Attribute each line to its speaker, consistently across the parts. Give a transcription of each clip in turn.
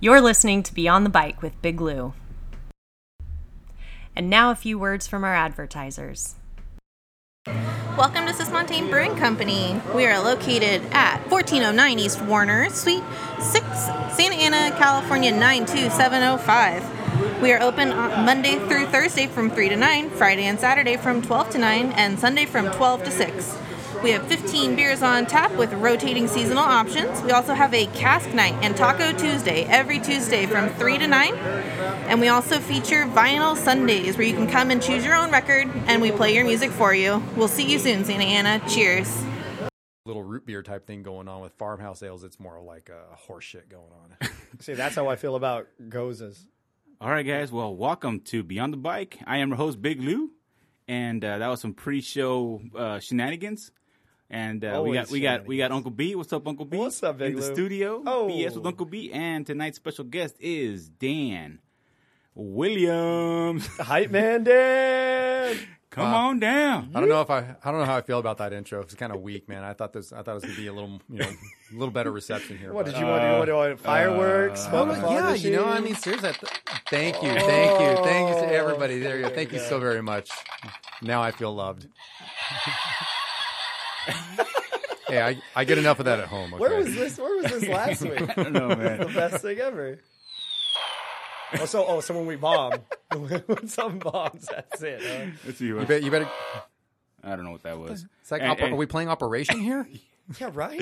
Speaker 1: You're listening to Beyond the Bike with Big Lou. And now a few words from our advertisers.
Speaker 2: Welcome to Sismontane Brewing Company. We are located at 1409 East Warner, Suite 6, Santa Ana, California 92705. We are open on Monday through Thursday from 3 to 9, Friday and Saturday from 12 to 9, and Sunday from 12 to 6. We have 15 beers on tap with rotating seasonal options. We also have a cask night and taco Tuesday every Tuesday from 3 to 9. And we also feature vinyl Sundays where you can come and choose your own record and we play your music for you. We'll see you soon, Santa Ana. Cheers.
Speaker 3: Little root beer type thing going on with farmhouse ales. It's more like a uh, horse shit going on.
Speaker 4: See, that's how I feel about gozes.
Speaker 5: All right, guys. Well, welcome to Beyond the Bike. I am your host, Big Lou, and uh, that was some pre-show uh, shenanigans. And uh,
Speaker 4: Always
Speaker 5: we got we got we got
Speaker 4: shenanigans.
Speaker 5: Uncle B. What's up, Uncle B?
Speaker 4: What's up, Big
Speaker 5: In the
Speaker 4: Lou?
Speaker 5: studio.
Speaker 4: Oh.
Speaker 5: BS with Uncle B. And tonight's special guest is Dan Williams.
Speaker 4: Hype man, Dan.
Speaker 5: Come on down.
Speaker 3: I don't know if I, I don't know how I feel about that intro. It's kind of weak, man. I thought this, I thought it was gonna be a little, you know, a little better reception here.
Speaker 4: What
Speaker 3: but-
Speaker 4: did you want to do? What do you want? Fireworks, smoke
Speaker 3: Uh, yeah, you know, I mean, seriously. I th- thank you, thank you, thank you to everybody. There you go. Thank you so very much. Now I feel loved. hey, I, I get enough of that at home. Okay?
Speaker 4: where was this? Where was this last week?
Speaker 5: I don't know,
Speaker 4: the
Speaker 5: man.
Speaker 4: best thing ever. Also, oh, so when we bomb, when some bombs, that's it. huh?
Speaker 5: Let's see.
Speaker 3: You,
Speaker 5: What,
Speaker 3: bet, you better.
Speaker 5: I don't know what that was.
Speaker 3: It's like,
Speaker 5: And-
Speaker 3: op-
Speaker 5: and-
Speaker 3: are we playing Operation here?
Speaker 4: Yeah, right.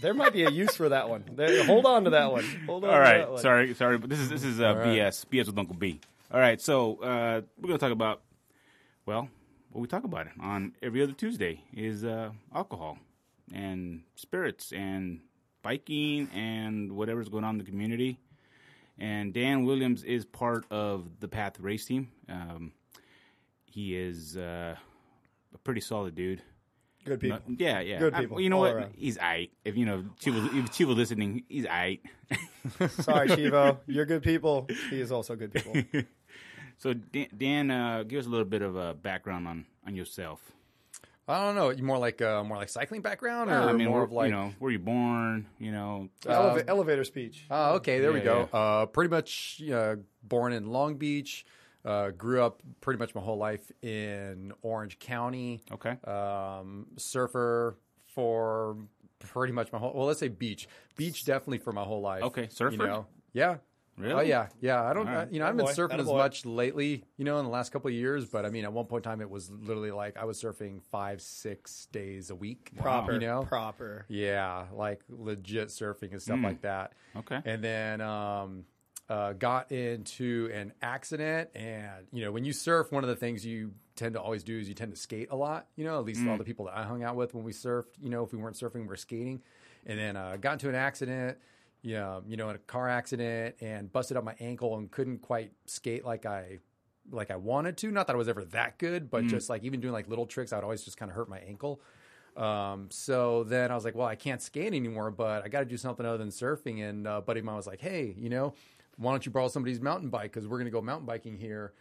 Speaker 4: there might be a use for that one. There, hold on to that one. Hold on.
Speaker 5: All
Speaker 4: to that
Speaker 5: right,
Speaker 4: one.
Speaker 5: sorry, sorry, but this is this is uh,
Speaker 3: right.
Speaker 5: BS BS with Uncle B. All right, so uh, we're gonna talk about well, what we talk about on every other Tuesday is uh, alcohol and spirits and biking and whatever's going on in the community. And Dan Williams is part of the Path Race Team. Um, he is uh, a pretty solid dude.
Speaker 4: Good people.
Speaker 5: Uh, yeah, yeah.
Speaker 4: Good
Speaker 5: I-
Speaker 4: people
Speaker 5: you know
Speaker 4: all
Speaker 5: what?
Speaker 4: around.
Speaker 5: He's aight. If you know, she was, if she was listening, he's aight.
Speaker 4: Sorry, Chivo. You're good people. He is also good people.
Speaker 5: So Dan, Dan uh, give us a little bit of a background on, on yourself.
Speaker 3: I don't know. You more like uh, more like cycling background, or
Speaker 5: I mean,
Speaker 3: more
Speaker 5: where-
Speaker 3: of like.
Speaker 5: you know, where you born? You know,
Speaker 4: Eleva- elevator speech.
Speaker 3: Oh, okay. There we
Speaker 5: Yeah,
Speaker 3: go. Uh, pretty much uh, born in Long Beach. Uh, grew up pretty much my whole life in Orange County.
Speaker 5: okay.
Speaker 3: um, surfer for pretty much my whole. Well, let's say beach. Beach definitely for my whole life.
Speaker 5: Okay,
Speaker 3: You
Speaker 5: surfer?
Speaker 3: know? Yeah.
Speaker 5: Really?
Speaker 3: Oh yeah, yeah. I don't, I- you know, I haven't been
Speaker 4: Attaboy,
Speaker 3: surfing as
Speaker 4: attaboy.
Speaker 3: much lately, you know, in the last couple of years. But I mean, at one point in time, it was literally like I was surfing five, six days a week.
Speaker 4: Proper.
Speaker 3: You know.
Speaker 4: Proper.
Speaker 3: Yeah, like legit surfing and stuff like that.
Speaker 5: Okay.
Speaker 3: And then um, uh, got into an accident. And, you know, when you surf, one of the things you tend to always do is you tend to skate a lot. You know, at least all the people that I hung out with when we surfed, you know, if we weren't surfing, we were skating. And then uh, got into an accident. Yeah, you know, in a car accident and busted up my ankle and couldn't quite skate like I like I wanted to. Not that I was ever that good, but just like even doing like little tricks, I'd always just kind of hurt my ankle. Um, so then I was like, well, I can't skate anymore, but I got to do something other than surfing. And uh, a buddy of mine was like, hey, you know, why don't you borrow somebody's mountain bike? Because we're going to go mountain biking here,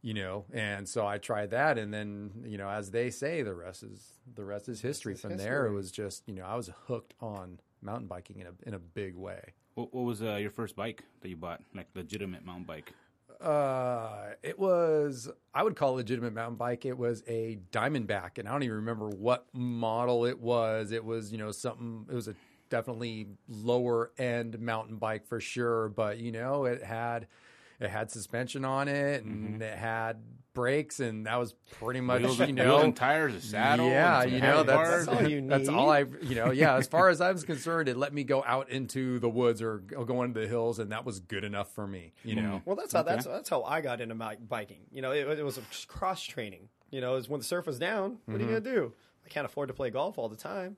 Speaker 3: you know. And so I tried that, and then you know, as they say, the rest is the rest is history. From there, it was just you know, I was hooked on mountain biking in a in a big way.
Speaker 5: What, what was uh, your first bike that you bought? Like legitimate mountain bike?
Speaker 3: Uh, it was I would call it a legitimate mountain bike. It was a Diamondback, and I don't even remember what model it was. It was you know something. It was a definitely lower end mountain bike for sure, but you know it had it had suspension on it and it had brakes, and that was pretty much
Speaker 5: Mm-hmm. Wheels,
Speaker 3: you
Speaker 5: and-
Speaker 3: know
Speaker 5: wheels and tires, a saddle. and
Speaker 3: yeah,
Speaker 5: some
Speaker 3: you know that's
Speaker 5: handlebars.
Speaker 4: That's all you
Speaker 3: That's
Speaker 4: need.
Speaker 3: all I you know. Yeah, as far as I was concerned, it let me go out into the woods or go go into the hills, and that was good enough for me. You know.
Speaker 4: Well, that's how that's that's how I got into mi- biking. You know, it, it was just cross training. You know, is when the surf was down. What
Speaker 5: Mm-hmm.
Speaker 4: are you gonna do? I can't afford to play golf all the time,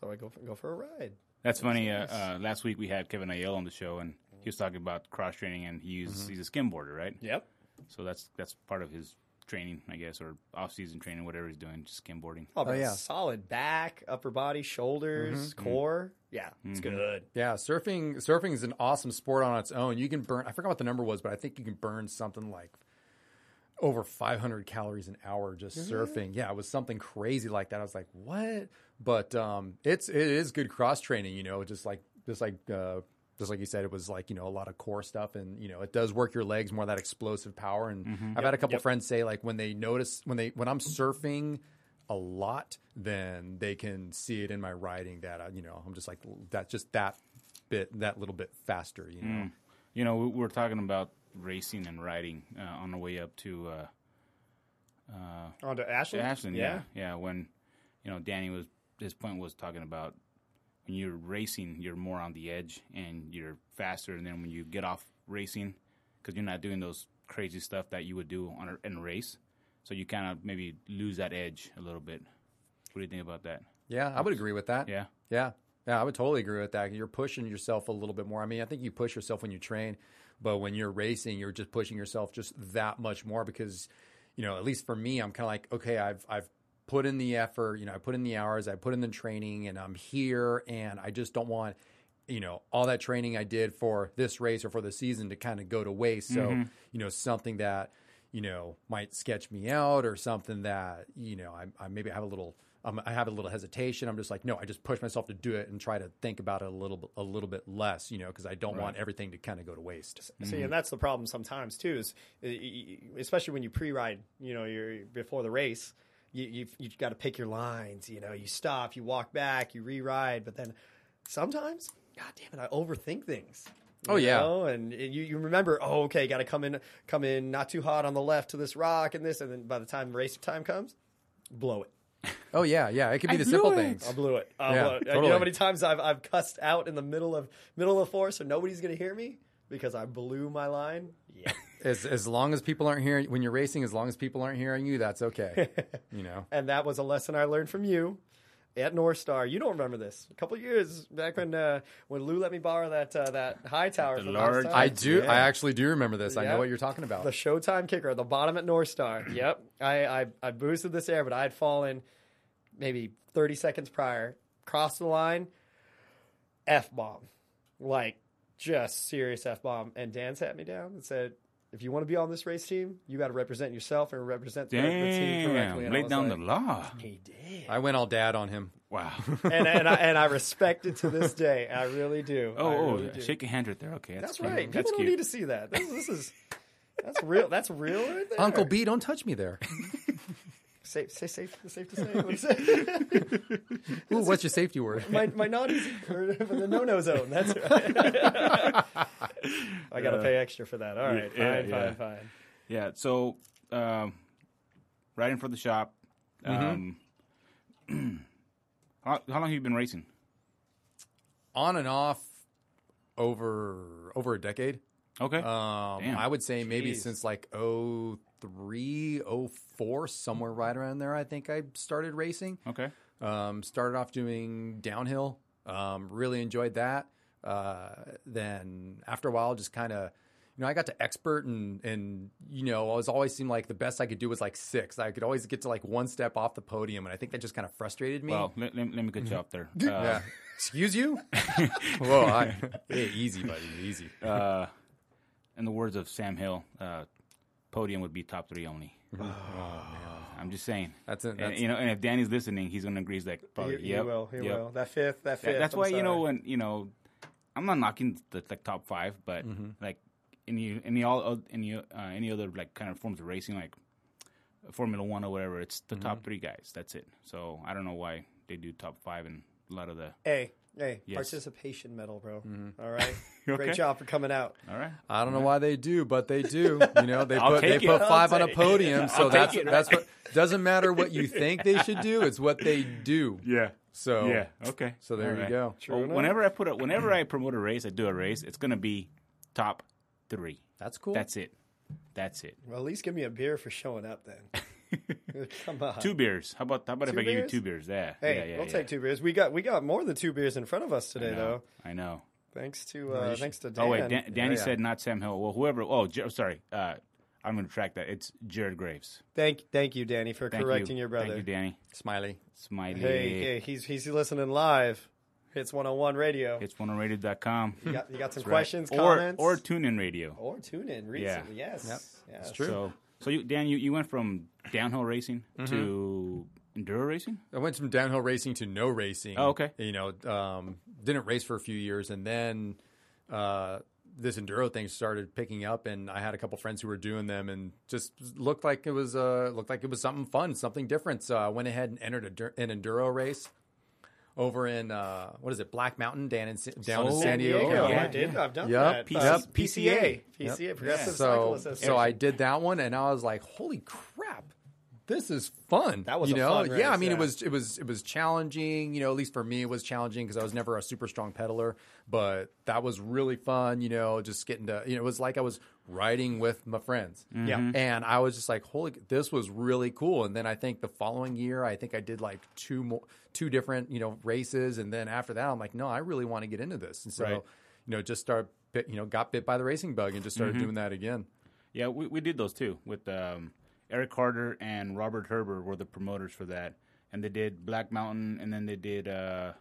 Speaker 4: so I go for, go for a ride.
Speaker 5: That's funny. Uh, uh, last week we had Kevin Ayel on the show, and he was talking about cross training, and he
Speaker 3: Mm-hmm.
Speaker 5: uses he's a skimboarder, right?
Speaker 4: Yep.
Speaker 5: So that's that's part of his training, I guess, or off season training, whatever he's doing, just skimboarding.
Speaker 4: Oh, but
Speaker 3: yeah.
Speaker 4: solid back, upper body, shoulders,
Speaker 5: Mm-hmm.
Speaker 4: core. Yeah, it's good.
Speaker 3: Yeah, surfing surfing is an awesome sport on its own. You can burn I forgot what the number was, but I think you can burn something like over 500 calories an hour just surfing. Yeah, it was something crazy like that. I was like, "What?" But um it's it is good cross training, you know, just like Just like uh, just like you said, it was like you know a lot of core stuff, and you know it does work your legs more that explosive power. And I've had a couple friends say like when they notice when they when I'm surfing a lot, then they can see it in my riding that I, you know I'm just like that's just that bit that little bit faster. You know,
Speaker 5: You know, we we were talking about racing and riding uh, on the way up to uh,
Speaker 4: On to Ashland.
Speaker 5: Ashland. Yeah. yeah, When you know Danny was his point was talking about when you're racing, you're more on the edge and you're faster. And then when you get off racing, because you're not doing those crazy stuff that you would do on a, in a race, so you kind of maybe lose that edge a little bit. What do you think about that?
Speaker 3: Yeah, I would agree with that.
Speaker 5: Yeah.
Speaker 3: Yeah. Yeah, I would totally agree with that. You're pushing yourself a little bit more. I mean, I think you push yourself when you train, but when you're racing, you're just pushing yourself just that much more because, you know, at least for me, I'm kind of like, okay, I've I've put in the effort, you know, I put in the hours, I put in the training and I'm here and I just don't want, you know, all that training I did for this race or for the season to kind of go to waste. So, you know, something that you know might sketch me out or something that you know I, I maybe have a little um, I have a little hesitation. I'm just like, no, I just push myself to do it and try to think about it a little bit- a little bit less, you know, because I don't want everything to kind of go to waste.
Speaker 4: See, and that's the problem sometimes too. Is uh, y- y- especially when you pre-ride, you know, you're before the race, you you've, you've got to pick your lines. You know, you stop, you walk back, you re-ride, but then sometimes, god damn it, I overthink things. you
Speaker 3: Oh, yeah.
Speaker 4: know, and it- you, you remember, oh okay, got to come in, come in, not too hot on the left to this rock and this, and then by the time race time comes, blow it.
Speaker 3: Oh yeah, yeah, it could be
Speaker 5: I
Speaker 3: the
Speaker 5: blew
Speaker 3: simple
Speaker 5: it.
Speaker 3: things.
Speaker 4: I blew it. I
Speaker 3: Yeah,
Speaker 4: blew it. You know
Speaker 3: totally.
Speaker 4: how many times I've, I've cussed out in the middle of middle of the forest, so nobody's gonna hear me because I blew my line. Yeah.
Speaker 3: As as long as people aren't hearing when you're racing, as long as people aren't hearing you, that's okay. you know,
Speaker 4: and that was a lesson I learned from you at North Star. You don't remember this? A couple years back when uh, when Lou let me borrow that uh, that high tower.
Speaker 5: The
Speaker 4: from
Speaker 5: large-
Speaker 4: last time.
Speaker 3: I do.
Speaker 5: Yeah.
Speaker 3: I actually do remember this. I
Speaker 4: Yeah.
Speaker 3: know what you're talking about.
Speaker 4: the Showtime kicker at the bottom at North Star. yep, I, I I boosted this air, but I had fallen maybe thirty seconds prior, crossed the line, f bomb, like just serious f bomb. And Dan sat me down and said. If you want to be on this race team, you got to represent yourself and represent the- the team correctly. And
Speaker 5: Damn,
Speaker 4: I
Speaker 5: laid
Speaker 4: was
Speaker 5: down
Speaker 4: like,
Speaker 5: the law.
Speaker 4: He did.
Speaker 3: I went all dad on him.
Speaker 5: Wow.
Speaker 4: and, and, I, and I respect it to this day. I really do. I
Speaker 5: Oh,
Speaker 4: really
Speaker 5: oh
Speaker 4: do.
Speaker 5: shake a hand right there. Okay,
Speaker 4: That's
Speaker 5: that's, cute.
Speaker 4: right.
Speaker 5: That's
Speaker 4: People
Speaker 5: cute.
Speaker 4: don't need to see that. This, this is that's real. That's real. Right there.
Speaker 3: Uncle B, don't touch me there.
Speaker 4: safe, safe, safe, safe to say. What is it?
Speaker 3: Ooh, what's your safety word?
Speaker 4: my my naughties or the no no zone. That's right. I got to pay extra for that. All right,
Speaker 5: Uh, Yeah,
Speaker 4: fine,
Speaker 5: yeah.
Speaker 4: fine, fine.
Speaker 5: Yeah. So, um, riding for the shop.
Speaker 4: Mm-hmm.
Speaker 5: Um, how, how long have you been racing?
Speaker 3: on and off over over a decade.
Speaker 5: Okay.
Speaker 3: Um,
Speaker 5: Damn.
Speaker 3: I would say maybe
Speaker 4: Jeez.
Speaker 3: since like 03, 04, somewhere right around there. I think I started racing.
Speaker 5: okay.
Speaker 3: Um, started off doing downhill. Um, really enjoyed that. Uh, then after a while, just kind of, you know, I got to expert and and you know, I was always seemed like the best I could do was like six. I could always get to like one step off the podium, and I think that just kind of frustrated me.
Speaker 5: Well, let, let, let me
Speaker 4: Mm-hmm.
Speaker 5: get you up there. Uh,
Speaker 3: yeah. Excuse you? Whoa, I, yeah, easy, buddy, easy.
Speaker 5: In the words of Sam Hill, uh, podium would be top three only.
Speaker 4: Oh,
Speaker 5: I'm just saying.
Speaker 3: That's it,
Speaker 5: And,
Speaker 3: that's-
Speaker 5: you know, and if Danny's listening, he's gonna agree. He's like,
Speaker 4: He,
Speaker 5: probably,
Speaker 4: he
Speaker 5: Oh, yep,
Speaker 4: will. He
Speaker 5: yep.
Speaker 4: will. That fifth. That fifth.
Speaker 5: That- that's
Speaker 4: I'm
Speaker 5: why you know
Speaker 4: sorry.
Speaker 5: when you know, I'm not knocking the like top five, but like any any all oth- any uh, any other like kind of forms of racing, like Formula One or whatever, it's the top three guys. That's it. So I don't know why they do top five and a lot of the.
Speaker 4: Hey, hey,
Speaker 5: Yes. Mm-hmm.
Speaker 4: participation medal, bro. All right,
Speaker 5: okay? Uh.
Speaker 4: great job for coming out.
Speaker 5: All right.
Speaker 3: I don't know why they do, but they do. You know, they
Speaker 5: I'll
Speaker 3: put they
Speaker 5: take it.
Speaker 3: put
Speaker 5: I'll
Speaker 3: five on a
Speaker 4: take it.
Speaker 3: podium, so that's
Speaker 5: take it.
Speaker 3: that's what doesn't matter what you think they should do, it's what they do.
Speaker 5: Yeah.
Speaker 3: So
Speaker 5: Yeah. Okay.
Speaker 3: So there
Speaker 5: All
Speaker 3: you
Speaker 5: right.
Speaker 3: go.
Speaker 5: Well, whenever I put a, whenever I promote a race, I do a race. It's gonna be top three.
Speaker 3: That's cool.
Speaker 5: That's it. That's it.
Speaker 4: Well, at least give me a beer for showing up then. Come on.
Speaker 5: Two beers. How about how about
Speaker 4: Two
Speaker 5: if I give you
Speaker 4: beers?
Speaker 5: two beers? Yeah.
Speaker 4: Hey,
Speaker 5: yeah, yeah,
Speaker 4: we'll
Speaker 5: yeah.
Speaker 4: take two beers. We got we got more than two beers in front of us today,
Speaker 5: I know.
Speaker 4: though.
Speaker 5: I know.
Speaker 4: Thanks to uh, thanks to Dan.
Speaker 5: Oh wait, Dan, Danny
Speaker 3: Yeah, yeah.
Speaker 5: said not Sam Hill. Well, whoever. Oh, Jer- sorry. Uh, I'm going to track that. It's Jared Graves.
Speaker 4: thank thank you, Danny, for
Speaker 5: Thank
Speaker 4: correcting
Speaker 5: you.
Speaker 4: your brother.
Speaker 5: Thank you, Danny.
Speaker 3: Smiley.
Speaker 5: Smiley.
Speaker 4: hey, hey, he's he's listening live. It's one on one radio.
Speaker 5: It's oneonrated.com.
Speaker 4: you, got, you got some questions,
Speaker 5: or
Speaker 4: comments,
Speaker 5: or tune in radio.
Speaker 4: or tune in recently. Yes, yes.
Speaker 3: true.
Speaker 5: So so you, Dan, you, you went from downhill racing to enduro racing.
Speaker 3: I went from downhill racing to no racing.
Speaker 5: Oh, okay.
Speaker 3: You know, um, didn't race for a few years, and then uh, this enduro thing started picking up, and I had a couple friends who were doing them, and just looked like it was uh, looked like it was something fun, something different. So I went ahead and entered a, dur- an enduro race over in uh, what is it, Black Mountain, down in Sa- down in
Speaker 5: Oh,
Speaker 3: San Diego.
Speaker 5: Diego,
Speaker 4: I
Speaker 5: yeah.
Speaker 4: did. I've done
Speaker 3: Yep.
Speaker 4: that. Uh,
Speaker 3: Yep.
Speaker 4: PCA. PCA. Progressive Cycle
Speaker 3: So,
Speaker 4: Association.
Speaker 3: so I did that one, and I was like, "Holy crap, this is fun!"
Speaker 4: That was
Speaker 3: you
Speaker 4: a
Speaker 3: know,
Speaker 4: fun race,
Speaker 3: yeah. I mean,
Speaker 4: yeah.
Speaker 3: it was it was it was challenging. You know, at least for me, it was challenging because I was never a super strong pedaler, but that was really fun. You know, just getting to you know, it was like I was riding with my friends.
Speaker 4: Mm-hmm.
Speaker 3: Yeah, and I was just like, "Holy, this was really cool!" And then I think the following year, I think I did like two more two different you know races, and then after that, I'm like, "No, I really want to get into this," and so.
Speaker 4: Right.
Speaker 3: You know, just start, bit- you know, got bit by the racing bug and just started
Speaker 4: Mm-hmm.
Speaker 3: doing that again.
Speaker 5: Yeah, we, we did those too with um, Eric Carter and Robert Herber were the promoters for that, and they did Black Mountain, and then they did uh,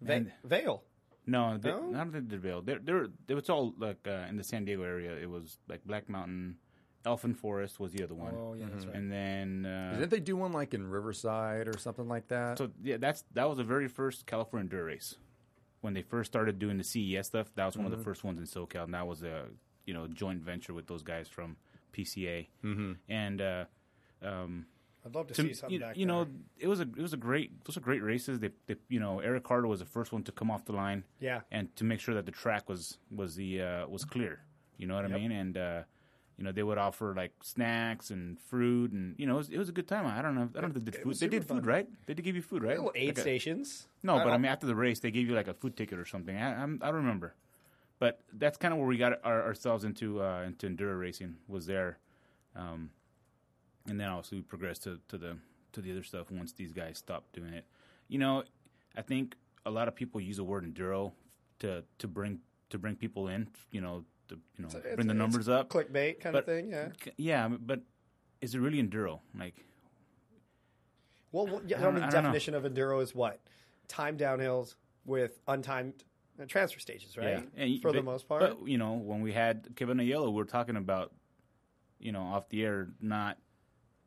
Speaker 4: Ve- Vale.
Speaker 5: no, they,
Speaker 4: No?
Speaker 5: not that they did Vail. They're, they're it was all like uh, in the San Diego area. It was like Black Mountain, Elfin Forest was the other one. Mm-hmm.
Speaker 4: Oh, yeah, that's right.
Speaker 5: And then uh,
Speaker 3: Didn't they do one like in Riverside or something like that?
Speaker 5: so yeah, that's that was the very first California Enduro race when they first started doing the CES stuff. That was one
Speaker 4: Mm-hmm.
Speaker 5: of the first ones in SoCal, and that was a you know joint venture with those guys from PCA mm-hmm. and. Uh, um,
Speaker 4: I'd love to,
Speaker 5: to-
Speaker 4: see something
Speaker 5: you,
Speaker 4: back
Speaker 5: you know
Speaker 4: there.
Speaker 5: it was a it was a great those are great races they, they you know Eric Carter was the first one to come off the line
Speaker 4: Yeah.
Speaker 5: and to make sure that the track was was the uh, was clear you know what I mean and uh, you know they would offer like snacks and fruit and you know it was, it was a good time I don't know I don't know if they did food they did food right they did give you food right
Speaker 4: Little aid
Speaker 5: Like a-
Speaker 4: stations.
Speaker 5: no but I mean after the race they gave you like a food ticket or something I I'm, I don't remember but that's kind of where we got our, ourselves into uh, into enduro racing was there um, and then obviously we progressed to, to the to the other stuff once these guys stopped doing it. You know, I think a lot of people use the word enduro to to bring to bring people in. You know, to you know
Speaker 4: It's-
Speaker 5: bring the
Speaker 4: it's
Speaker 5: numbers up.
Speaker 4: Clickbait kind
Speaker 5: But-
Speaker 4: of thing, yeah.
Speaker 5: C- Yeah, but is it really enduro? Like,
Speaker 4: Well, well yeah, I,
Speaker 5: don't-
Speaker 4: mean,
Speaker 5: I don't know.
Speaker 4: definition of enduro is what? Time downhills with untimed uh, transfer stages, right?
Speaker 5: And you-
Speaker 4: For the
Speaker 5: but-
Speaker 4: most part.
Speaker 5: But you know, when we had Kevin Ayello, we were talking about you know off the air not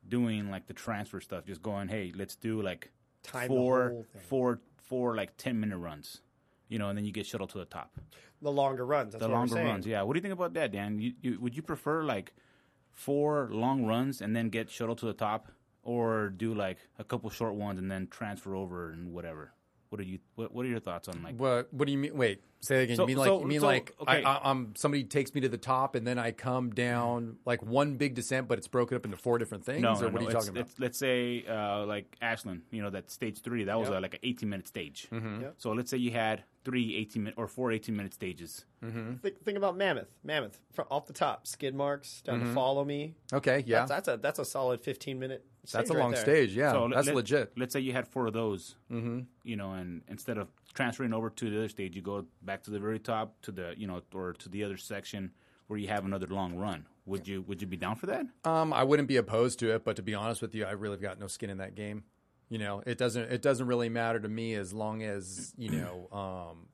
Speaker 5: doing like the transfer stuff, just going, hey, let's do like
Speaker 4: Time the
Speaker 5: four
Speaker 4: whole thing.
Speaker 5: four four like ten minute runs. You know, and then you get shuttled to the top.
Speaker 4: the longer runs. That's
Speaker 5: the
Speaker 4: what
Speaker 5: longer
Speaker 4: we're saying.
Speaker 5: runs. Yeah. What do you think about that, Dan? You, you, would you prefer like four long runs and then get shuttle to the top, or do like a couple short ones and then transfer over and whatever? What are you? What, what are your thoughts on like?
Speaker 3: what What do you mean? Wait, say that again.
Speaker 5: So-
Speaker 3: you mean like
Speaker 5: so-
Speaker 3: you mean
Speaker 5: so,
Speaker 3: like
Speaker 5: okay.
Speaker 3: I, I, I'm somebody takes me to the top and then I come down like one big descent, but it's broken up into four different things.
Speaker 5: No,
Speaker 3: or
Speaker 5: no,
Speaker 3: what
Speaker 5: no,
Speaker 3: are you
Speaker 5: it's-
Speaker 3: talking about?
Speaker 5: it's- Let's say uh, like Ashland, you know, that stage three, that was uh, like an 18 minute stage.
Speaker 3: Mm-hmm.
Speaker 4: Yep.
Speaker 5: So let's say you had three 18 minute or four 18 minute stages.
Speaker 4: Think, think about Mammoth. Mammoth from off the top, skid marks down
Speaker 5: Mm-hmm.
Speaker 4: to follow me.
Speaker 3: Okay, yeah,
Speaker 4: That's,
Speaker 3: that's,
Speaker 4: that's a that's a solid 15 minute. Stage
Speaker 3: a
Speaker 4: right
Speaker 3: long
Speaker 4: there.
Speaker 3: stage. Yeah,
Speaker 5: So let-
Speaker 3: Ah, that's
Speaker 5: let-
Speaker 3: legit. Mm-hmm.
Speaker 5: Let's say you had four of those, you know, and instead of transferring over to the other stage, you go back to the very top to the, you know, or to the other section where you have another long run. Would you would you be down for that?
Speaker 3: Um, I wouldn't be opposed to it, but to be honest with you, I really have got no skin in that game. You know, it doesn't it doesn't really matter to me as long as you know. Um,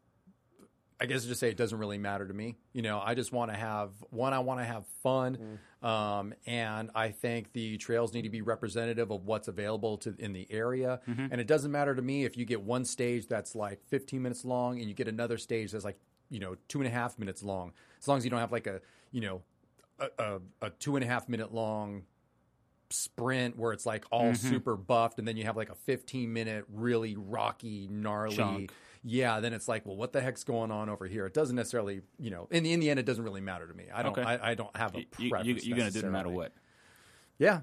Speaker 3: I guess I'll just say it doesn't really matter to me. You know, I just want to have one. I want to have fun, um, and I think the trails need to be representative of what's available to in the area. And it doesn't matter to me if you get one stage that's like 15 minutes long, and you get another stage that's like you know two and a half minutes long. As long as you don't have like a you know a, a, a two and a half minute long sprint where it's like all
Speaker 5: Mm-hmm.
Speaker 3: super buffed and then you have like a 15 minute really rocky gnarly
Speaker 5: Chunk.
Speaker 3: yeah then it's like well what the heck's going on over here it doesn't necessarily you know in the, in the end it doesn't really matter to me i don't
Speaker 5: Okay.
Speaker 3: I, I don't have a
Speaker 5: You,
Speaker 3: preference
Speaker 5: are going to do it no matter
Speaker 3: necessarily.
Speaker 5: what.
Speaker 3: yeah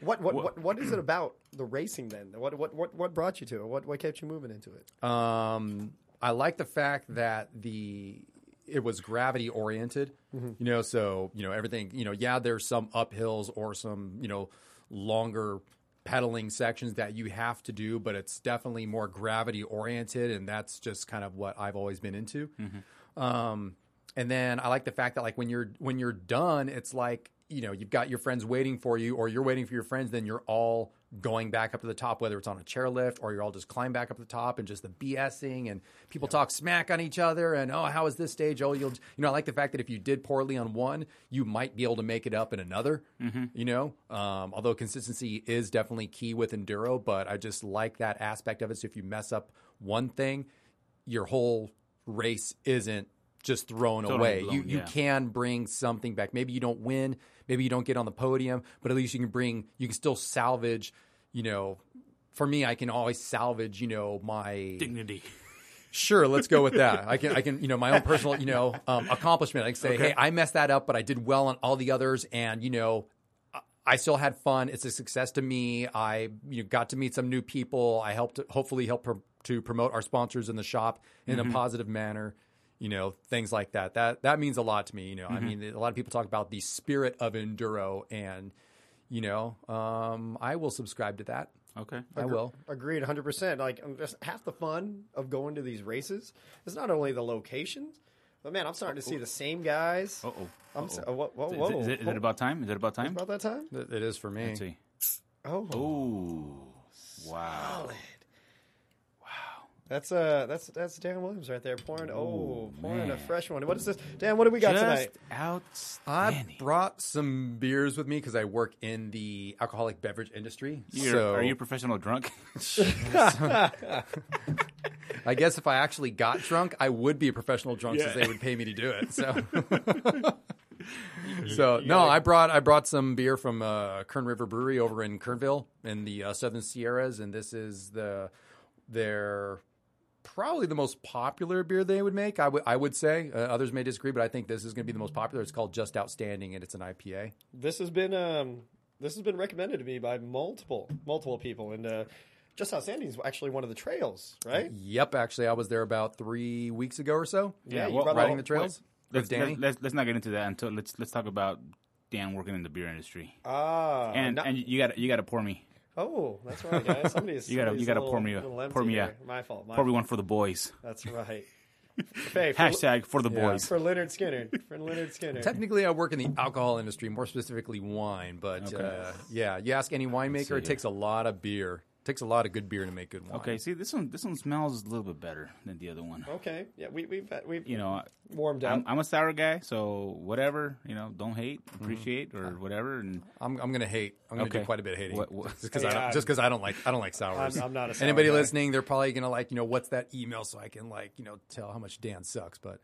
Speaker 4: What what, what what is it about the racing then? What what what, what brought you to it? What what kept you moving into it?
Speaker 3: Um, I like the fact that the it was gravity oriented. You know, so you know everything. You know, yeah, there's some uphills or some you know longer pedaling sections that you have to do, but it's definitely more gravity oriented, and that's just kind of what I've always been into. Um, and then I like the fact that like when you're when you're done, it's like you know you've got your friends waiting for you, or you're waiting for your friends. Then you're all going back up to the top, whether it's on a chairlift or you're all just climb back up to the top and just the BSing and people talk smack on each other and oh how is this stage? Oh you'll you know I like the fact that if you did poorly on one, you might be able to make it up in another. You know, um, although consistency is definitely key with enduro, but I just like that aspect of it. So if you mess up one thing your whole race isn't just thrown
Speaker 5: Totally
Speaker 3: away. you
Speaker 5: blown,
Speaker 3: you
Speaker 5: yeah.
Speaker 3: can bring something back. Maybe you don't win, maybe you don't get on the podium, but at least you can bring you can still salvage, you know, for me I can always salvage, you know, my
Speaker 5: Dignity.
Speaker 3: Sure, let's go with that. I can, I can, you know, my own personal, you know, um, accomplishment. I can say, hey, I messed that up, but I did well on all the others, and you know, I- I still had fun. It's a success to me. I you know, got to meet some new people. I helped, hopefully, help pro- to promote our sponsors in the shop in a positive manner. You know, things like that. That that means a lot to me. You know, I mean, a lot of people talk about the spirit of enduro, and you know, um, I will subscribe to that.
Speaker 5: Okay.
Speaker 3: I will.
Speaker 4: Agreed, 100%. Like, um, that's half the fun of going to these races is not only the locations, but man, I'm starting to see the same guys.
Speaker 5: Uh oh.
Speaker 4: I'm so, whoa, whoa,
Speaker 5: Is,
Speaker 4: whoa.
Speaker 5: it- is it- is it about time? Is it about time?
Speaker 4: about that time?
Speaker 3: It it is for me.
Speaker 5: Let's see.
Speaker 4: Oh,
Speaker 5: Ooh. Wow.
Speaker 4: solid. Wow. That's uh, that's that's Dan Williams right there pouring. oh, pouring a
Speaker 5: man.
Speaker 4: fresh one. What is this, Dan? What do we got tonight?
Speaker 5: Just
Speaker 3: I
Speaker 5: outstanding.
Speaker 3: brought some beers with me because I work in the alcoholic beverage industry.
Speaker 5: You're-
Speaker 3: so
Speaker 5: Are you a professional drunk?
Speaker 3: I guess if I actually got drunk, I would be a professional drunk since
Speaker 5: Yeah.
Speaker 3: they would pay me to do it. So, so no, I brought I brought some beer from uh, Kern River Brewery over in Kernville in the uh, Southern Sierras, and this is the their probably the most popular beer they would make. I would I would say uh, others may disagree, but I think this is going to be the most popular. It's called Just Outstanding, and it's an IPA.
Speaker 4: This has been um, this has been recommended to me by multiple multiple people, and uh, just outstanding is actually one of the trails, right?
Speaker 3: Yep, actually, I was there about three weeks ago or so.
Speaker 4: Yeah, you
Speaker 5: well,
Speaker 4: brought it
Speaker 3: riding
Speaker 4: up.
Speaker 3: the trails
Speaker 5: let's,
Speaker 3: with Danny.
Speaker 5: Let's, let's, let's not get into that until let's let's talk about Dan working in the beer industry.
Speaker 3: Uh,
Speaker 4: Ah,
Speaker 5: and
Speaker 4: no-
Speaker 5: and you got to you got to pour me
Speaker 4: oh, that's right, guys. Somebody's
Speaker 5: You gotta-
Speaker 4: somebody's
Speaker 5: you gotta
Speaker 4: little-
Speaker 5: pour me a-
Speaker 4: little empty
Speaker 5: pour me
Speaker 4: there.
Speaker 5: a-
Speaker 4: My fault. My
Speaker 3: Uh,
Speaker 5: pour me
Speaker 4: fault.
Speaker 5: one for the boys.
Speaker 4: That's right. Hey, for,
Speaker 5: Hashtag for the boys.
Speaker 4: for Leonard Skinner. For Leonard Skinner.
Speaker 3: Technically, I work in the alcohol industry, more specifically wine. But uh, yeah, you ask any winemaker, it
Speaker 5: see.
Speaker 3: takes a lot of beer. It takes a lot of good beer to make good wine.
Speaker 5: Okay, see this one this one smells a little bit better than the other one.
Speaker 3: Oh.
Speaker 4: Okay. Yeah, we, we've had- we've
Speaker 5: You know,
Speaker 4: warmed up.
Speaker 5: I'm, I'm a sour guy, so whatever you know, don't hate,
Speaker 3: Mm-hmm.
Speaker 5: appreciate or whatever. And
Speaker 3: I'm, I'm gonna hate. I'm gonna do
Speaker 5: Okay.
Speaker 3: quite a bit of hating.
Speaker 5: What- what-
Speaker 3: Just because
Speaker 4: Hey,
Speaker 3: I
Speaker 4: I'm-
Speaker 3: don't, just 'cause I don't like I don't like sours.
Speaker 4: I'm- I'm not a sour
Speaker 3: Anybody
Speaker 4: guy.
Speaker 3: listening, they're probably gonna like you know what's that email so I can like you know tell how much Dan sucks. But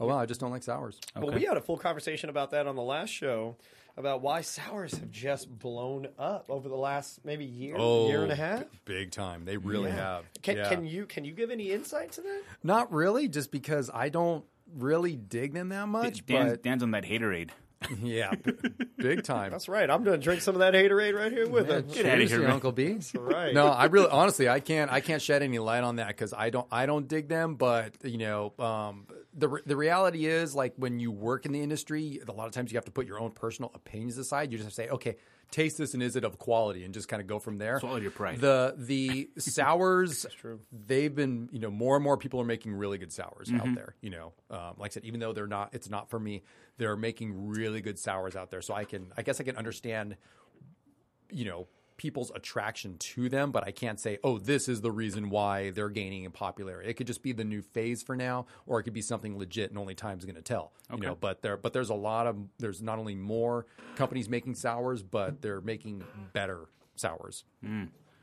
Speaker 3: oh well, I just don't like sours.
Speaker 4: Well, we had a full conversation about that on the last show about why sours have just blown up over the last maybe year,
Speaker 5: Oh.
Speaker 4: year and a half.
Speaker 3: big time. They really have.
Speaker 4: Can,
Speaker 3: Oh. Yeah.
Speaker 4: can you can you give any insight to that?
Speaker 3: Not really, just because I don't really dig them that much.
Speaker 5: Dan's,
Speaker 3: but
Speaker 5: Dan's on that haterade.
Speaker 3: yeah, b- big time.
Speaker 4: That's right. I'm going to drink some of that Haterade right here with
Speaker 3: Yeah,
Speaker 4: him.
Speaker 5: outta
Speaker 3: cheers
Speaker 5: here,
Speaker 3: to
Speaker 5: man.
Speaker 3: Uncle B.
Speaker 4: right.
Speaker 3: No, I really, honestly, I can't, I can't shed any light on that because I don't, I don't dig them. But you know, um, the re- the reality is, like when you work in the industry, a lot of times you have to put your own personal opinions aside. You just have to say, okay, taste this, and is it of quality, and just kind of go from there.
Speaker 5: Swallow your pride.
Speaker 3: The the sours, they've been, you know, more and more people are making really good sours out there. You know, um, like I said, even though they're not, it's not for me. They're making really good sours out there, so I can, I guess, I can understand you know people's attraction to them but i can't say oh this is the reason why they're gaining in popularity it could just be the new phase for now or it could be something legit and only time's going to tell you know but there but there's a lot of there's not only more companies making sours but they're making better sours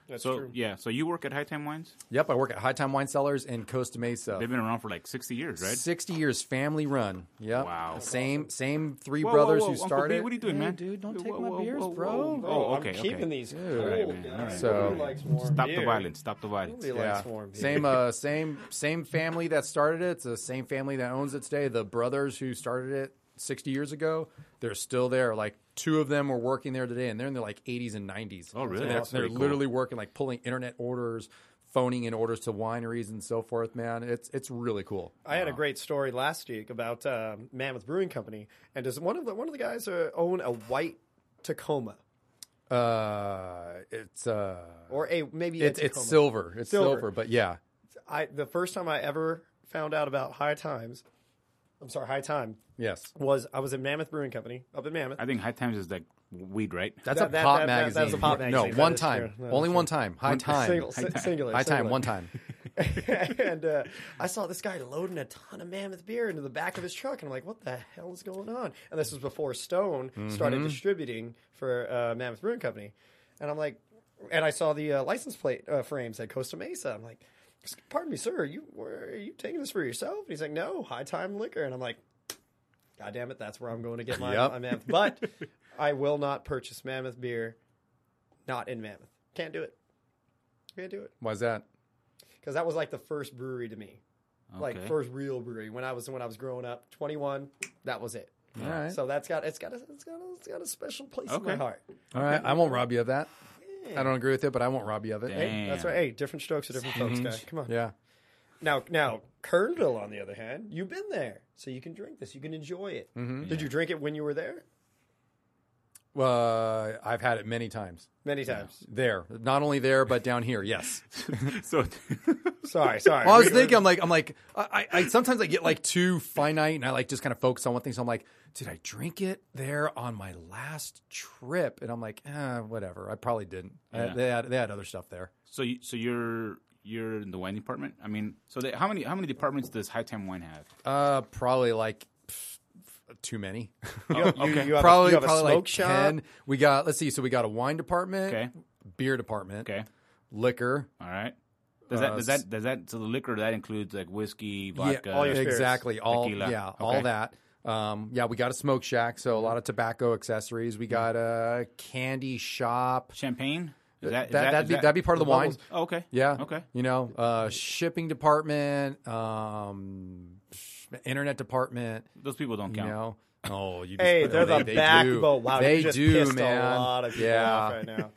Speaker 4: That's
Speaker 5: So
Speaker 4: true.
Speaker 5: yeah, so you work at High Time Wines.
Speaker 3: yep i work at high time wine cellars in costa mesa
Speaker 5: They've been around for like sixty years, right?
Speaker 3: 60 years family run yep
Speaker 5: Wow.
Speaker 3: same same three
Speaker 5: Whoa, whoa,
Speaker 3: brothers
Speaker 5: whoa,
Speaker 3: who
Speaker 5: Uncle B,
Speaker 3: started
Speaker 5: what are you doing,
Speaker 3: Hey,
Speaker 5: man?
Speaker 3: dude don't
Speaker 5: Whoa,
Speaker 3: take
Speaker 5: whoa,
Speaker 3: my beers
Speaker 5: whoa, whoa,
Speaker 3: bro
Speaker 5: whoa.
Speaker 4: Oh,
Speaker 5: Oh, okay,
Speaker 4: I'm
Speaker 5: okay.
Speaker 4: keeping these cold.
Speaker 5: right, man, all
Speaker 4: guys.
Speaker 5: right.
Speaker 3: So-
Speaker 4: Nobody likes warm
Speaker 5: Stop
Speaker 4: beer.
Speaker 5: the violence. Stop the violence.
Speaker 4: Nobody likes warm beer.
Speaker 3: Same uh same same family that started it. It's the same family that owns it today. The brothers who started it 60 years ago, they're still there. Like two of them are working there today and they're in their like 80s and 90s.
Speaker 5: Oh, really?
Speaker 3: So
Speaker 5: That's
Speaker 3: they're
Speaker 5: pretty cool.
Speaker 3: literally working like pulling internet orders, phoning in orders to wineries and so forth, man. It's it's really cool.
Speaker 4: I had a great story last week about um, Mammoth Brewing Company, and does one of the one of the guys uh, own a white Tacoma
Speaker 3: Uh it's uh
Speaker 4: or a maybe
Speaker 3: it's
Speaker 4: a
Speaker 3: it's
Speaker 4: Tacoma?
Speaker 3: silver. It's
Speaker 4: Silver.
Speaker 3: silver, but yeah.
Speaker 4: I the first time I ever found out about High Times, I'm sorry, High Time
Speaker 3: Yes.
Speaker 4: was I was in Mammoth Brewing Company up in Mammoth.
Speaker 5: I think High Times is like weed, right?
Speaker 3: That's
Speaker 4: That-
Speaker 3: a
Speaker 4: that-
Speaker 3: pop
Speaker 4: that- that-
Speaker 3: magazine.
Speaker 4: that's a pop magazine.
Speaker 3: No, one
Speaker 4: That is
Speaker 3: time.
Speaker 4: true. That
Speaker 3: Only
Speaker 4: is
Speaker 3: one time. High time.
Speaker 4: Single, si- singular,
Speaker 3: High time,
Speaker 4: singular.
Speaker 3: one time.
Speaker 4: and uh, I saw this guy loading a ton of mammoth beer into the back of his truck, and I'm like, "What the hell is going on?" And this was before Stone started distributing for uh, Mammoth Brewing Company, and I'm like, and I saw the uh, license plate uh, frames at Costa Mesa. I'm like, pardon me, sir, are you were are you taking this for yourself? And he's like, no, high time liquor. And I'm like, God damn it, that's where I'm going to get my,
Speaker 3: Yep.
Speaker 4: my mammoth. But I will not purchase mammoth beer, not in mammoth. Can't do it. Can't do it
Speaker 3: Why's that?
Speaker 4: because that was like the first brewery to me, like
Speaker 5: Okay.
Speaker 4: first real brewery when I was when I was growing up. 21, that was it.
Speaker 3: All right.
Speaker 4: So that's got it's got a, it's got a, it's got a special place in my
Speaker 5: Okay.
Speaker 4: heart.
Speaker 3: All right. I won't rob you of that. I don't agree with it, but I won't rob you of it.
Speaker 4: Hey, that's
Speaker 5: Damn. Mm-hmm.
Speaker 4: right. Hey, different strokes for different folks, guy. Come on.
Speaker 3: Yeah.
Speaker 4: Now, now, Kernville, on the other hand, you've been there, so you can drink this. You can enjoy it.
Speaker 5: Mm-hmm.
Speaker 4: Did you drink it when you were there?
Speaker 3: Well, I've had it many times.
Speaker 4: Many times.
Speaker 3: There, not only there, but down here. Yes.
Speaker 5: So
Speaker 4: Sorry, sorry.
Speaker 3: Well, I was
Speaker 4: We-
Speaker 3: thinking, I'm like, I'm like, I, I I- sometimes I get like too finite, and I like just kind of focus on one thing. So I'm like, did I drink it there on my last trip? And I'm like, eh, whatever. I probably didn't. I-
Speaker 5: Yeah.
Speaker 3: they had they had other stuff there.
Speaker 5: so you, so you're you're in the wine department. I mean, so they, how many how many departments does High Time Wine have?
Speaker 3: Uh, probably like pff, too many.
Speaker 4: You, you, you have
Speaker 3: probably
Speaker 4: a, you have a
Speaker 3: probably
Speaker 4: smoke
Speaker 3: like
Speaker 4: shop.
Speaker 3: 10. We got let's see. So we got a wine department,
Speaker 5: Okay.
Speaker 3: beer department,
Speaker 5: Okay.
Speaker 3: liquor.
Speaker 5: All right. Does that
Speaker 3: Uh,
Speaker 5: does that does that so the liquor that includes like
Speaker 3: Yeah,
Speaker 5: whiskey, vodka,
Speaker 4: all your spirits.
Speaker 3: exactly. All
Speaker 5: Tequila.
Speaker 3: yeah, all
Speaker 5: Okay.
Speaker 3: that. Um, yeah, we got a smoke shack, so a
Speaker 4: Mm-hmm.
Speaker 3: lot of tobacco accessories. We got a candy shop.
Speaker 5: champagne? Is that,
Speaker 3: that,
Speaker 5: is that,
Speaker 3: that'd
Speaker 5: is
Speaker 3: be
Speaker 5: that-
Speaker 3: that'd be part of the wine.
Speaker 5: Oh, okay.
Speaker 3: Yeah.
Speaker 5: Okay.
Speaker 3: You know, uh, shipping department, um, internet department.
Speaker 5: Those people don't
Speaker 3: You
Speaker 5: count.
Speaker 3: know. Oh, you just
Speaker 4: Hey,
Speaker 3: put-
Speaker 4: they're
Speaker 3: they-
Speaker 4: the
Speaker 3: they do.
Speaker 4: backbone. Wow,
Speaker 3: they
Speaker 4: you just
Speaker 3: do,
Speaker 4: pissed
Speaker 3: man.
Speaker 4: a lot of people
Speaker 3: yeah,
Speaker 4: off right now.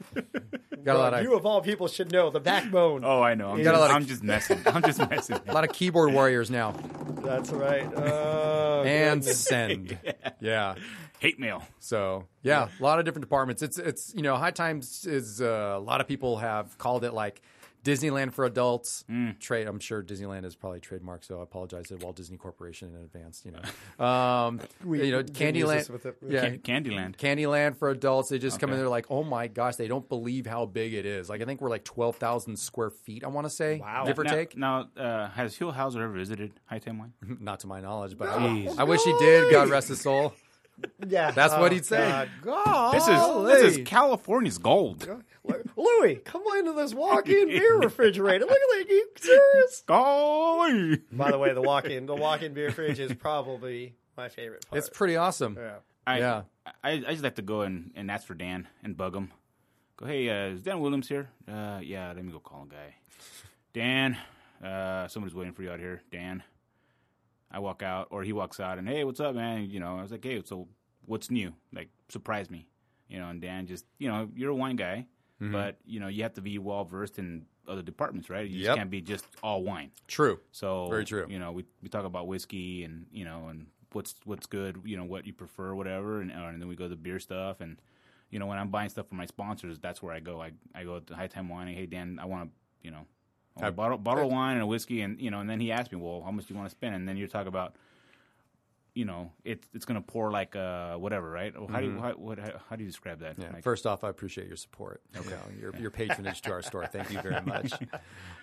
Speaker 3: got a lot
Speaker 4: you
Speaker 3: of
Speaker 4: of all people should know the backbone.
Speaker 5: Oh, I know. I'm,
Speaker 4: You
Speaker 5: just,
Speaker 4: got a
Speaker 3: lot of-
Speaker 5: I'm just messing. I'm just messing.
Speaker 3: a lot of keyboard warriors now.
Speaker 4: That's right. Oh,
Speaker 3: And
Speaker 4: goodness.
Speaker 3: send, yeah.
Speaker 5: Hate mail.
Speaker 3: So yeah, a lot of different departments. It's it's you know High Times is uh, a lot of people have called it like Disneyland for adults.
Speaker 5: Mm.
Speaker 3: Trade. I'm sure Disneyland is probably trademark, so I apologize to the Walt Disney Corporation in advance. You know, um, you know
Speaker 4: can use this
Speaker 3: Candyland.
Speaker 4: with it.
Speaker 3: Yeah.
Speaker 5: Can- Candyland.
Speaker 3: Candyland for adults. They just come in
Speaker 5: Okay.
Speaker 3: there like, oh my gosh, they don't believe how big it is. Like I think we're like twelve thousand square feet. I want to say,
Speaker 4: Wow.
Speaker 3: give or
Speaker 5: now,
Speaker 3: take.
Speaker 5: Now, uh, has Hugh Hauser ever visited High Time Wine?
Speaker 3: Not to my knowledge, but
Speaker 5: Jeez.
Speaker 3: I, I wish he did. God rest his soul.
Speaker 4: Yeah, Oh,
Speaker 3: That's what he'd say.
Speaker 4: God.
Speaker 5: This is this is California's gold.
Speaker 4: Louis, come into this walk-in beer refrigerator. Look at that. You serious?
Speaker 5: Golly.
Speaker 4: By the way, the walk-in, the walk-in beer fridge is probably my favorite part.
Speaker 3: It's pretty awesome.
Speaker 4: yeah.
Speaker 5: I,
Speaker 3: Yeah.
Speaker 5: I, I just like to go and, and ask for Dan and bug him. Go, hey, uh, is Dan Williams here? Uh, yeah, let me go call a guy. Dan, uh, somebody's waiting for you out here. Dan. I walk out, or he walks out, and hey, what's up, man? You know, I was like, hey, so what's new? Like, surprise me. You know, and Dan just, you know, you're a wine guy,
Speaker 3: Mm-hmm.
Speaker 5: but, you know, you have to be well versed in other departments, right? You
Speaker 3: Yep.
Speaker 5: just can't be just all wine.
Speaker 3: True.
Speaker 5: So
Speaker 3: Very true.
Speaker 5: You know, we, we talk about whiskey and you know and what's what's good, you know, what you prefer, whatever, and, uh, and then we go to beer stuff and you know when I'm buying stuff for my sponsors, that's where I go. I I go to High Time Wine. Hey Dan, I want to you know I want a bottle bottle of wine and a whiskey and you know and then he asked me, well, how much do you want to spend? And then you're talking about you know, it's it's gonna pour like uh whatever, right? How do you how, what, how, how do you describe that?
Speaker 3: Mm-hmm. Yeah.
Speaker 5: Like,
Speaker 3: First off, I appreciate your support. You know, your your patronage to our store. Thank you very much.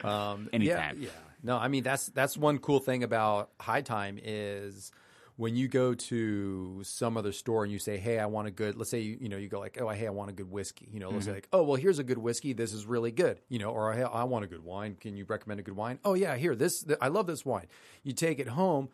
Speaker 3: Um,
Speaker 5: Anytime.
Speaker 3: Yeah, yeah. No, I mean that's that's one cool thing about High Time is when you go to some other store and you say, "Hey, I want a good," let's say you, you know you go like, "Oh, hey, I want a good whiskey." You know, let's say like, "Oh, well, here's a good whiskey. This is really good." You know, or "Hey, I want a good wine. Can you recommend a good wine?" Oh yeah, here this. Th- I love this wine. You take it home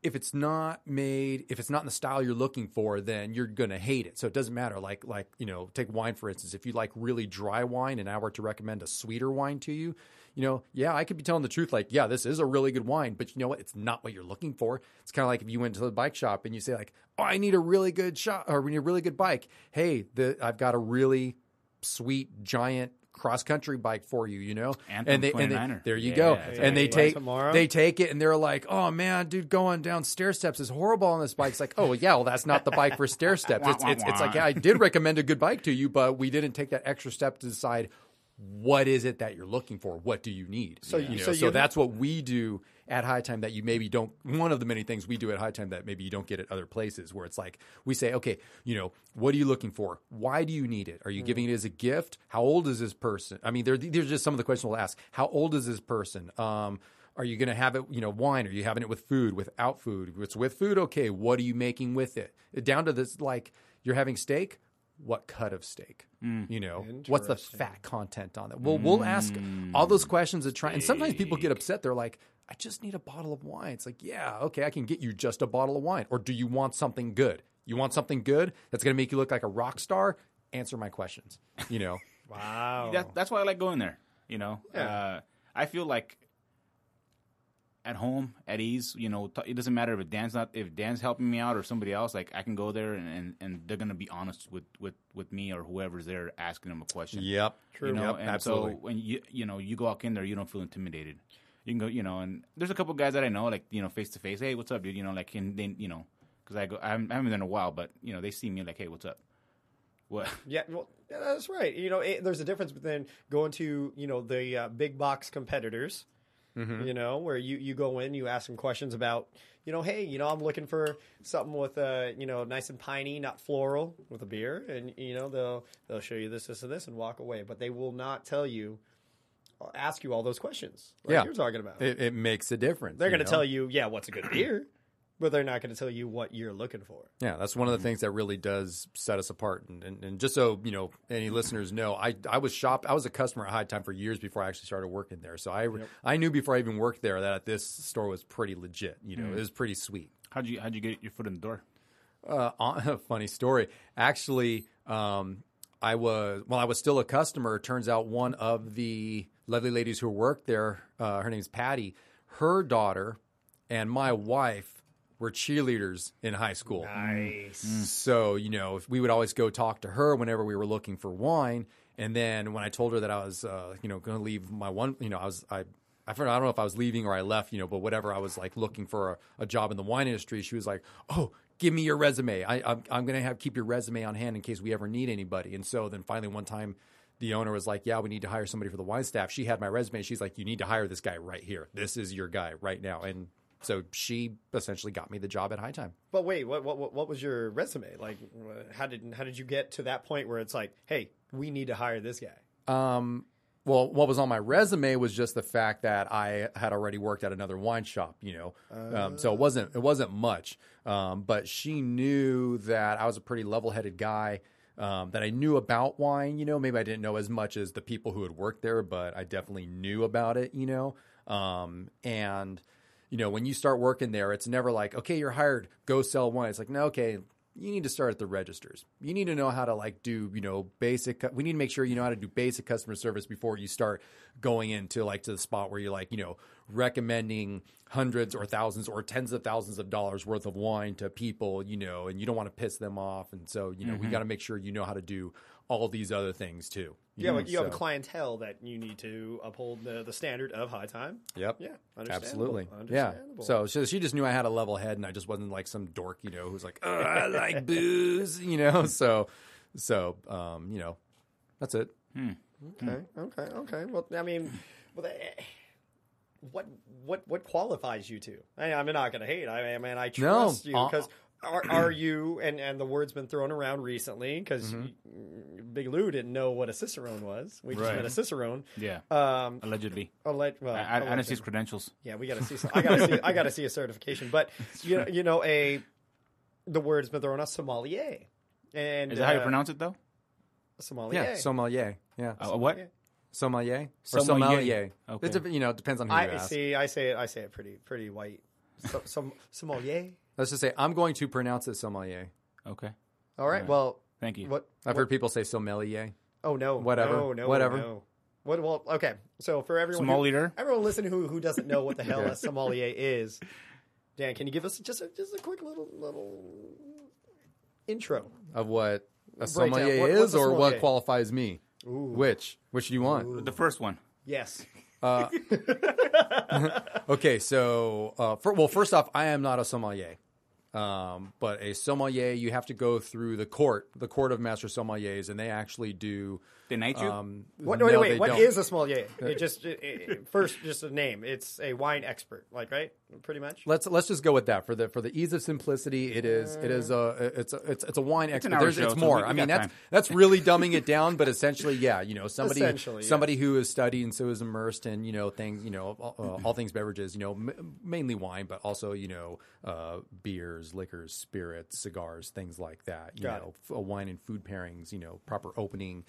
Speaker 3: if it's not made, if it's not in the style you're looking for, then you're gonna hate it. So it doesn't matter. Like like you know, take wine for instance. If you like really dry wine, and I were to recommend a sweeter wine to you, you know, yeah, I could be telling the truth. Like, yeah, this is a really good wine, but you know what? It's not what you're looking for. It's kind of like if you went to the bike shop and you say like, oh, I need a really good shot, or we need a really good bike. Hey, the, I've got a really sweet giant cross country bike for you. You know,
Speaker 5: Anthem
Speaker 3: and they, and they
Speaker 5: 29er.
Speaker 3: there you
Speaker 5: Yeah,
Speaker 3: go,
Speaker 5: that's
Speaker 3: and
Speaker 4: right.
Speaker 3: they take
Speaker 4: Tomorrow.
Speaker 3: they take it and they're like, "Oh man, dude, going down stair steps is horrible on this bike." It's like, "Oh well, yeah, well that's not the bike for stair steps." It's, it's, it's like, "Yeah, I did recommend a good bike to you, but we didn't take that extra step to decide what is it that you're looking for. What do you need?" So
Speaker 4: you-
Speaker 3: know, so,
Speaker 4: so you're-
Speaker 3: that's what we do at High Time that you maybe don't. One of the many things we do at High Time that maybe you don't get at other places, where it's like we say, "Okay, you know, what are you looking for? Why do you need it? Are you giving it as a gift? How old is this person? I mean, there there's just some of the questions we'll ask. How old is this person? Um, are you going to have it, you know, wine? Are you having it with food, without food? If it's with food, okay. What are you making with it? Down to this, like, you're having steak? what cut of steak?
Speaker 5: Mm.
Speaker 3: You know, what's the fat content on it? Well, we'll ask
Speaker 5: Mm.
Speaker 3: all those questions to try. And sometimes people get upset. They're like, I just need a bottle of wine. It's like, yeah, okay, I can get you just a bottle of wine. Or do you want something good? You want something good that's going to make you look like a rock star? Answer my questions. You know,
Speaker 4: Wow.
Speaker 3: Oh.
Speaker 5: That, that's why I like going there. You know, uh, I feel like at home, at ease. You know, t- it doesn't matter if Dan's not if Dan's helping me out or somebody else. Like I can go there and, and, and they're gonna be honest with, with, with me or whoever's there asking them a question.
Speaker 3: Yep.
Speaker 5: You know,
Speaker 3: Yep,
Speaker 5: and
Speaker 3: absolutely.
Speaker 5: so when you you know you go out in there, you don't feel intimidated. You can go, you know, and there's a couple guys that I know, like you know, face to face. Hey, what's up, dude? You know, like and then you know, because I go, I haven't, I haven't been in a while, but you know, they see me like, hey, what's up? What?
Speaker 4: Yeah, well, yeah, that's right. You know, it, there's a difference between going to you know the uh, big box competitors.
Speaker 3: Mm-hmm.
Speaker 4: You know, where you, you go in, you ask them questions about, you know, hey, you know, I'm looking for something with uh, you know, nice and piney, not floral, with a beer, and you know, they'll they'll show you this, this, and this, and walk away. But they will not tell you, or ask you all those questions. Like
Speaker 3: Yeah.
Speaker 4: you're talking about.
Speaker 3: It, it makes a difference.
Speaker 4: they're
Speaker 3: you
Speaker 4: going to
Speaker 3: know?
Speaker 4: tell you, yeah, what's a good beer, but they're not going to tell you what you're looking for.
Speaker 3: Yeah, that's one of the things that really does set us apart. And, and, and just so you know, any listeners know, I I was shop I was a customer at High Time for years before I actually started working there. So I I knew before I even worked there that this store was pretty legit. You know, it was pretty sweet.
Speaker 5: How'd you how'd you get your foot in the door?
Speaker 3: Uh, on, a funny story, actually. Um, I was well. I was still a customer. Turns out one of the lovely ladies who worked there, uh, her name's Patty. Her daughter and my wife were cheerleaders in high school. Mm.
Speaker 4: Nice.
Speaker 3: So, you know, if we would always go talk to her whenever we were looking for wine. And then when I told her that I was, uh, you know, going to leave my one, you know, I was, I, I forgot- I don't know if I was leaving or I left, you know, but whatever. I was like looking for a, a job in the wine industry. She was like, "Oh, give me your resume. I, I'm, I'm going to have keep your resume on hand in case we ever need anybody." And so then finally one time, the owner was like, "Yeah, we need to hire somebody for the wine staff." She had my resume. She's like, "You need to hire this guy right here. This is your guy right now." And so she essentially got me the job at High Time.
Speaker 4: But wait, what what what- what was your resume like? wh- How did how did you get to that point where it's like, hey, we need to hire this guy?
Speaker 3: well, what was on my resume was just the fact that I had already worked at another wine shop, you know. um, so it wasn't it wasn't much, um, but she knew that I was a pretty level headed guy. Um, that I knew about wine, you know. Maybe I didn't know as much as the people who had worked there, but I definitely knew about it, you know. Um, and you know, when you start working there, it's never like, okay, you're hired, go sell wine. It's like, no, okay, you need to start at the registers. You need to know how to like do, you know, basic. We need to make sure you know how to do basic customer service before you start going into like to the spot where you're like, you know, recommending hundreds or thousands or tens of thousands of dollars worth of wine to people, you know, and you don't want to piss them off. And so, you know,
Speaker 4: Mm-hmm.
Speaker 3: we got to make sure you know how to do all these other things too. you
Speaker 4: Yeah,
Speaker 3: know,
Speaker 4: like you have a
Speaker 3: Mm, so-
Speaker 4: clientele that you need to uphold the, the standard of high time.
Speaker 3: Yep.
Speaker 4: Yeah. Understandable.
Speaker 3: Absolutely. Yeah.
Speaker 4: Understandable.
Speaker 3: So, so she just knew I had a level head, and I just wasn't like some dork, you know, who's like, "Ugh, I like booze, you know. So, so, um, you know, that's it.
Speaker 4: okay, okay, okay. Well, I mean, well, that- what what what qualifies you to? I, I'm not going to hate. I, I mean, I trust you
Speaker 3: uh,
Speaker 4: because. Are, are you and, and the word's been thrown around recently because
Speaker 3: Mm-hmm.
Speaker 4: Big Lou didn't know what a cicerone was. We just
Speaker 5: Right.
Speaker 4: met a cicerone.
Speaker 5: Yeah,
Speaker 4: Um,
Speaker 5: allegedly.
Speaker 3: oh,
Speaker 4: alle- well,
Speaker 5: I, I, I
Speaker 4: allegedly.
Speaker 5: don't see his credentials.
Speaker 4: Yeah, we gotta see. Some, I gotta see. I gotta see a certification. But you know, you know, a the word's been thrown out sommelier, and
Speaker 5: Is that how you
Speaker 4: uh,
Speaker 5: pronounce it though?
Speaker 4: sommelier?
Speaker 3: Yeah. Sommelier. Yeah.
Speaker 4: Oh.
Speaker 5: Uh, what?
Speaker 3: sommelier or
Speaker 5: Sommelier.
Speaker 3: sommelier.
Speaker 5: Okay.
Speaker 3: It dep- you know, it depends on who you
Speaker 4: I
Speaker 3: ask.
Speaker 4: see. I say it. I say it pretty pretty white. So, som, sommelier.
Speaker 3: Let's just say I'm going to pronounce it sommelier.
Speaker 5: Okay.
Speaker 4: All right. Well,
Speaker 5: Thank you.
Speaker 4: what?
Speaker 3: I've heard people say sommelier.
Speaker 4: Oh no.
Speaker 3: Whatever.
Speaker 4: No. No.
Speaker 3: Whatever.
Speaker 4: No. What? Well, okay. So for everyone, who-
Speaker 5: Sommelier?
Speaker 4: everyone listening who who doesn't know what the hell a sommelier is, Dan, can you give us just a, just a quick little little intro?
Speaker 3: Of what a
Speaker 4: down. What-
Speaker 3: sommelier
Speaker 4: what's
Speaker 3: is,
Speaker 4: a
Speaker 3: or what
Speaker 4: sommelier?
Speaker 3: qualifies me. Which? Which do you want?
Speaker 5: The first one.
Speaker 4: Yes.
Speaker 3: Okay, so uh, for, well, first off, I am not a sommelier, um, but a sommelier you have to go through the court, the court of master sommeliers, and they actually do.
Speaker 5: They knight you.
Speaker 4: What,
Speaker 3: no,
Speaker 4: wait,
Speaker 3: they
Speaker 4: wait, what
Speaker 3: don't.
Speaker 4: is a sommelier? It just it, it- first just a name. It's a wine expert, like right, pretty much.
Speaker 3: Let's let's just go with that for the for the ease of simplicity. It is it is a it's a it's, it's a wine expert.
Speaker 5: an hour
Speaker 3: There's-
Speaker 5: show,
Speaker 3: it's
Speaker 5: so
Speaker 3: more.
Speaker 5: we- we
Speaker 3: I mean
Speaker 5: got
Speaker 3: that's
Speaker 5: time.
Speaker 3: that's really dumbing it down. But essentially, yeah, you know somebody
Speaker 4: Essentially, yeah.
Speaker 3: somebody who has studied and so is immersed in you know things you know all, uh, all things beverages you know m- mainly wine, but also you know uh, beer beers, liquors, spirits, cigars, things like that. You
Speaker 4: Got
Speaker 3: know, f- uh, wine and food pairings. You know, proper opening.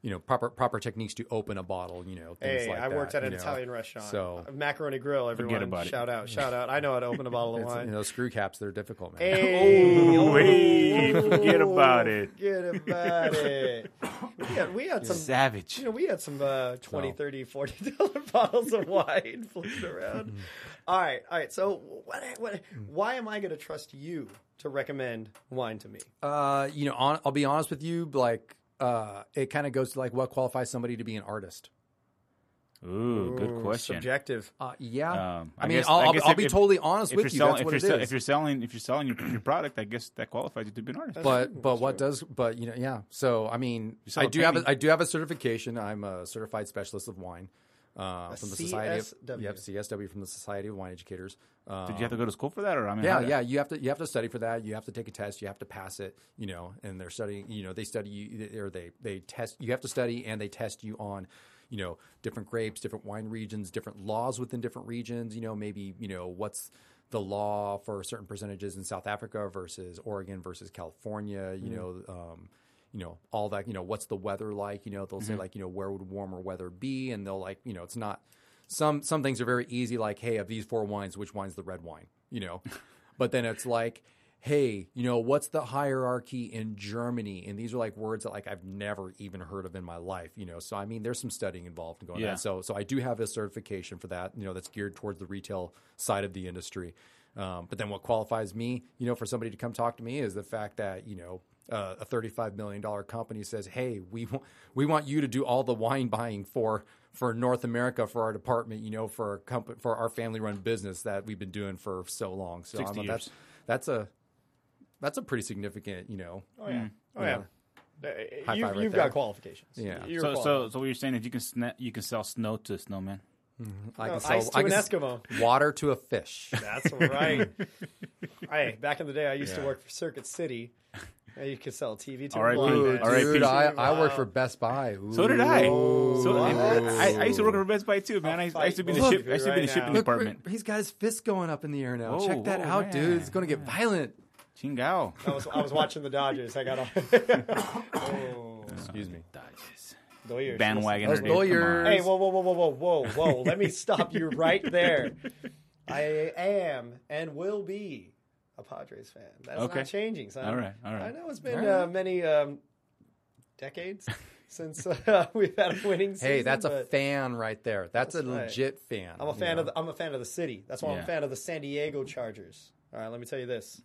Speaker 3: You know, proper proper techniques to open a bottle. You know, things
Speaker 4: Hey,
Speaker 3: like
Speaker 4: I
Speaker 3: that.
Speaker 4: worked at
Speaker 3: you
Speaker 4: an
Speaker 3: know.
Speaker 4: Italian restaurant.
Speaker 3: So
Speaker 4: Macaroni Grill, everyone.
Speaker 5: about it.
Speaker 4: shout out, shout out. I know how to open a bottle of
Speaker 3: it's, you
Speaker 4: wine.
Speaker 3: know, screw caps. They're difficult, man.
Speaker 4: Hey,
Speaker 5: Oh, hey, forget about it.
Speaker 4: Forget about it. We had, we had some
Speaker 5: Savage.
Speaker 4: You know, we had some uh, 20, 30, 40 dollar bottles of wine floating around. all right, all right. So, what, what, why am I going to trust you to recommend wine to me?
Speaker 3: Uh, you know, on, I'll be honest with you. Like, uh, it kind of goes to like what qualifies somebody to be an artist.
Speaker 5: Ooh, good question.
Speaker 4: Subjective.
Speaker 3: Uh, yeah.
Speaker 5: Um,
Speaker 3: I, mean,
Speaker 5: guess-
Speaker 3: I'll, I'll,
Speaker 5: guess
Speaker 3: I'll
Speaker 5: if-
Speaker 3: be
Speaker 5: if-
Speaker 3: totally honest
Speaker 5: if
Speaker 3: with
Speaker 5: you're
Speaker 3: you.
Speaker 5: selling-
Speaker 3: That's
Speaker 5: if
Speaker 3: what
Speaker 5: you're
Speaker 3: it
Speaker 5: sell-
Speaker 3: is.
Speaker 5: If you're selling, if you're selling your, your product, I guess that qualifies you to be an artist.
Speaker 3: but but what does but you know yeah so i mean
Speaker 5: sell
Speaker 3: i
Speaker 5: a
Speaker 3: do have a,
Speaker 5: painting.
Speaker 3: i do have a certification i'm a certified specialist of wine uh, from the society of
Speaker 4: CSW.
Speaker 3: yep, csw from the society of wine educators uh,
Speaker 5: Did you have to go to school for that, or I mean,
Speaker 3: yeah
Speaker 5: how-
Speaker 3: yeah you have to you have to study for that you have to take a test you have to pass it you know and they're studying you know they study you or they they test you have to study and they test you on you know different grapes different wine regions different laws within different regions you know maybe you know what's the law for certain percentages in South Africa versus Oregon versus California
Speaker 5: Mm-hmm.
Speaker 3: you know um you know all that you know what's the weather like you know they'll
Speaker 5: Mm-hmm.
Speaker 3: say like you know where would warmer weather be and they'll like you know it's not some some things are very easy like hey of these four wines which wine's the red wine you know but then it's like hey you know what's the hierarchy in germany and these are like words that like i've never even heard of in my life you know so i mean there's some studying involved in going
Speaker 5: Yeah.
Speaker 3: on so so i do have a certification for that you know that's geared towards the retail side of the industry um, but then what qualifies me you know for somebody to come talk to me is the fact that you know uh, a $35 million company says hey we, w- we want you to do all the wine buying for for North America for our department, you know, for our company, for our family-run business that we've been doing for so long. So
Speaker 5: 60
Speaker 3: I'm-
Speaker 5: years.
Speaker 3: that's that's a that's a pretty significant, you know.
Speaker 4: Oh, yeah. Oh, yeah.
Speaker 3: High
Speaker 4: you,
Speaker 3: five right
Speaker 4: you've
Speaker 3: there.
Speaker 4: got qualifications.
Speaker 3: Yeah.
Speaker 4: You're
Speaker 5: So,
Speaker 4: qualified.
Speaker 5: so, so what you're saying is you can sna- you can sell snow to a snowman.
Speaker 3: I
Speaker 4: No, ice to an
Speaker 3: s-
Speaker 4: Eskimo.
Speaker 3: water to a fish.
Speaker 4: That's right. hey, back in the day, I used to work for Circuit City. Uh, You could sell TV to a
Speaker 5: R.I.P.
Speaker 4: blind man.
Speaker 5: R.I.P.
Speaker 3: Dude, I, I
Speaker 4: Wow.
Speaker 3: worked for Best Buy.
Speaker 5: So did I. So
Speaker 4: Whoa.
Speaker 5: I, I used to work for Best Buy too, man. I, I used to be in the
Speaker 4: Look,
Speaker 5: ship. I used to be in the
Speaker 4: right
Speaker 5: shipping
Speaker 4: now.
Speaker 5: department.
Speaker 3: He's got his fist going up in the air now.
Speaker 5: Whoa,
Speaker 3: Check that
Speaker 5: whoa,
Speaker 3: out, dude. It's
Speaker 5: man.
Speaker 3: going to get violent.
Speaker 5: Chingao.
Speaker 4: I was, I was watching the Dodgers. I got all. oh,
Speaker 3: Excuse me.
Speaker 4: Doyers.
Speaker 5: Bandwagon.
Speaker 3: Those lawyers.
Speaker 4: Hey, whoa, whoa, whoa, whoa, whoa, whoa, whoa. Let me stop you right there. I am and will be a Padres fan. That's
Speaker 5: Okay.
Speaker 4: not changing, son.
Speaker 5: All right, all right.
Speaker 4: I know it's been
Speaker 3: All right.
Speaker 4: uh, many um, decades since uh, we've had a winning season.
Speaker 3: Hey, that's a
Speaker 4: but
Speaker 3: fan right there. That's,
Speaker 4: That's
Speaker 3: a
Speaker 4: right.
Speaker 3: legit fan.
Speaker 4: I'm a
Speaker 3: you
Speaker 4: fan
Speaker 3: know?
Speaker 4: of the, I'm a fan of the city. That's why I'm
Speaker 5: Yeah.
Speaker 4: a fan of the San Diego Chargers. All right, let me tell you this.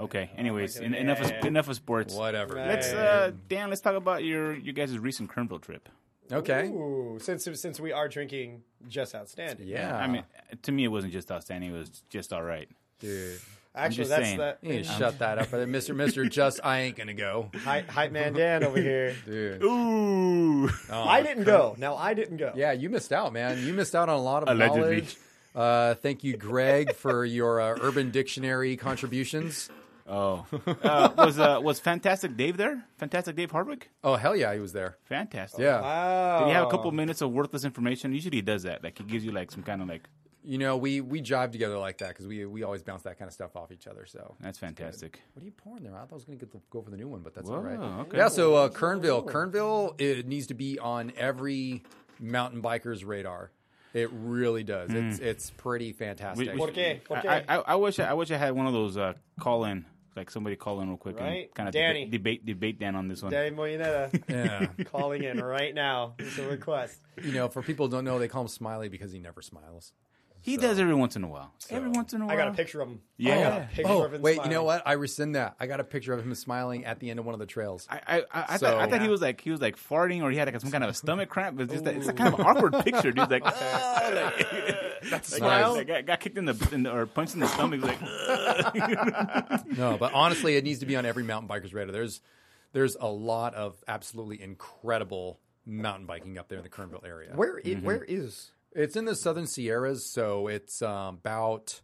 Speaker 5: Okay. Anyways,
Speaker 4: gonna-
Speaker 5: en- enough of,
Speaker 4: yeah.
Speaker 5: sp- enough of sports.
Speaker 3: whatever.
Speaker 4: Right.
Speaker 5: Let's uh, Dan. Let's talk about your you guys' recent Kernville trip.
Speaker 3: Okay.
Speaker 4: Ooh, since since we are drinking just outstanding.
Speaker 3: Yeah.
Speaker 5: I mean, to me, it wasn't just outstanding. It was just all right.
Speaker 3: dude.
Speaker 4: Actually,
Speaker 5: just
Speaker 4: that's
Speaker 5: saying.
Speaker 4: that
Speaker 3: You need to shut that up, brother. Mister, Mister, just I ain't gonna go,
Speaker 4: hype, hype man Dan over here.
Speaker 3: dude.
Speaker 5: Ooh.
Speaker 4: I didn't go. Now I didn't go.
Speaker 3: Yeah, you missed out, man. You missed out on a lot of
Speaker 5: Allegedly.
Speaker 3: knowledge. Uh, thank you, Greg, for your uh, Urban Dictionary contributions.
Speaker 5: Oh. Uh, was uh, was Fantastic Dave there? Fantastic Dave Hardwick.
Speaker 3: Oh hell yeah, he was there.
Speaker 5: Fantastic.
Speaker 3: Yeah,
Speaker 4: Wow.
Speaker 5: Did he have a couple minutes of worthless information? Usually he does that. Like he gives you like some kind of like
Speaker 3: you know we we jive together like that because we we always bounce that kind of stuff off each other. So
Speaker 5: that's fantastic.
Speaker 3: What are you pouring there? I thought I was going to get the, go for the new one, but that's
Speaker 5: Whoa,
Speaker 3: all right.
Speaker 5: okay.
Speaker 3: Yeah, so uh, Kernville. Kernville, it needs to be on every mountain biker's radar. It really does. It's it's pretty fantastic.
Speaker 5: Hmm. We- we
Speaker 4: Por
Speaker 5: should-
Speaker 4: qué? Por
Speaker 5: I,
Speaker 4: qué?
Speaker 5: I, I wish I wish I had one of those uh, call in, like somebody call in real quick
Speaker 4: Right?
Speaker 5: and kind of
Speaker 4: Danny.
Speaker 5: debate debate Dan on this one.
Speaker 4: Danny Molinetta
Speaker 3: yeah.
Speaker 4: calling in right now. It's a request.
Speaker 3: you know, for people who don't know, they call him Smiley because he never smiles.
Speaker 5: He does every once in a while. every once in a while.
Speaker 4: I got a picture of him.
Speaker 5: Yeah.
Speaker 4: I got a picture
Speaker 3: Oh,
Speaker 4: of him.
Speaker 3: wait,
Speaker 4: smiling.
Speaker 3: you know what? I rescind that. I got a picture of him smiling at the end of one of the trails.
Speaker 5: I, I, I, I
Speaker 3: So-
Speaker 5: thought, I thought he was like he was like farting or he had like some kind of a stomach cramp. But it's just that, it's a kind of awkward picture, dude. Like, that's
Speaker 3: smile?
Speaker 5: got, got kicked in the, in the or punched in the stomach. Like,
Speaker 3: No, but honestly, it needs to be on every mountain biker's radar. There's there's a lot of absolutely incredible mountain biking up there in the Kernville area.
Speaker 4: Where i- where is?
Speaker 3: It's in the Southern Sierras, so it's um, about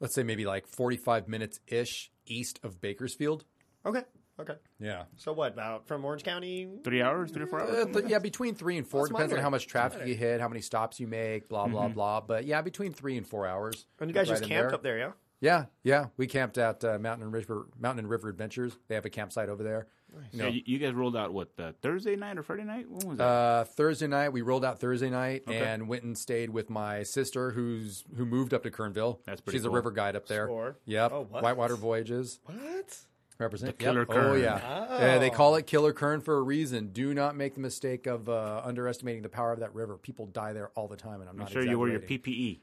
Speaker 3: let's say maybe like 45 minutes ish east of Bakersfield.
Speaker 4: Okay. Okay.
Speaker 3: Yeah.
Speaker 4: So what about from Orange County?
Speaker 5: three hours, three or four hours.
Speaker 3: Uh, th- yeah, between three and four
Speaker 4: That's
Speaker 3: depends on
Speaker 4: minor.
Speaker 3: how much traffic you hit, how many stops you make, blah blah blah. But yeah, between three and four hours.
Speaker 4: And you guys
Speaker 3: Right
Speaker 4: just
Speaker 3: in
Speaker 4: camped up there, yeah?
Speaker 3: Yeah, yeah. We camped at uh, Mountain and River Mountain and River Adventures. They have a campsite over there. You
Speaker 5: So
Speaker 3: know,
Speaker 5: you, you guys rolled out what uh, Thursday night or Friday night? When was that?
Speaker 3: uh, Thursday night we rolled out Thursday night and went and stayed with my sister who's who moved up to Kernville.
Speaker 5: That's pretty
Speaker 3: She's
Speaker 5: cool.
Speaker 3: a river guide up there.
Speaker 4: Sure.
Speaker 3: Yep.
Speaker 4: Oh, what?
Speaker 3: Whitewater Voyages
Speaker 4: What?
Speaker 3: represent
Speaker 5: The killer
Speaker 3: yep. Oh
Speaker 5: kern.
Speaker 3: yeah. Uh, they call it Killer Kern for a reason. Do not make the mistake of uh, underestimating the power of that river. People die there all the time, and I'm
Speaker 5: I'm
Speaker 3: not
Speaker 5: sure you wore your
Speaker 3: exaggerating.
Speaker 5: PPE,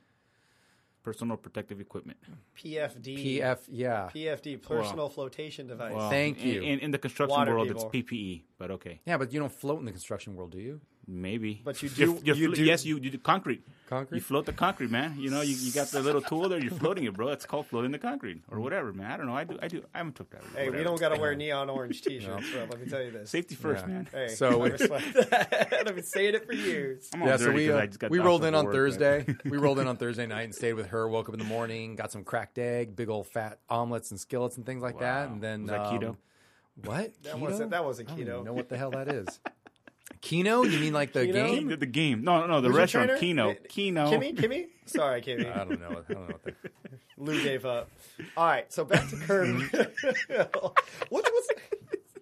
Speaker 5: personal protective equipment.
Speaker 4: PFD.
Speaker 3: PF. Yeah.
Speaker 4: PFD, personal flotation device.
Speaker 5: Well,
Speaker 3: Thank
Speaker 5: in,
Speaker 3: you.
Speaker 5: In, in the construction
Speaker 4: Water
Speaker 5: world,
Speaker 4: people.
Speaker 5: it's PPE, but okay,
Speaker 3: Yeah, but you don't float in the construction world, do you?
Speaker 5: maybe.
Speaker 4: But you
Speaker 5: You're-
Speaker 4: do-
Speaker 5: you're
Speaker 4: you
Speaker 5: flo-
Speaker 4: do-
Speaker 5: Yes, you, you do concrete.
Speaker 3: Concrete?
Speaker 5: You float the concrete, man. You know, you, you got the little tool there. You're floating it, bro. It's called floating the concrete
Speaker 3: Mm-hmm.
Speaker 5: or whatever, man. I don't know. I do. I do. I haven't took that.
Speaker 4: Hey, we
Speaker 5: whatever.
Speaker 4: don't got to wear neon orange t shirts, bro. Let me tell you this.
Speaker 5: Safety first,
Speaker 3: Yeah.
Speaker 5: man.
Speaker 4: Hey,
Speaker 3: So-
Speaker 4: I respect that. I've been saying it for years.
Speaker 5: I'm all
Speaker 3: yeah,
Speaker 5: dirty
Speaker 3: so we
Speaker 5: 'cause
Speaker 3: uh,
Speaker 5: I just got
Speaker 3: we
Speaker 5: off
Speaker 3: rolled
Speaker 5: of
Speaker 3: in on
Speaker 5: work, but-
Speaker 3: Thursday. we rolled in on Thursday night and stayed with her. Woke up in the morning, got some cracked egg, big old fat omelets and skillets and things like that.
Speaker 5: Wow.
Speaker 3: And then
Speaker 5: Was that
Speaker 3: um,
Speaker 5: keto?
Speaker 3: What?
Speaker 4: That wasn't- that wasn't
Speaker 3: I don't even
Speaker 4: keto.
Speaker 3: know what the hell that is? Kino? You mean like the
Speaker 4: Keto?
Speaker 5: The,
Speaker 3: game?
Speaker 5: the game. No, no, no. The
Speaker 4: Who's your
Speaker 5: restaurant.
Speaker 4: trainer?
Speaker 5: Kino.
Speaker 4: Eh,
Speaker 5: Kino.
Speaker 4: Kimmy, Kimmy? Sorry, Kimmy.
Speaker 3: I don't know. I don't know what that.
Speaker 4: Lou gave up. All right, so back to Kern.
Speaker 3: Mm-hmm.
Speaker 4: what was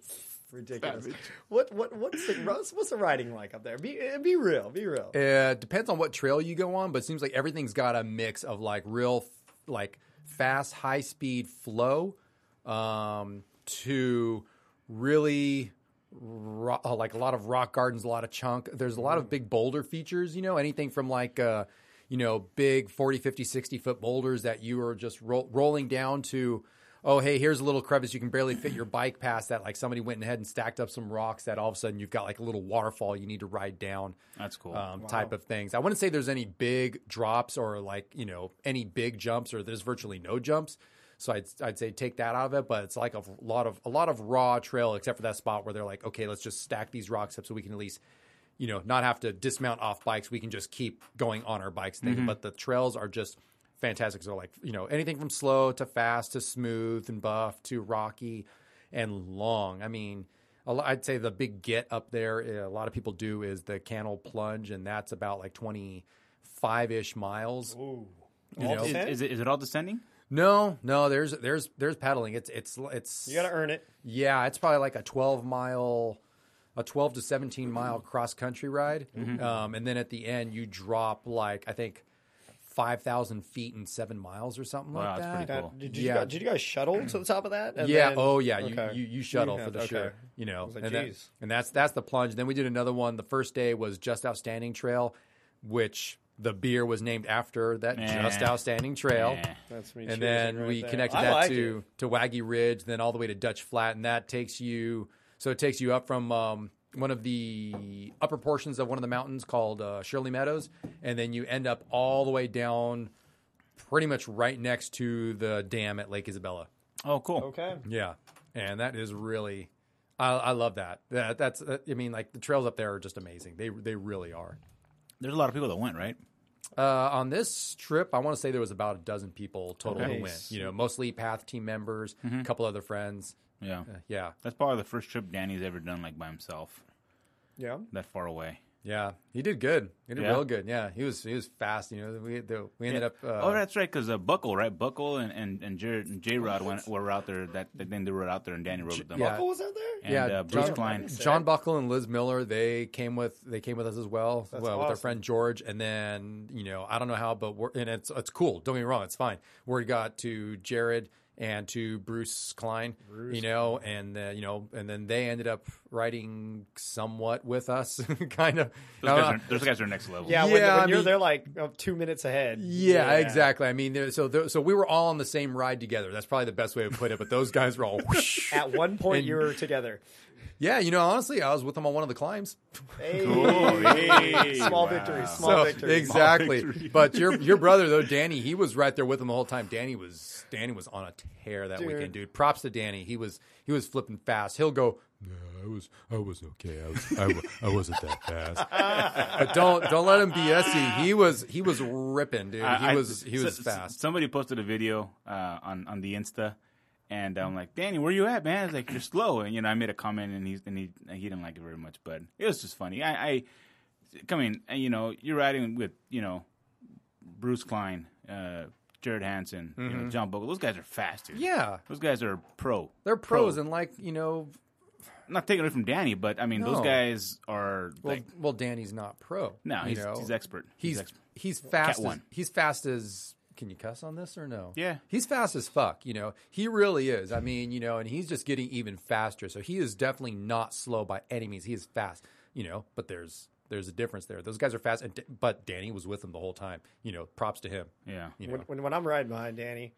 Speaker 4: ridiculous? What what what's the what's, what's the riding like up there? Be eh, be real, be real.
Speaker 3: Uh, depends on what trail you go on, but it seems like everything's got a mix of like real, f- like fast, high speed flow, um, to really ro- uh, like a lot of rock gardens, a lot of chunk. There's a
Speaker 5: Mm.
Speaker 3: lot of big boulder features, you know, anything from like, uh, you know, big 40, 50, 60 foot boulders that you are just ro- rolling down to. Oh, hey, here's a little crevice you can barely fit your bike past that. Like somebody went ahead and stacked up some rocks that all of a sudden you've got like a little waterfall you need to ride down
Speaker 5: That's cool.
Speaker 3: um, type of things. I wouldn't say there's any big drops or like you know any big jumps or there's virtually no jumps. So I'd I'd say take that out of it, but it's like a lot of a lot of raw trail except for that spot where they're like, okay, let's just stack these rocks up so we can at least you know not have to dismount off bikes. We can just keep going on our bikes. Thing. But the trails are just fantastic. So like you know anything from slow to fast to smooth and buff to rocky and long. I mean, a lo- I'd say the big get up there uh, a lot of people do is the Cannel Plunge, and that's about like twenty five ish miles.
Speaker 4: All
Speaker 3: know,
Speaker 4: the
Speaker 5: is,
Speaker 4: same?
Speaker 5: is it, is it all descending?
Speaker 3: No, no, there's there's there's pedaling. It's it's it's
Speaker 4: you got to earn it.
Speaker 3: yeah, it's probably like a twelve mile. A twelve to seventeen mile cross country ride,
Speaker 5: Mm-hmm.
Speaker 3: um, and then at the end you drop like I think five thousand feet in seven miles or something
Speaker 5: Wow,
Speaker 3: like
Speaker 5: that's pretty
Speaker 3: that.
Speaker 5: cool.
Speaker 4: Now, did, you
Speaker 3: Yeah.
Speaker 4: guys, did you guys shuttle to the top of that? And
Speaker 3: yeah.
Speaker 4: then-
Speaker 3: oh, yeah. You,
Speaker 4: Okay.
Speaker 3: you you shuttle
Speaker 4: Yeah,
Speaker 3: for the
Speaker 4: okay.
Speaker 3: sure. You know,
Speaker 4: was like,
Speaker 3: and, that-
Speaker 4: "Geez."
Speaker 3: and that's that's the plunge. Then we did another one. The first day was Just Outstanding Trail, which the beer was named after that
Speaker 5: Eh.
Speaker 3: Just Outstanding Trail.
Speaker 5: Eh.
Speaker 4: That's me
Speaker 3: And
Speaker 4: choosing
Speaker 3: then
Speaker 4: right
Speaker 3: we
Speaker 4: there.
Speaker 3: connected
Speaker 4: I
Speaker 3: that
Speaker 4: like
Speaker 3: to to Waggy Ridge, then all the way to Dutch Flat, and that takes you. So it takes you up from um, one of the upper portions of one of the mountains called uh, Shirley Meadows, and then you end up all the way down, pretty much right next to the dam at Lake Isabella.
Speaker 5: Oh, cool.
Speaker 4: it. Okay.
Speaker 3: Yeah, and that is really, I, I love that. That that's, uh, I mean, like the trails up there are just amazing. They they really are.
Speaker 5: There's a lot of people that went, right?
Speaker 3: Uh, on this trip, I want to say there was about a dozen people total who went.
Speaker 4: Nice.
Speaker 3: You know, mostly Path team members,
Speaker 5: Mm-hmm.
Speaker 3: a couple other friends.
Speaker 5: Yeah.
Speaker 3: Yeah,
Speaker 5: That's probably the first trip Danny's ever done like by himself,
Speaker 4: Yeah.
Speaker 5: that far away.
Speaker 3: yeah, he did good. He did
Speaker 5: Yeah?
Speaker 3: real good. Yeah, he was he was fast. You know, we the, we ended up. Uh,
Speaker 5: oh, that's right, because uh, Buckle, right? Buckle and and and Jared and J Rod went were out there. That that then they were out there, and Danny rode with them.
Speaker 3: yeah.
Speaker 4: Buckle was out there?
Speaker 5: And,
Speaker 3: Yeah,
Speaker 5: uh, Bruce
Speaker 3: John-
Speaker 5: Klein.
Speaker 3: John Buckle and Liz Miller, they came with they came with us as well, well with our
Speaker 4: awesome.
Speaker 3: friend George, and then you know I don't know how, but we're and it's it's cool. Don't get me wrong, it's fine. Word got to Jared and to Bruce Klein, you know, and uh, you know, and then they ended up writing somewhat with us, kind of. Uh,
Speaker 5: Those guys, are, those guys are next level.
Speaker 4: Yeah, when,
Speaker 3: Yeah,
Speaker 4: when
Speaker 3: I
Speaker 4: you're
Speaker 3: mean-
Speaker 4: there like uh, two minutes ahead.
Speaker 3: Yeah, exactly. I mean, there- so there, so we were all on the same ride together. That's probably the best way to put it. But those guys were all, whoosh.
Speaker 4: At one point,
Speaker 3: And-
Speaker 4: you were together.
Speaker 3: yeah. You know, honestly, I was with them on one of the climbs.
Speaker 4: Hey.
Speaker 5: Oh, hey,
Speaker 4: Small
Speaker 5: wow.
Speaker 4: victories, small
Speaker 3: So,
Speaker 4: victories.
Speaker 3: Exactly.
Speaker 5: Small victory.
Speaker 3: But your your brother though, Danny, he was right there with him the whole time. Danny was Danny was on a tear that
Speaker 4: Dude.
Speaker 3: weekend, dude. Props to Danny. He was he was flipping fast. He'll go. No, I was I was okay. I was I, wa- I wasn't that fast. but don't don't let him BS you. He was he was ripping, dude. He
Speaker 5: I- I-
Speaker 3: was he was
Speaker 5: s- s-
Speaker 3: fast.
Speaker 5: Somebody posted a video uh, on on the Insta, and I'm like, Danny, where you at, man? It's like you're slow, and you know, I made a comment, and he and he he didn't like it very much, but it was just funny. I, I come in, and you know, you're riding with you know Bruce Klein, uh, Jared Hansen, you know, John Bogle. Those guys are fast, dude.
Speaker 3: Mm-hmm. Yeah,
Speaker 5: Those guys are pro.
Speaker 3: they're pros, and like you know,
Speaker 5: Not taking away from Danny, but I mean, those
Speaker 3: No.
Speaker 5: guys are
Speaker 3: well,
Speaker 5: like,
Speaker 3: well, Danny's not pro.
Speaker 5: no,
Speaker 3: you
Speaker 5: he's,
Speaker 3: know?
Speaker 5: he's expert.
Speaker 3: He's
Speaker 5: expert.
Speaker 3: he's fast.
Speaker 5: Cat
Speaker 3: As,
Speaker 5: one.
Speaker 3: he's fast as. Can you cuss on this or no?
Speaker 5: Yeah.
Speaker 3: he's fast as fuck. You know, he really is. I mean, you know, and he's just getting even faster. So he is definitely not slow by any means. He is fast. You know, but there's there's a difference there. Those guys are fast, and, but Danny was with him the whole time. You know, props to him.
Speaker 5: yeah.
Speaker 3: You know,
Speaker 4: When, when, when I'm riding behind Danny,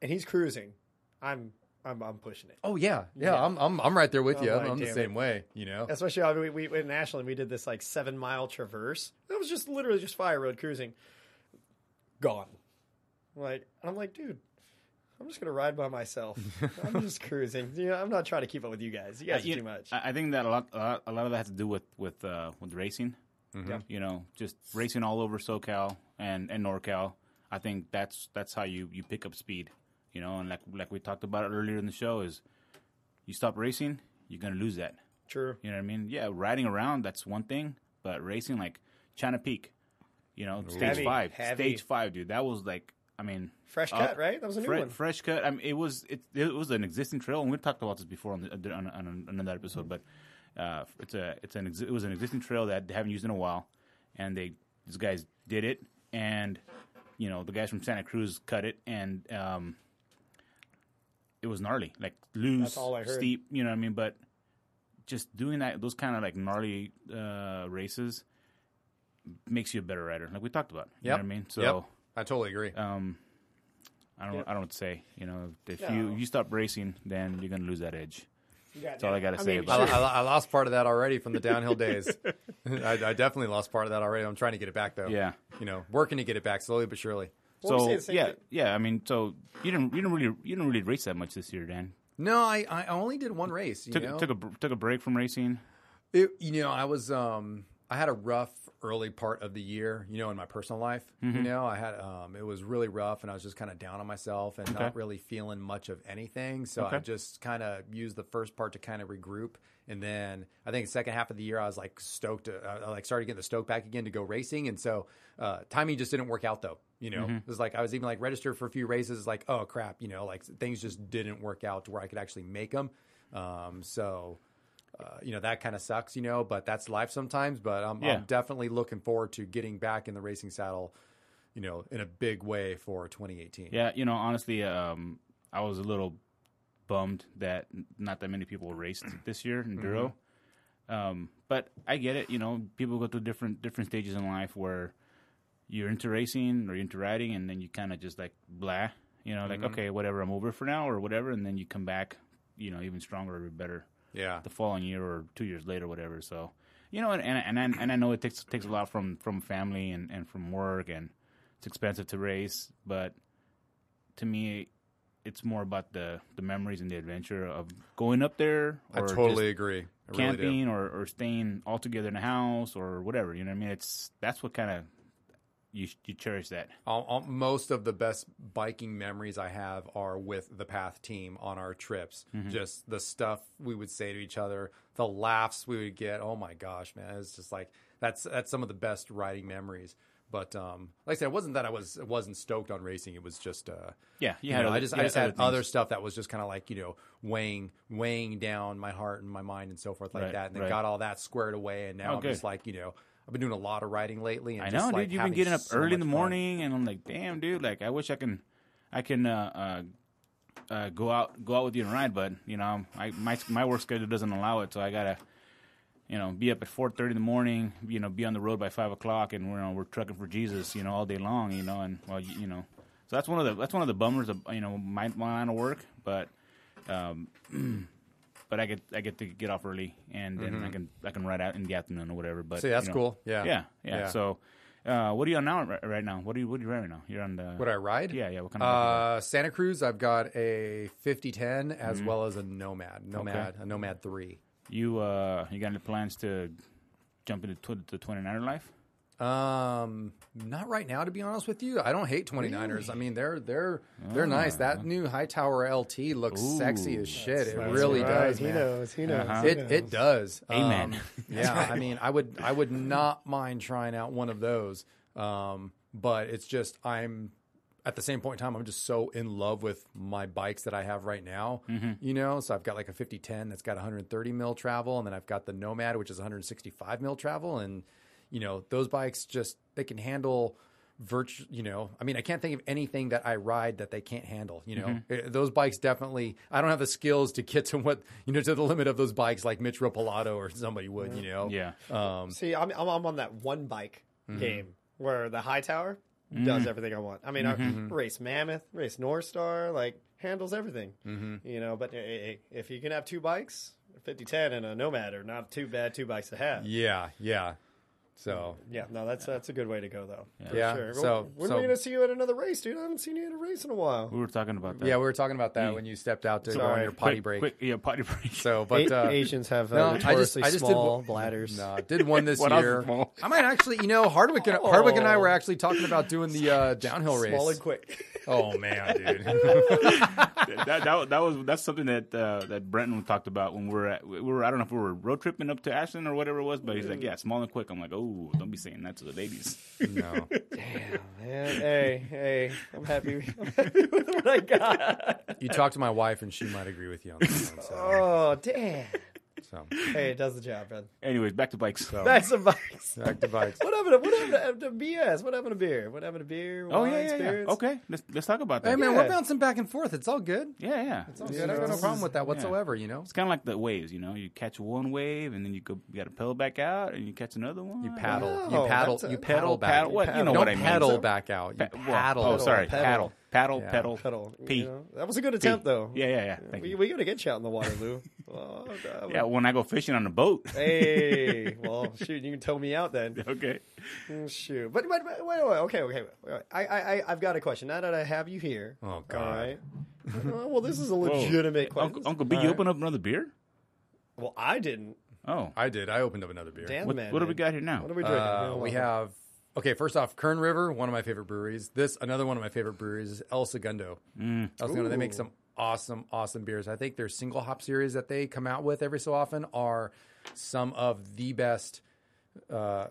Speaker 4: and he's cruising, I'm I'm, I'm pushing it.
Speaker 3: Oh yeah, yeah. I'm, I'm I'm right there with you.
Speaker 4: Oh,
Speaker 3: I'm,
Speaker 4: my
Speaker 3: I'm the
Speaker 4: damn
Speaker 3: same way. You know.
Speaker 4: Especially I mean, we, we in Ashland, we did this like seven mile traverse. It was just literally just fire road cruising. Gone. Like and I'm like, dude, I'm just gonna ride by myself. I'm just cruising. You know, I'm not trying to keep up with you guys. You
Speaker 3: Uh,
Speaker 4: guys
Speaker 5: You-
Speaker 4: are too much.
Speaker 5: I, I think that a lot, a lot, a lot of that has to do with with uh, with racing.
Speaker 4: Yeah.
Speaker 5: You know, just racing all over SoCal and and NorCal. I think that's that's how you you pick up speed. You know, and like like we talked about earlier in the show is, you stop racing, you're gonna lose that.
Speaker 4: True.
Speaker 5: You know what I mean? Yeah, riding around that's one thing, but racing like China Peak, you know, stage
Speaker 4: Heavy,
Speaker 5: five,
Speaker 4: heavy.
Speaker 5: stage five, dude. That was like, I mean,
Speaker 4: Fresh
Speaker 5: up-
Speaker 4: cut, right? That was a new
Speaker 5: Fre-
Speaker 4: one.
Speaker 5: Fresh cut. I mean, it was it, it was an existing trail, and we talked about this before on, the, on, on another episode. But uh, it's a it's an exi- it was an existing trail that they haven't used in a while, and they these guys did it, and you know the guys from Santa Cruz cut it, and um, it was gnarly, like loose,
Speaker 4: all I heard.
Speaker 5: steep. You know what I mean? But just doing that, those kind of like gnarly uh, races makes you a better rider, like we talked about. You know what I mean? So.
Speaker 3: Yep. I totally agree.
Speaker 5: Um, I don't. I don't say. You know, if you
Speaker 4: No.
Speaker 5: you stop racing, then you're gonna lose that edge.
Speaker 4: You got
Speaker 5: That's all I gotta say
Speaker 3: I,
Speaker 5: about
Speaker 3: I, I lost part of that already from the downhill days. I, I definitely lost part of that already. I'm trying to get it back though.
Speaker 5: Yeah.
Speaker 3: You know, working to get it back slowly but surely.
Speaker 4: Well, we say
Speaker 5: so
Speaker 4: the same
Speaker 5: yeah,
Speaker 4: thing.
Speaker 5: yeah. I mean, so you didn't you didn't really you didn't really race that much this year, Dan.
Speaker 3: No, I, I only did one race. You
Speaker 5: Took
Speaker 3: know,
Speaker 5: took a br- took a break from racing.
Speaker 3: It, you know, I was um I had a rough early part of the year, you know, in my personal life. You know, I had um it was really rough and I was just kind of down on myself and not really feeling much of anything. So I
Speaker 5: Okay.
Speaker 3: just kind of used the first part to kind of regroup and then I think the second half of the year I was like stoked uh, I like started getting the stoke back again to go racing and so uh timing just didn't work out though. You know, it was like I was even like registered for a few races like oh crap, you know, like things just didn't work out to where I could actually make them. Um so uh, you know that kind of sucks, you know, but that's life sometimes. But I'm,
Speaker 5: Yeah.
Speaker 3: I'm definitely looking forward to getting back in the racing saddle, you know, in a big way for 2018.
Speaker 5: Yeah, you know, honestly, um, I was a little bummed that n- not that many people raced this year enduro. Um, but I get it. You know, people go through different different stages in life where you're into racing or you're into riding, and then you kind of just like blah. You know, like okay, whatever, I'm over for now or whatever, and then you come back, you know, even stronger or better
Speaker 3: yeah,
Speaker 5: the following year or two years later, whatever. So, you know, and and and I, and I know it takes takes a lot from from family and and from work, and it's expensive to race. But to me, it's more about the the memories and the adventure of going up there.
Speaker 3: I
Speaker 5: Or
Speaker 3: totally
Speaker 5: just
Speaker 3: agree. I
Speaker 5: camping
Speaker 3: really do.
Speaker 5: or or staying all together in a house or whatever. You know what I mean? It's that's what kind of you you cherish that.
Speaker 3: All, all, most of the best biking memories I have are with the Path team on our trips.
Speaker 5: Mm-hmm.
Speaker 3: Just the stuff we would say to each other, the laughs we would get. Oh my gosh, man, it's just like that's that's some of the best riding memories. But um, like I said, it wasn't that I was wasn't stoked on racing. It was just uh,
Speaker 5: Yeah, you
Speaker 3: you
Speaker 5: had
Speaker 3: know,
Speaker 5: other-
Speaker 3: I just
Speaker 5: you
Speaker 3: I just had
Speaker 5: things.
Speaker 3: other stuff that was just kind of like you know weighing weighing down my heart and my mind and so forth like
Speaker 5: Right,
Speaker 3: that, and then
Speaker 5: right.
Speaker 3: got all that squared away, and now
Speaker 5: Oh,
Speaker 3: I'm
Speaker 5: good.
Speaker 3: just like you know I've been doing a lot of writing lately. And
Speaker 5: I
Speaker 3: just,
Speaker 5: know,
Speaker 3: like,
Speaker 5: dude. You've
Speaker 3: having
Speaker 5: been getting up
Speaker 3: so
Speaker 5: early in the
Speaker 3: much fun.
Speaker 5: morning, and I'm like, damn, dude. Like, I wish I can, I can uh, uh, uh, go out, go out with you and ride, but you know, I my my work schedule doesn't allow it, so I gotta, you know, be up at four thirty in the morning, you know, be on the road by five o'clock, and we're you know, we're trucking for Jesus, you know, all day long, you know, and well, you, you know, so that's one of the that's one of the bummers of you know my, my line of work, but. Um, But I get I get to get off early, and then I can I can ride out in the afternoon or whatever. But
Speaker 3: Mm-hmm. See, that's
Speaker 5: you know,
Speaker 3: cool. Yeah,
Speaker 5: yeah, yeah.
Speaker 3: Yeah.
Speaker 5: So, uh, what are you on now? Right, right now, what are you what are you right now? You're on the
Speaker 3: Would I ride?
Speaker 5: Yeah, yeah. What kind of bike
Speaker 3: Uh, Santa Cruz, I've got a 5010 as
Speaker 5: Mm-hmm.
Speaker 3: well as a Nomad, Nomad, a Nomad three.
Speaker 5: you uh you got any plans to jump into tw- the 29er life?
Speaker 3: Um, not right now, to be honest with you. I don't hate 29ers. I mean, they're they're they're
Speaker 5: Oh.
Speaker 3: nice. That new Hightower LT looks sexy as shit. It really
Speaker 4: Right,
Speaker 3: does,
Speaker 4: He
Speaker 3: man.
Speaker 4: knows. He
Speaker 5: Uh-huh.
Speaker 4: knows. he
Speaker 3: It
Speaker 4: knows.
Speaker 3: it does.
Speaker 5: Amen.
Speaker 3: Um, yeah, I mean, I would I would not mind trying out one of those, um, but it's just I'm at the same point in time, I'm just so in love with my bikes that I have right now.
Speaker 5: Mm-hmm.
Speaker 3: You know, so I've got like a 5010 that's got 130 mil travel, and then I've got the Nomad, which is 165 mil travel, and you know those bikes just they can handle virtu you know i mean i can't think of anything that i ride that they can't handle you know
Speaker 5: Mm-hmm.
Speaker 3: Eh, those bikes definitely i don't have the skills to get to what you know to the limit of those bikes like mitch Ropolato or somebody would you know
Speaker 5: Yeah.
Speaker 4: See, I'm, I'm, I'm on that one bike
Speaker 3: Mm-hmm.
Speaker 4: game where the high tower does everything I want. I mean,
Speaker 3: Mm-hmm.
Speaker 4: I race Mammoth, race North Star, like handles everything.
Speaker 3: Mm-hmm.
Speaker 4: You know, but eh, eh, eh, if you can have two bikes, a 5010 and a Nomad are not too bad two bikes to have. Yeah,
Speaker 3: yeah yeah so
Speaker 4: no, that's that's a good way to go though. Yeah.
Speaker 3: Yeah,
Speaker 4: Sure.
Speaker 3: so-
Speaker 4: when
Speaker 3: so-
Speaker 4: are we gonna see you at another race, dude? I haven't seen you at a race in a while.
Speaker 5: We were talking about that.
Speaker 3: Yeah, we were talking about that when you stepped out to go on
Speaker 4: Sorry.
Speaker 3: your potty
Speaker 5: Quick-
Speaker 3: break.
Speaker 5: Mm. Quick, yeah, potty break.
Speaker 3: So, but uh,
Speaker 4: Asians have uh,
Speaker 3: no, I just-
Speaker 4: notoriously
Speaker 3: I just did
Speaker 4: small
Speaker 3: one-
Speaker 4: bladders.
Speaker 3: no, I did one this
Speaker 5: What else is
Speaker 3: year.
Speaker 5: small?
Speaker 3: I might actually, you know, Hardwick and Hardwick and I were actually talking about doing the uh, downhill race.
Speaker 4: Small and quick.
Speaker 3: Oh man, dude.
Speaker 5: that, that, that, that was that's something that uh, that Brenton talked about when we were at, we were I don't know if we were road tripping up to Ashland or whatever it was, but he's like, yeah, small and quick. I'm like, oh, don't be saying that to the ladies.
Speaker 3: no.
Speaker 4: Man, hey, hey, I'm happy. I'm happy with what I got.
Speaker 3: You talked to my wife, and she might agree with you on this one. So,
Speaker 4: Oh damn.
Speaker 3: so.
Speaker 4: Hey, it does the job, man.
Speaker 5: Anyways, back to bikes.
Speaker 4: Back to bikes.
Speaker 3: back to bikes.
Speaker 4: What happened? To, what happened to, to BS? What happened to beer? What happened to beer?
Speaker 5: oh
Speaker 4: wine,
Speaker 5: yeah, yeah, yeah.
Speaker 4: spirits?
Speaker 5: Okay, let's let's talk about that.
Speaker 3: Hey man, we're
Speaker 4: Yeah.
Speaker 3: bouncing back and forth. It's all good.
Speaker 5: yeah, yeah.
Speaker 3: It's all good. I got no problem with that whatsoever. You know,
Speaker 5: It's kind of like the waves, you know. You catch one wave and then you go, you got to pedal back out, and you catch another one.
Speaker 3: you paddle,
Speaker 4: No,
Speaker 3: you paddle,
Speaker 4: that's a-
Speaker 3: you pedal back.
Speaker 5: paddle, what? You know
Speaker 3: Don't
Speaker 5: what I mean.
Speaker 3: paddle
Speaker 5: So-
Speaker 3: back out. You
Speaker 5: Pa- well,
Speaker 3: paddle.
Speaker 5: Oh, sorry,
Speaker 4: Pedal.
Speaker 5: paddle, paddle,
Speaker 3: Yeah.
Speaker 5: pedal,
Speaker 4: Pedal. you
Speaker 5: P.
Speaker 4: know? That was a good attempt, though.
Speaker 5: Yeah, yeah, yeah. Thank
Speaker 4: We,
Speaker 5: you.
Speaker 4: we gotta get you out in the water, Lou. oh, that
Speaker 5: yeah,
Speaker 4: would-
Speaker 5: when I go fishing on a boat.
Speaker 4: Hey, well, shoot, you can tow me out then.
Speaker 5: okay.
Speaker 4: Mm, Shoot, but wait, wait, wait, wait, okay, okay. wait, wait. I, I, I- I've got a question. Now that I have you here,
Speaker 3: Oh,
Speaker 4: all
Speaker 3: God.
Speaker 4: right. Uh, well, this is a
Speaker 5: Whoa.
Speaker 4: legitimate question.
Speaker 5: Uncle, Uncle B, you open up another beer?
Speaker 4: Well, I didn't.
Speaker 5: Oh,
Speaker 3: I did. I opened up another beer.
Speaker 4: Damn
Speaker 5: what,
Speaker 4: man.
Speaker 5: what do we
Speaker 4: did.
Speaker 5: got here now?
Speaker 4: What are we drinking?
Speaker 3: Uh, we have okay. First off, Kern River, one of my favorite breweries. This another one of my favorite breweries is El Segundo.
Speaker 5: Mm.
Speaker 3: El Segundo. They make some awesome, awesome beers. I think their single hop series that they come out with every so often are some of the best. Uh,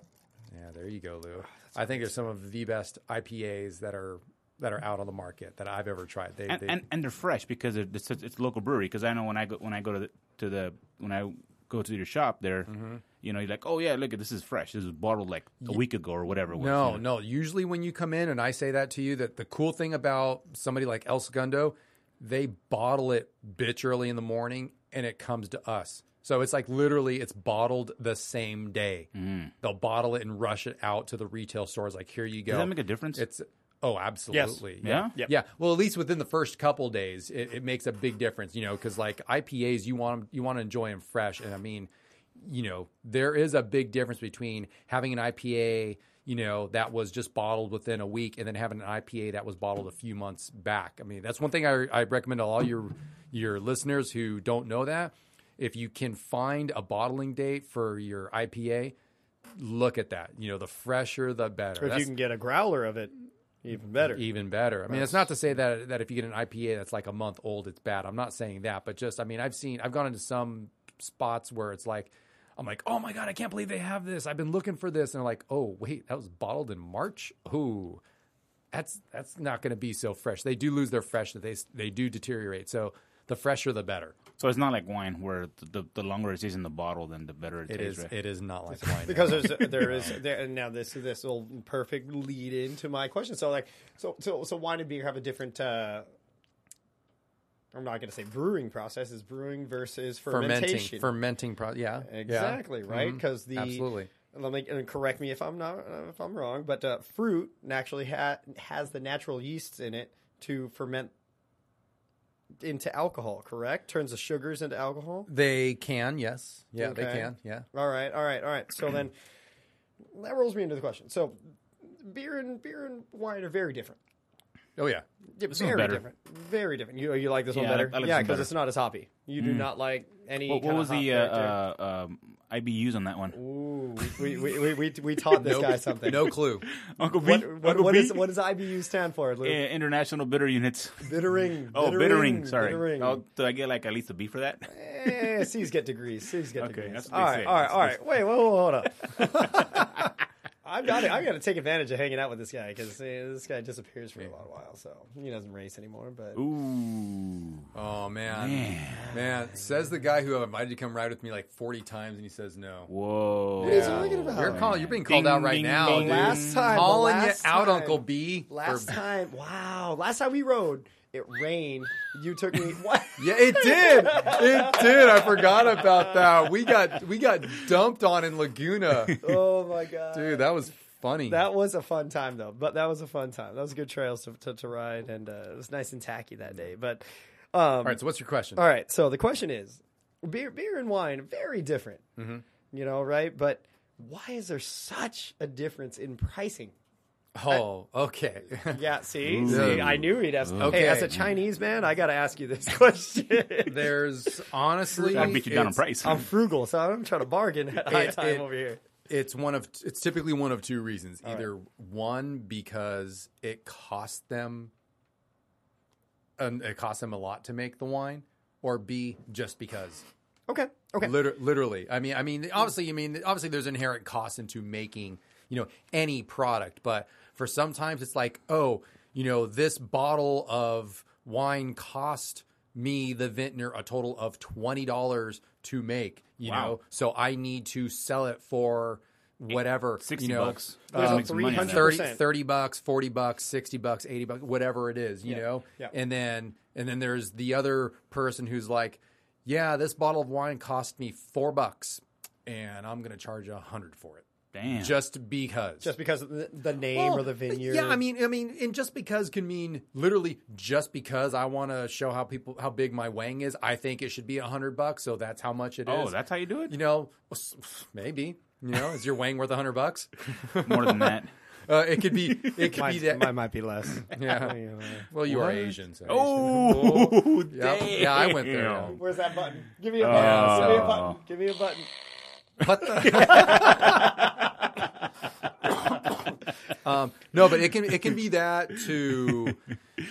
Speaker 3: yeah, there you go, Lou. I think they're some of the best IPAs that are that are out on the market that I've ever tried. They,
Speaker 5: and,
Speaker 3: they
Speaker 5: and and they're fresh because they're, it's, it's local brewery. Because I know when I go when I go to the, to the when I go to your shop, there, you know, you're like, oh yeah, look, this is fresh. This was bottled like a week ago or whatever. It was,
Speaker 3: No,
Speaker 5: you know?
Speaker 3: no. Usually, when you come in and I say that to you, that the cool thing about somebody like El Segundo, they bottle it bitch early in the morning and it comes to us. So it's like literally, it's bottled the same day.
Speaker 5: Mm.
Speaker 3: They'll bottle it and rush it out to the retail stores. Like, here you go.
Speaker 5: that make a difference?
Speaker 3: It's oh, absolutely.
Speaker 5: Yeah?
Speaker 4: Yep.
Speaker 3: Yeah. Well, at least within the first couple days, it, it makes a big difference. You know, because like IPAs, you want 'em- you want to enjoy them fresh, and I mean you know, there is a big difference between having an IPA, you know, that was just bottled within a week and then having an IPA that was bottled a few months back. I mean, that's one thing I, I recommend to all your your listeners who don't know that. If you can find a bottling date for your IPA, look at that. You know, the fresher the better.
Speaker 4: If
Speaker 3: That's E-
Speaker 4: you can get a growler of it, even better.
Speaker 3: even better. I mean, it's not to say that that if you get an IPA that's like a month old, it's bad. I'm not saying that, but just I mean, I've seen I've gone into some spots where it's like I'm like, oh my god, I can't believe they have this. I've been looking for this, and they're like, oh wait, that was bottled in March. Ooh, that's that's not going to be so fresh. They do lose their freshness. They s- they do deteriorate. So the fresher, the better.
Speaker 5: So it's not like wine where the, the, the longer it is in the bottle, then the better it,
Speaker 3: It is
Speaker 5: tastes. right?
Speaker 3: it is not like wine
Speaker 4: because there's there is there, and now this this will perfect lead into my question. So like so so so wine and beer have a different. uh I'm not going to say brewing process is brewing versus fermentation.
Speaker 3: fermenting fermenting. Pro- yeah, yeah.
Speaker 4: exactly
Speaker 5: Mm-hmm.
Speaker 4: right because the
Speaker 3: Absolutely.
Speaker 4: Let me and correct me if I'm not if I'm wrong, but uh, fruit naturally ha- has the natural yeasts in it to ferment into alcohol. Correct, turns the sugars into alcohol.
Speaker 3: They can, yes, yeah, they
Speaker 4: Okay.
Speaker 3: can, yeah.
Speaker 4: All right, all right, all right. So then that rolls me into the question. So beer and beer and wine are very different.
Speaker 3: Oh yeah,
Speaker 4: Yeah, very
Speaker 5: better.
Speaker 4: different. Very different. You you like this one
Speaker 5: Yeah, I
Speaker 4: better?
Speaker 5: like- I like this
Speaker 4: yeah,
Speaker 5: one
Speaker 4: because
Speaker 5: better. Mm.
Speaker 4: it's not as hoppy. You do not like any.
Speaker 5: What, what
Speaker 4: kinda
Speaker 5: was
Speaker 4: hop
Speaker 5: the uh,
Speaker 4: character.
Speaker 5: uh, um, IBUs on that one?
Speaker 4: Ooh, we, we, we, we, we taught this guy something.
Speaker 3: No clue.
Speaker 5: Uncle B.
Speaker 4: What, what,
Speaker 5: Uncle
Speaker 4: what,
Speaker 5: B?
Speaker 4: is, what does IBU stand for, Lou?
Speaker 5: Yeah, International bitter units.
Speaker 4: Bittering.
Speaker 5: Eh, Oh, bittering. Sorry.
Speaker 4: Bittering.
Speaker 5: Oh, do I get like at least a B for that?
Speaker 4: Eh, C's get degrees. C's get
Speaker 5: Okay,
Speaker 4: degrees.
Speaker 5: that's what
Speaker 4: All
Speaker 5: they
Speaker 4: right,
Speaker 5: say.
Speaker 4: all right,
Speaker 5: That's
Speaker 4: all
Speaker 5: what
Speaker 4: right. Wait, whoa, whoa, hold up. I'm not, I'm gonna take advantage of hanging out with this guy because this guy disappears for a long while, so he doesn't race anymore. But
Speaker 5: Ooh.
Speaker 3: Oh man. man, Says the guy who invited you to come ride with me like forty times, and he says no.
Speaker 5: Whoa.
Speaker 4: What are you talking about?
Speaker 3: You're calling. You're being called
Speaker 5: Ding,
Speaker 3: out right
Speaker 5: ding,
Speaker 3: now,
Speaker 5: ding.
Speaker 3: dude.
Speaker 4: Last time, the
Speaker 3: calling
Speaker 4: last
Speaker 3: you out,
Speaker 4: time.
Speaker 3: Uncle B. for-
Speaker 4: Last time, wow! Last time we rode, it rained. You took me. What?
Speaker 3: Yeah, it did. It did. I forgot about that. We got we got dumped on in Laguna,
Speaker 4: Oh my god,
Speaker 3: dude. That was funny.
Speaker 4: That was a fun time though, but that was a fun time. That was good trails to, to, to ride, and uh, it was nice and tacky that day. But um, all
Speaker 3: All right. So what's your question?
Speaker 4: all right, so the question is, beer, beer and wine very different,
Speaker 3: Mm-hmm.
Speaker 4: you know, right? But why is there such a difference in pricing?
Speaker 3: Oh, okay.
Speaker 4: Yeah, see, see, I knew he'd ask.
Speaker 3: Okay.
Speaker 4: Hey, as a Chinese man, I got to ask you this question.
Speaker 3: There's honestly,
Speaker 5: I beat you down on
Speaker 3: it's-
Speaker 5: price.
Speaker 4: I'm frugal, so I'm trying to bargain at high
Speaker 3: It-
Speaker 4: time
Speaker 3: it-
Speaker 4: over here.
Speaker 3: It's one of it's typically one of two reasons. Either one because it cost them, and it cost them a lot to make the wine, or B just because.
Speaker 4: Okay, okay,
Speaker 3: Liter- literally. I mean, I mean, obviously, I mean, obviously, there's inherent costs into making, you know, any product. But for sometimes it's like, oh, you know, this bottle of wine cost me the vintner a total of twenty dollars to make. You
Speaker 5: Wow.
Speaker 3: know, so I need to sell it for whatever.
Speaker 5: Sixty
Speaker 3: you know,
Speaker 5: bucks.
Speaker 4: There's
Speaker 5: That
Speaker 4: a
Speaker 5: makes money on that.
Speaker 4: 300
Speaker 3: 30, 30 bucks, 40 bucks, 60 bucks, 80 bucks, whatever it is, you know?
Speaker 4: yeah.
Speaker 3: And then and then there's the other person who's like, "Yeah, this bottle of wine cost me 4 bucks and I'm going to charge a 100 for it."
Speaker 5: Damn.
Speaker 3: Just because.
Speaker 4: just because of the, the name or the vineyard.
Speaker 3: Yeah, I mean, I mean, and just because can mean literally just because I want to show how people how big my wang is. I think it should be a hundred bucks, so that's how much it is.
Speaker 5: oh, that's how you do it.
Speaker 3: you know, maybe you know, is your wang worth a hundred bucks?
Speaker 5: More than that.
Speaker 3: Uh, it could be. It could
Speaker 4: mine,
Speaker 3: be that.
Speaker 4: mine might be less.
Speaker 3: Yeah. Well, you are Asian. So
Speaker 5: Oh,
Speaker 3: Yep. yeah, I went there. yeah.
Speaker 4: Where's that button? Give me a button. Give me a button. Give me a button.
Speaker 3: What the- um, no, but it can it can be that to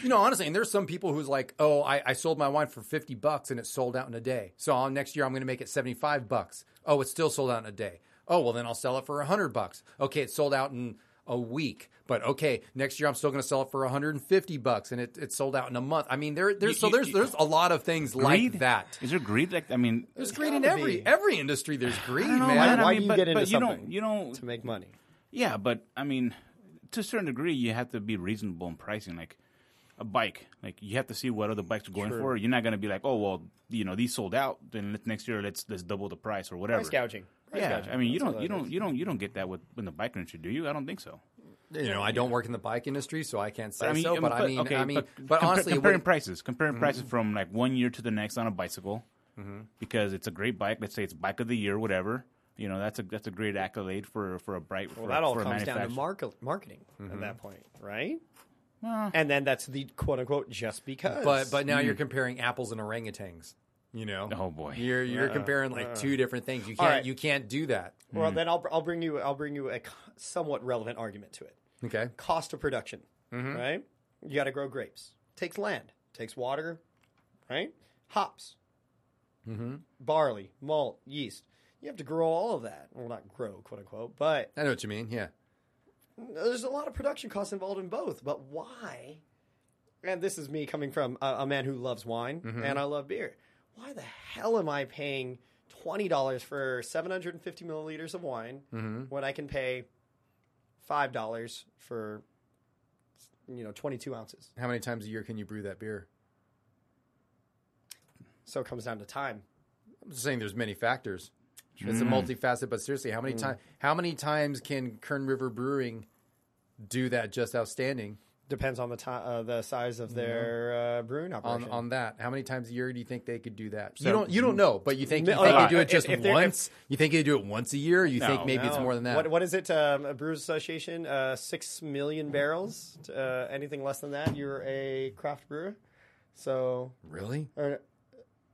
Speaker 3: you know honestly, and there's some people who's like, oh, I, I sold my wine for fifty bucks and it sold out in a day. So I'll- next year I'm going to make it seventy five bucks. Oh, it's still sold out in a day. Oh well, then I'll sell it for hundred bucks. Okay, it sold out in a week, but okay, next year I'm still going to sell it for hundred and fifty bucks, and it, it sold out in a month. I mean, there there's so
Speaker 5: you-
Speaker 3: there's
Speaker 5: you-
Speaker 3: there's a lot of things like
Speaker 5: Greed?
Speaker 3: that.
Speaker 5: Is there greed? Like, I mean,
Speaker 3: There's greed in
Speaker 4: gotta be.
Speaker 3: every every industry. There's greed,
Speaker 5: I don't know,
Speaker 3: man.
Speaker 5: man.
Speaker 4: Why
Speaker 5: I
Speaker 4: do
Speaker 5: mean,
Speaker 4: you
Speaker 5: but,
Speaker 4: get into
Speaker 5: but you
Speaker 4: something?
Speaker 5: don't, you don't
Speaker 4: To make money.
Speaker 5: Yeah, but I mean, to a certain degree, you have to be reasonable in pricing. Like a bike, like you have to see what other bikes are going for. You're not going to be like, oh well, you know, these sold out. Then let next year, let's let's double the price or whatever.
Speaker 4: Price gouging. Price
Speaker 5: yeah,
Speaker 4: gouging.
Speaker 5: I mean, you
Speaker 4: That's all
Speaker 5: don't
Speaker 4: that
Speaker 5: you don't
Speaker 4: is.
Speaker 5: you don't you don't get that with in the bike industry, do you? I don't think so.
Speaker 3: you know, I don't work in the bike industry, so I can't say
Speaker 5: I mean,
Speaker 3: so. But I mean,
Speaker 5: okay,
Speaker 3: I mean, but,
Speaker 5: compar-
Speaker 3: honestly,
Speaker 5: comparing
Speaker 3: what-
Speaker 5: prices, comparing prices from like one year to the next on a bicycle, because it's a great bike. Let's say it's bike of the year, whatever. You know, that's a that's a great accolade for for a bright.
Speaker 4: Well,
Speaker 5: for,
Speaker 4: that all
Speaker 5: for a
Speaker 4: comes down to
Speaker 5: manufacturer.
Speaker 4: market, marketing at that point, right?
Speaker 5: Well,
Speaker 4: And then that's the quote unquote just because.
Speaker 3: but but now you're comparing apples and orangutans. You know,
Speaker 5: Hmm. Oh, boy. Uh-uh.
Speaker 3: you're you're comparing like two different things. You can't
Speaker 4: right.
Speaker 3: you can't do that.
Speaker 4: well, then I'll I'll bring you I'll bring you a co- somewhat relevant argument to it.
Speaker 3: Okay,
Speaker 4: Cost of production, right? You got to grow grapes. Takes land. Takes water, right? Hops, barley, malt, yeast. You have to grow all of that. Well, not grow, quote unquote, but
Speaker 3: I know what you mean. Yeah,
Speaker 4: there's a lot of production costs involved in both, but why? And this is me coming from a, a man who loves wine
Speaker 3: Mm-hmm.
Speaker 4: and I love beer. Why the hell am I paying twenty dollars for seven hundred and fifty milliliters of wine
Speaker 3: Mm-hmm.
Speaker 4: when I can pay five dollars for you know twenty two ounces?
Speaker 3: how many times a year can you brew that beer?
Speaker 4: So it comes down to time.
Speaker 3: I'm just saying, there's many factors. It's a
Speaker 5: Hmm.
Speaker 3: multifaceted, but seriously, how many times how many times can Kern River Brewing do that? Just outstanding
Speaker 4: Depends on the time, uh, the size of their uh, brewing
Speaker 3: Mm-hmm. on
Speaker 4: operation.
Speaker 3: on that. How many times a year do you think they could do that? you don't you don't know, but you think you
Speaker 4: No,
Speaker 3: think
Speaker 4: uh,
Speaker 3: they do it
Speaker 4: if-
Speaker 3: just
Speaker 4: if they're- if-
Speaker 3: once. you think they do it once a year. You think
Speaker 5: No,
Speaker 3: maybe it's
Speaker 4: No.
Speaker 3: more than that.
Speaker 4: Oh, What, what is it? Um, a Brewers Association, uh, six million barrels. Uh, anything less than that, you're a craft brewer. So,
Speaker 3: Really?
Speaker 4: or,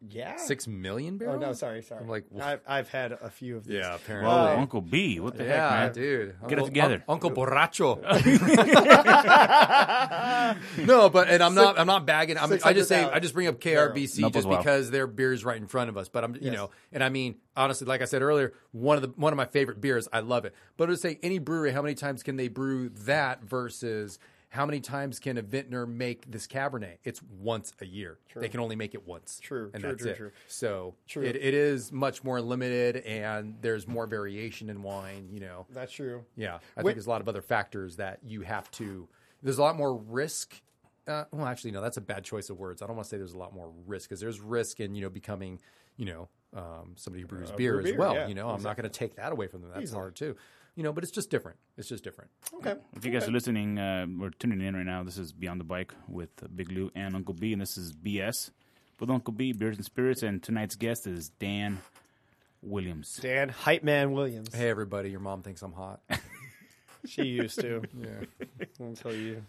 Speaker 4: Yeah.
Speaker 3: Six million
Speaker 4: Oh
Speaker 3: barrels?
Speaker 4: no, sorry, sorry.
Speaker 3: I'm like,
Speaker 4: I've, I've had a few of these.
Speaker 3: yeah, apparently.
Speaker 5: Whoa, Uncle B, what the
Speaker 3: yeah,
Speaker 5: heck, man?
Speaker 3: dude.
Speaker 5: Get it together.
Speaker 3: Uncle Borracho. no, but and I'm not I'm not bagging. I'm, I just say
Speaker 4: 600,000
Speaker 3: I just bring up KRBC
Speaker 5: Nope, as
Speaker 3: just
Speaker 5: well.
Speaker 3: because their beer's right in front of us. But I'm you know, and I mean honestly, like I said earlier, one of the one of my favorite beers. I love it. But I would say any brewery, how many times can they brew that versus how many times can a vintner make this Cabernet? It's once a year. They can only make it once.
Speaker 4: True,
Speaker 3: and
Speaker 4: true,
Speaker 3: that's
Speaker 4: true,
Speaker 3: it.
Speaker 4: true.
Speaker 3: So
Speaker 4: True.
Speaker 3: It, it is much more limited, and there's more variation in wine. You know,
Speaker 4: That's true.
Speaker 3: yeah, I
Speaker 4: Wait-
Speaker 3: think there's a lot of other factors that you have to. There's a lot more risk. Uh, well, actually, no, that's a bad choice of words. I don't want to say there's a lot more risk because there's risk in you know becoming you know um, somebody who brews beer as
Speaker 4: beer,
Speaker 3: well.
Speaker 4: yeah,
Speaker 3: you know, I'm not going to take that away from them. That's hard too. You know, but it's just different. It's just different.
Speaker 4: Okay.
Speaker 5: If you guys are listening uh, or tuning in right now, this is Beyond the Bike with uh, Big Lou and Uncle B, and this is BS with Uncle B, Beers and Spirits, and tonight's guest is Dan Williams.
Speaker 4: Dan Hype Man Williams.
Speaker 3: Hey, everybody, your mom thinks I'm hot.
Speaker 4: She used to. yeah. Until you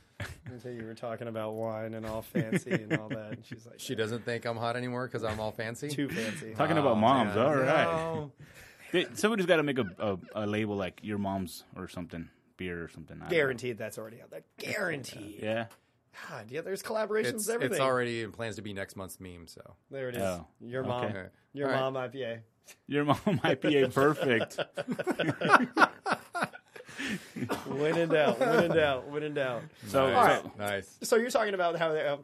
Speaker 4: until you were talking about wine and all fancy and all that. And she's like,
Speaker 3: she doesn't think I'm hot anymore because I'm all fancy.
Speaker 4: too fancy. Uh,
Speaker 5: Talking about moms,
Speaker 3: Yeah.
Speaker 5: all right.
Speaker 3: Oh, No.
Speaker 5: They- Somebody's got to make a, a, a label like your mom's or something, beer or something. I don't know.
Speaker 4: Guaranteed that's already out there. Guaranteed. Yeah.
Speaker 5: Yeah.
Speaker 4: God, yeah, there's collaborations
Speaker 3: It's,
Speaker 4: everything.
Speaker 3: it's already in plans to be next month's meme. So
Speaker 4: There it is.
Speaker 5: Oh,
Speaker 4: Your mom.
Speaker 5: okay.
Speaker 4: Your
Speaker 3: All right.
Speaker 4: mom IPA.
Speaker 5: Your mom IPA perfect.
Speaker 4: When in doubt, when in doubt, when in doubt.
Speaker 5: So,
Speaker 4: Nice.
Speaker 5: so-
Speaker 3: nice.
Speaker 4: So you're talking about how, they, uh,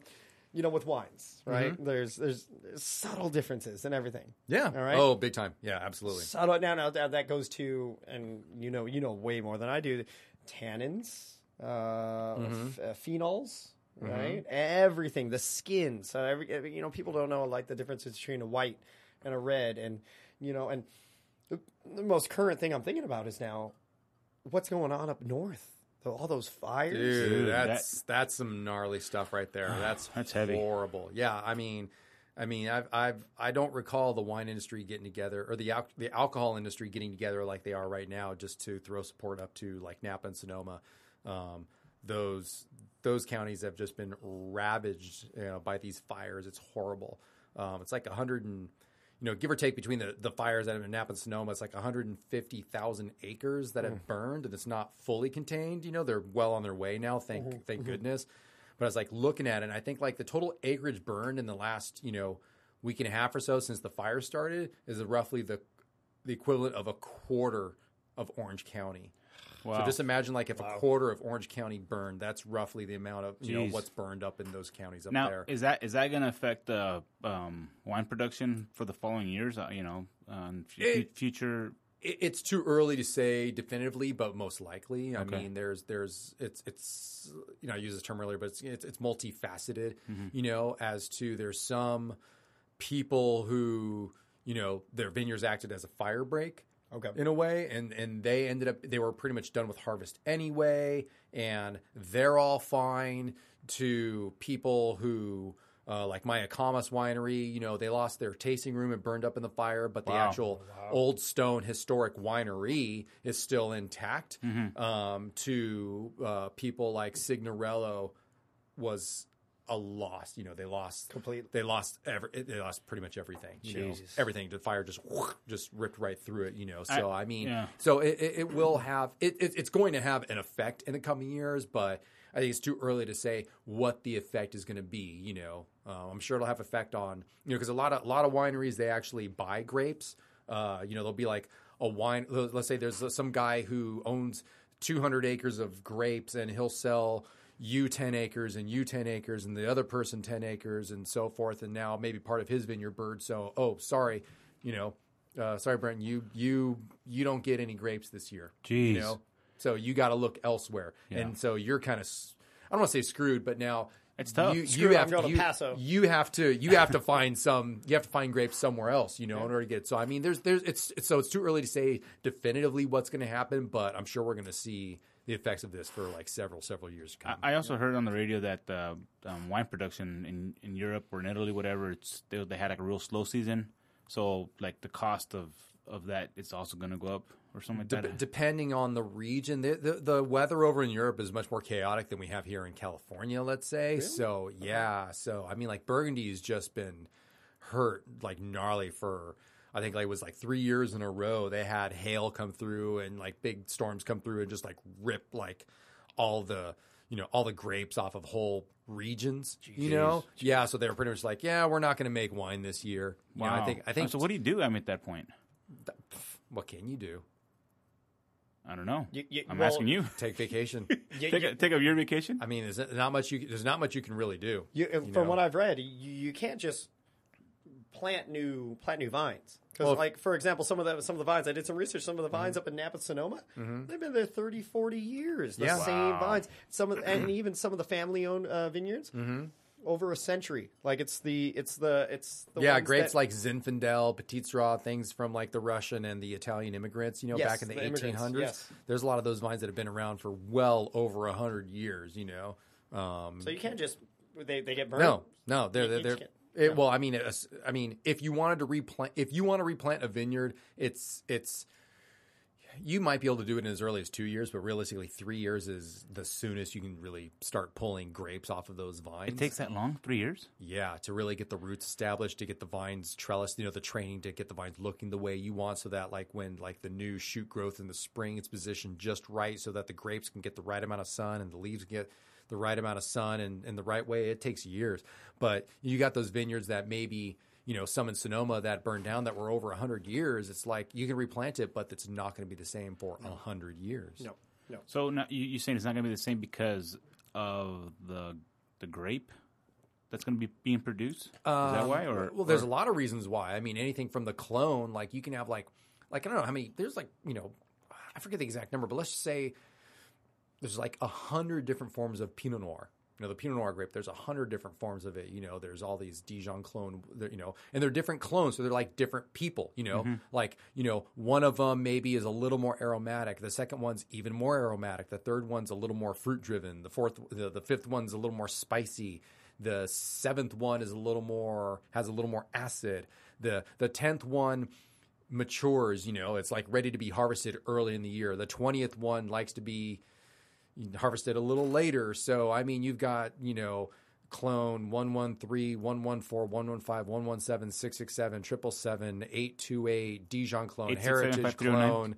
Speaker 4: you know, with wines, right? There's, there's subtle differences in everything.
Speaker 3: Yeah.
Speaker 4: All right.
Speaker 3: Oh, big time. Yeah, absolutely.
Speaker 4: Subtle. Now, now that, that goes to, and you know, you know way more than I do. Tannins, uh, ph- uh, phenols, right? Everything. The skin. So every, every- you know, people don't know like the difference between a white and a red, and you know, and the, the most current thing I'm thinking about is now what's going on up north. All those fires.
Speaker 3: Dude,
Speaker 5: Dude, Ah,
Speaker 3: that's that's some gnarly stuff right there. That's
Speaker 5: That's heavy.
Speaker 3: Horrible. Yeah, I mean, I mean, I've I've I don't recall the wine industry getting together or the al- the alcohol industry getting together like they are right now just to throw support up to like Napa and Sonoma. Um, those those counties have just been ravaged you know, by these fires. It's horrible. Um, it's like a hundred and you know, give or take between the, the fires that have in Napa and Sonoma, it's like 150,000 acres that
Speaker 5: Hmm.
Speaker 3: have burned and it's not fully contained. You know, they're well on their way now, thank
Speaker 5: Mm-hmm.
Speaker 3: thank goodness. But I was like looking at it, and I think like the total acreage burned in the last, you know, week and a half or so since the fire started is roughly the the equivalent of a quarter of Orange County. So
Speaker 5: wow.
Speaker 3: just imagine like if a quarter of Orange County burned, that's roughly the amount of, you know,
Speaker 5: Jeez.
Speaker 3: what's burned up in those counties up
Speaker 5: now,
Speaker 3: there.
Speaker 5: is that is that going to affect uh, um, wine production for the following years? Uh, you know, um, fu-
Speaker 3: It-
Speaker 5: future.
Speaker 3: It- it's too early to say definitively, but most likely. I mean, there's there's it's it's you know I used this term earlier, but it's it's, it's multifaceted. You know, as to there's some people who you know their vineyards acted as a fire break.
Speaker 4: Okay.
Speaker 3: In a way, and and they ended up they were pretty much done with harvest anyway, and they're all fine. To people who uh, like my Akamas winery, you know, they lost their tasting room and burned up in the fire, but the actual old stone historic winery is still intact. Um, to uh, people like Signorello was a loss. You know, they lost
Speaker 4: Completely.
Speaker 3: They lost every. They lost pretty much everything. You know, everything. The fire just whoosh, just ripped right through it. You know, so I, mean,
Speaker 5: yeah.
Speaker 3: so it, it, it will have it, it. It's going to have an effect in the coming years, but I think it's too early to say what the effect is going to be. You know, uh, I'm sure it'll have effect on you know because a lot of a lot of wineries they actually buy grapes. Uh, you know, they'll be like a wine. Let's say there's some guy who owns 200 acres of grapes and he'll sell you 10 acres and you 10 acres and the other person 10 acres and so forth and now maybe part of his vineyard bird so oh sorry you know uh, sorry Brent you you you don't get any grapes this year
Speaker 5: Jeez.
Speaker 3: you know so you got to look elsewhere and so you're kind of I don't want to say screwed but now
Speaker 5: It's tough.
Speaker 3: you,
Speaker 4: Screwed,
Speaker 3: you
Speaker 4: I'm
Speaker 3: have
Speaker 4: going
Speaker 3: to,
Speaker 4: to
Speaker 3: you,
Speaker 4: Paso.
Speaker 3: you have to you have to find some you have to find grapes somewhere else you know in order to get it. so i mean there's there's it's, it's so it's too early to say definitively what's going to happen but i'm sure we're going to see the effects of this for like several several years to come
Speaker 5: I also heard on the radio that uh, um, wine production in, in Europe or in Italy, whatever, it's they, they had like a real slow season. So like the cost of of that is also going to go up or something like
Speaker 3: Dep-
Speaker 5: that.
Speaker 3: depending on the region, the, the the weather over in Europe is much more chaotic than we have here in California. Let's say so. Yeah. So I mean, like Burgundy has just been hurt like gnarly for I think like it was like three years in a row. They had hail come through and like big storms come through and just like rip like all the you know all the grapes off of whole regions. You know, yeah. So they were pretty much like, yeah, we're not going to make wine this year. You know, I
Speaker 5: Wow. Um,
Speaker 3: think I think
Speaker 5: So what do you do? I'm at that point.
Speaker 3: what can you do?
Speaker 5: I don't know.
Speaker 4: You- you-
Speaker 5: I'm
Speaker 4: well-
Speaker 5: asking you.
Speaker 3: Take vacation.
Speaker 4: You-
Speaker 5: take,
Speaker 4: you-
Speaker 5: a, take a year vacation.
Speaker 3: I mean, there's not much you there's not much you can really do.
Speaker 4: You, from
Speaker 3: know?
Speaker 4: what I've read, you, you can't just plant new plant new vines because,
Speaker 3: Well, if- Mm-hmm.
Speaker 4: like for example, some of the some of the vines I did some research. Some of the vines up in Napa Sonoma, they've been there 30, 40 years. The
Speaker 3: Yeah.
Speaker 4: same vines. Some of and even some of the family owned uh, vineyards.
Speaker 3: Mm-hmm.
Speaker 4: Over a century, like it's the it's the it's the
Speaker 3: yeah,
Speaker 4: ones
Speaker 3: grapes
Speaker 4: that-
Speaker 3: like Zinfandel, Petit Syrah, things from like the Russian and the Italian immigrants, you know,
Speaker 4: Yes,
Speaker 3: back in the,
Speaker 4: the immigrants,
Speaker 3: 1800s.
Speaker 4: yes.
Speaker 3: There's a lot of those vines that have been around for well over 100 years, you know. Um,
Speaker 4: so you can't just they, they get burned.
Speaker 3: no, no, they're,
Speaker 4: You-
Speaker 3: they're,
Speaker 4: you
Speaker 3: they're
Speaker 4: can't-
Speaker 3: it, well, I mean, it's- I mean, if you wanted to replant, if you want to replant a vineyard, it's, it's, you might be able to do it in as early as two years, but realistically, three years is the soonest you can really start pulling grapes off of those vines.
Speaker 5: it takes that long? Three years?
Speaker 3: Yeah, to really get the roots established, to get the vines trellis, you know, the training to get the vines looking the way you want, so that like when like the new shoot growth in the spring, it's positioned just right, so that the grapes can get the right amount of sun and the leaves get the right amount of sun and in the right way. It takes years, but you got those vineyards that maybe you know some in Sonoma that burned down that were over hundred years. It's like you can replant it, but it's not going to be the same for hundred years.
Speaker 4: no, no.
Speaker 5: So no, you, you're saying it's not going to be the same because of the the grape that's going to be being produced? Is that why? Or
Speaker 3: well, there's a lot of reasons why. I mean, anything from the clone, like you can have like, like I don't know how many. There's like you know, I forget the exact number, but let's just say there's like a hundred different forms of Pinot Noir. You know, the Pinot Noir grape. There's a hundred different forms of it. You know, there's all these Dijon clone. there- You know, and they're different clones, so they're like different people. You know, like you know, one of them maybe is a little more aromatic. The second one's even more aromatic. The third one's a little more fruit driven. The fourth, the, the fifth one's a little more spicy. The seventh one is a little more has a little more acid. The the tenth one matures. You know, it's like ready to be harvested early in the year. The twentieth one likes to be harvested a little later. So I mean, you've got you know clone 113 114 115 117 667 777 828 Dijon clone
Speaker 5: 867,
Speaker 3: heritage
Speaker 5: 509.
Speaker 3: clone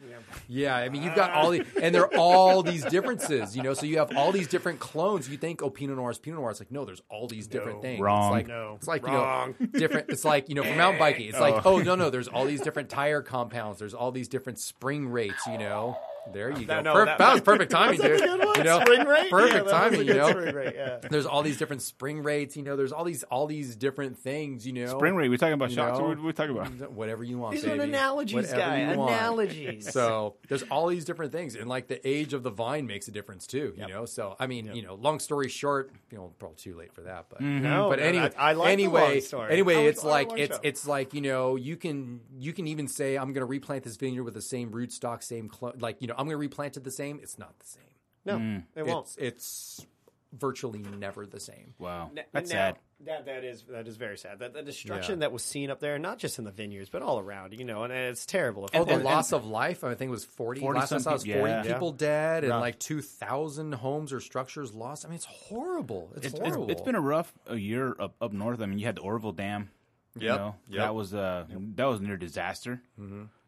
Speaker 3: yeah I mean you've got all the and they're all these differences you know so you have all these different clones you think oh Pinot Noir is Pinot Noir it's like no there's all these different things
Speaker 5: Wrong.
Speaker 3: it's like
Speaker 4: No.
Speaker 3: it's like
Speaker 4: Wrong.
Speaker 3: you know different it's like you know for mountain biking it's like oh no no there's all these different tire compounds there's all these different spring rates you know there you go
Speaker 4: no,
Speaker 3: Perf-
Speaker 4: that-
Speaker 3: that was perfect timing dude you know
Speaker 4: spring rate. Yeah,
Speaker 3: perfect
Speaker 4: that was
Speaker 3: timing
Speaker 4: a
Speaker 3: you
Speaker 4: good
Speaker 3: know
Speaker 4: spring rate, yeah.
Speaker 3: there's all these different spring rates you know there's all these all these different things you know
Speaker 5: spring rate. We're talking about
Speaker 3: you
Speaker 5: shots.
Speaker 3: know.
Speaker 5: Or what we're talking about.
Speaker 3: whatever you want
Speaker 4: He's
Speaker 3: baby.
Speaker 4: an analogies
Speaker 3: Whatever
Speaker 4: guy.
Speaker 3: you want.
Speaker 4: Analogies.
Speaker 3: so there's all these different things and like the age of the vine makes a difference too you know so i mean you know long story short you know probably too late for that but
Speaker 4: Mm-hmm. No,
Speaker 3: but
Speaker 4: no,
Speaker 3: anyway,
Speaker 4: that- I like the
Speaker 3: anyway,
Speaker 4: long story.
Speaker 3: anyway,
Speaker 4: I like-
Speaker 3: it's
Speaker 4: I
Speaker 3: like
Speaker 4: like
Speaker 3: it's
Speaker 4: show.
Speaker 3: it's like you know you can you can even say I'm going to replant this vineyard with the same rootstock, same clo- like you know I'm going to replant it the same. It's not the same.
Speaker 4: no, it won't.
Speaker 3: It's it's virtually never the same.
Speaker 5: Wow,
Speaker 4: N-
Speaker 5: that's
Speaker 4: now,
Speaker 5: sad.
Speaker 4: That that is that is very sad. That the destruction that was seen up there, not just in the vineyards, but all around, you know, and, and it's terrible. If
Speaker 3: Oh,
Speaker 4: all
Speaker 3: the
Speaker 4: the-
Speaker 3: loss of life. I think it was forty.
Speaker 5: 40
Speaker 3: last I
Speaker 5: some
Speaker 3: saw, it was
Speaker 5: people-
Speaker 3: forty
Speaker 5: yeah.
Speaker 3: people dead and like two thousand homes or structures lost. I mean, it's horrible. It's,
Speaker 5: It's- it's-
Speaker 3: horrible.
Speaker 5: it's been a rough a year up, up north. I mean, you had the Orville Dam. You
Speaker 3: Yep,
Speaker 5: know,
Speaker 3: yep.
Speaker 5: that was uh, that was near disaster.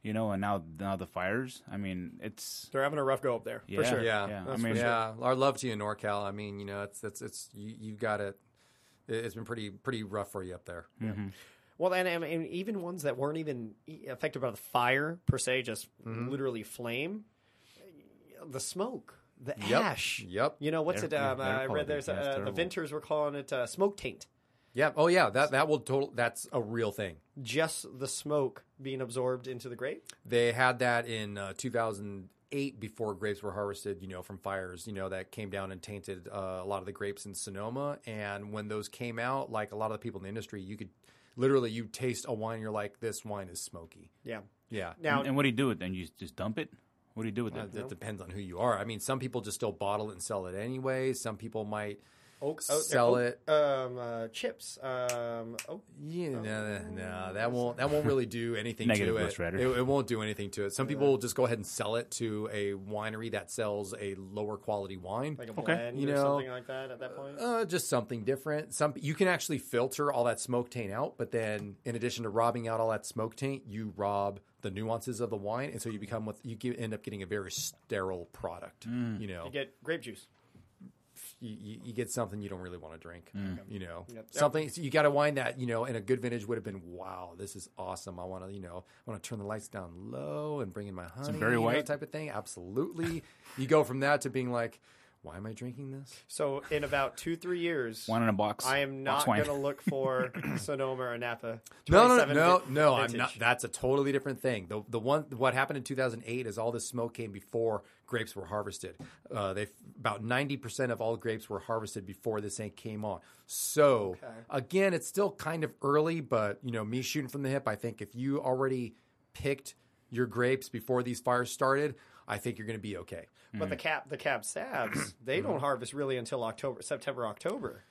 Speaker 5: You know, and now now the fires. I mean, it's
Speaker 4: they're having a rough go up there
Speaker 5: yeah,
Speaker 4: for sure.
Speaker 3: Yeah,
Speaker 5: yeah. I
Speaker 3: That's
Speaker 5: mean,
Speaker 3: for sure. Our love to you, NorCal. I mean, you know, it's it's it's you, you've got it. it- It's been pretty pretty rough for you up there.
Speaker 5: Mm-hmm.
Speaker 4: Well, and, and, and even ones that weren't even e- affected by the fire per se, just
Speaker 3: Mm-hmm.
Speaker 4: literally flame, the smoke, the
Speaker 3: Yep,
Speaker 4: ash.
Speaker 3: yep.
Speaker 4: You know what's
Speaker 5: Their-
Speaker 4: it? Um,
Speaker 5: their
Speaker 4: I read
Speaker 5: quality
Speaker 4: there's
Speaker 5: is
Speaker 4: uh, the
Speaker 5: terrible.
Speaker 4: vintners were calling it uh, smoke taint.
Speaker 3: Yeah. Oh, yeah. That that will total. That's a real thing.
Speaker 4: Just the smoke being absorbed into the grape.
Speaker 3: They had that in uh, 2008 before grapes were harvested. You know, from fires. You know that came down and tainted uh, a lot of the grapes in Sonoma. And when those came out, like a lot of the people in the industry, you could literally you taste a wine, you're like, this wine is smoky.
Speaker 4: Yeah.
Speaker 3: Yeah.
Speaker 4: Now,
Speaker 5: and what do you do with it? Then you just dump it? What do you do with
Speaker 3: Uh,
Speaker 5: it?
Speaker 3: It depends on who you are. I mean, some people just still bottle it and sell it anyway. Some people might,
Speaker 4: oak, oak
Speaker 3: Sell
Speaker 4: they're
Speaker 3: it.
Speaker 4: oak, um, uh, chips. Um, oh,
Speaker 3: Yeah, no, no, no, that won't that won't really do anything
Speaker 5: Negative
Speaker 3: to
Speaker 5: Ghost
Speaker 3: it.
Speaker 5: Rider.
Speaker 3: it. It won't do anything to it. Some people will just go ahead and sell it to a winery that sells a lower quality wine.
Speaker 4: like a blend
Speaker 3: You
Speaker 4: or
Speaker 3: know,
Speaker 4: something like that. At that point,
Speaker 3: Uh, just something different. Some you can actually filter all that smoke taint out, but then in addition to robbing out all that smoke taint, you rob the nuances of the wine, and so you become with you get, end up getting a very sterile product. You know,
Speaker 4: Mm. you get grape juice.
Speaker 3: you, you, you get something you don't really want to drink.
Speaker 4: Mm.
Speaker 3: You know,
Speaker 4: Yep.
Speaker 3: something so you got a wine that you know in a good vintage would have been wow, this is awesome. I want to you know I want to turn the lights down low and bring in my honey,
Speaker 5: very
Speaker 3: you know,
Speaker 5: white.
Speaker 3: type of thing. Absolutely, you go from that to being like, why am I drinking this?
Speaker 4: So in about two three years,
Speaker 5: One in a box.
Speaker 4: I am not
Speaker 5: box wine.
Speaker 4: going to look for Sonoma or Napa.
Speaker 3: No, no, no,
Speaker 4: 27
Speaker 3: no,
Speaker 4: vin-
Speaker 3: no. I'm
Speaker 4: vintage.
Speaker 3: not. That's a totally different thing. The the one what happened in 2008 is all this smoke came before grapes were harvested. Uh, they about 90 percent of all grapes were harvested before this thing came on. So again, it's still kind of early, but you know, me shooting from the hip. I think if you already picked your grapes before these fires started, I think you're going to be okay.
Speaker 4: But
Speaker 5: Mm.
Speaker 4: the cap the cab salves they
Speaker 5: Mm-hmm.
Speaker 4: don't harvest really until October September October,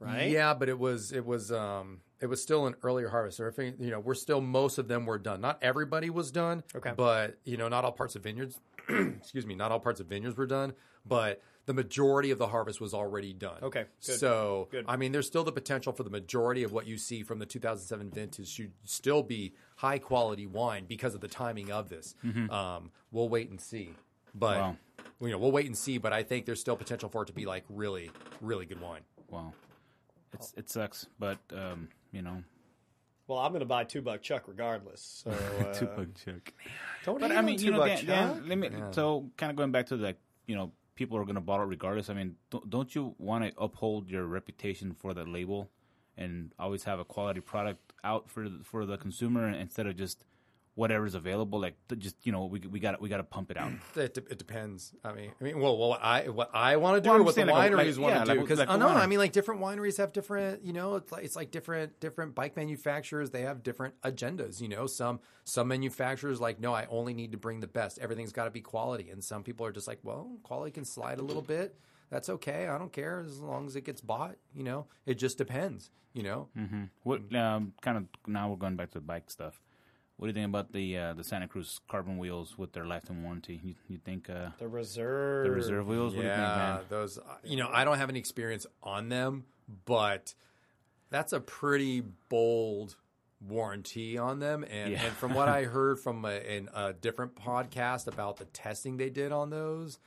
Speaker 4: right?
Speaker 3: Yeah, but it was it was um it was still an earlier harvest. Or if you you know, we're still most of them were done. Not everybody was done.
Speaker 4: Okay.
Speaker 3: But you know, not all parts of vineyards excuse me, not all parts of vineyards were done, but the majority of the harvest was already done.
Speaker 4: Okay, good.
Speaker 3: So
Speaker 4: Good.
Speaker 3: I mean there's still the potential for the majority of what you see from the two thousand seven vintage should still be high quality wine because of the timing of this.
Speaker 4: Mm-hmm.
Speaker 3: Um we'll wait and see. But
Speaker 5: Wow.
Speaker 3: you know, we'll wait and see, but I think there's still potential for it to be like really, really good wine.
Speaker 5: Wow, it's, it sucks, but um, you know,
Speaker 4: Well, I'm going to buy two buck chuck regardless. So uh,
Speaker 5: two bug chuck.
Speaker 4: don't
Speaker 5: But
Speaker 4: hate
Speaker 5: I
Speaker 4: on
Speaker 5: mean,
Speaker 4: two
Speaker 5: you know,
Speaker 4: buck
Speaker 5: Dan,
Speaker 4: chuck.
Speaker 5: Dan, let me, so kind of going back to the, you know, people are going to bottle it regardless. I mean, don't, don't you want to uphold your reputation for that label and always have a quality product out for the, for the consumer instead of just whatever's available? Like th- just you know, we we got we got to pump it out.
Speaker 3: It, de- it depends. I mean, I mean, well, well, what I what I want to do,
Speaker 5: Well,
Speaker 3: or
Speaker 5: I'm
Speaker 3: what the
Speaker 5: saying like a-
Speaker 3: wineries
Speaker 5: like-
Speaker 3: want
Speaker 5: yeah,
Speaker 3: to do,
Speaker 5: like-
Speaker 3: because
Speaker 5: like
Speaker 3: I
Speaker 5: the
Speaker 3: know, I
Speaker 5: wine.
Speaker 3: mean, like different wineries have different, you know, it's like, it's like different different bike manufacturers. They have different agendas. You know, some some manufacturers like, no, I only need to bring the best. Everything's got to be quality, and some people are just like, well, quality can slide a little bit. That's okay. I don't care as long as it gets bought. You know, it just depends. You know,
Speaker 5: What um, kind of now we're going back to the bike stuff. What do you think about the uh, the Santa Cruz carbon wheels with their lifetime warranty? You, you think uh,
Speaker 4: the reserve.
Speaker 5: the reserve wheels? What do you think, man?
Speaker 3: those. uh, You know, I don't have any experience on them, but that's a pretty bold warranty on them. And,
Speaker 5: Yeah.
Speaker 3: and from what I heard from a, in a different podcast about the testing they did on those,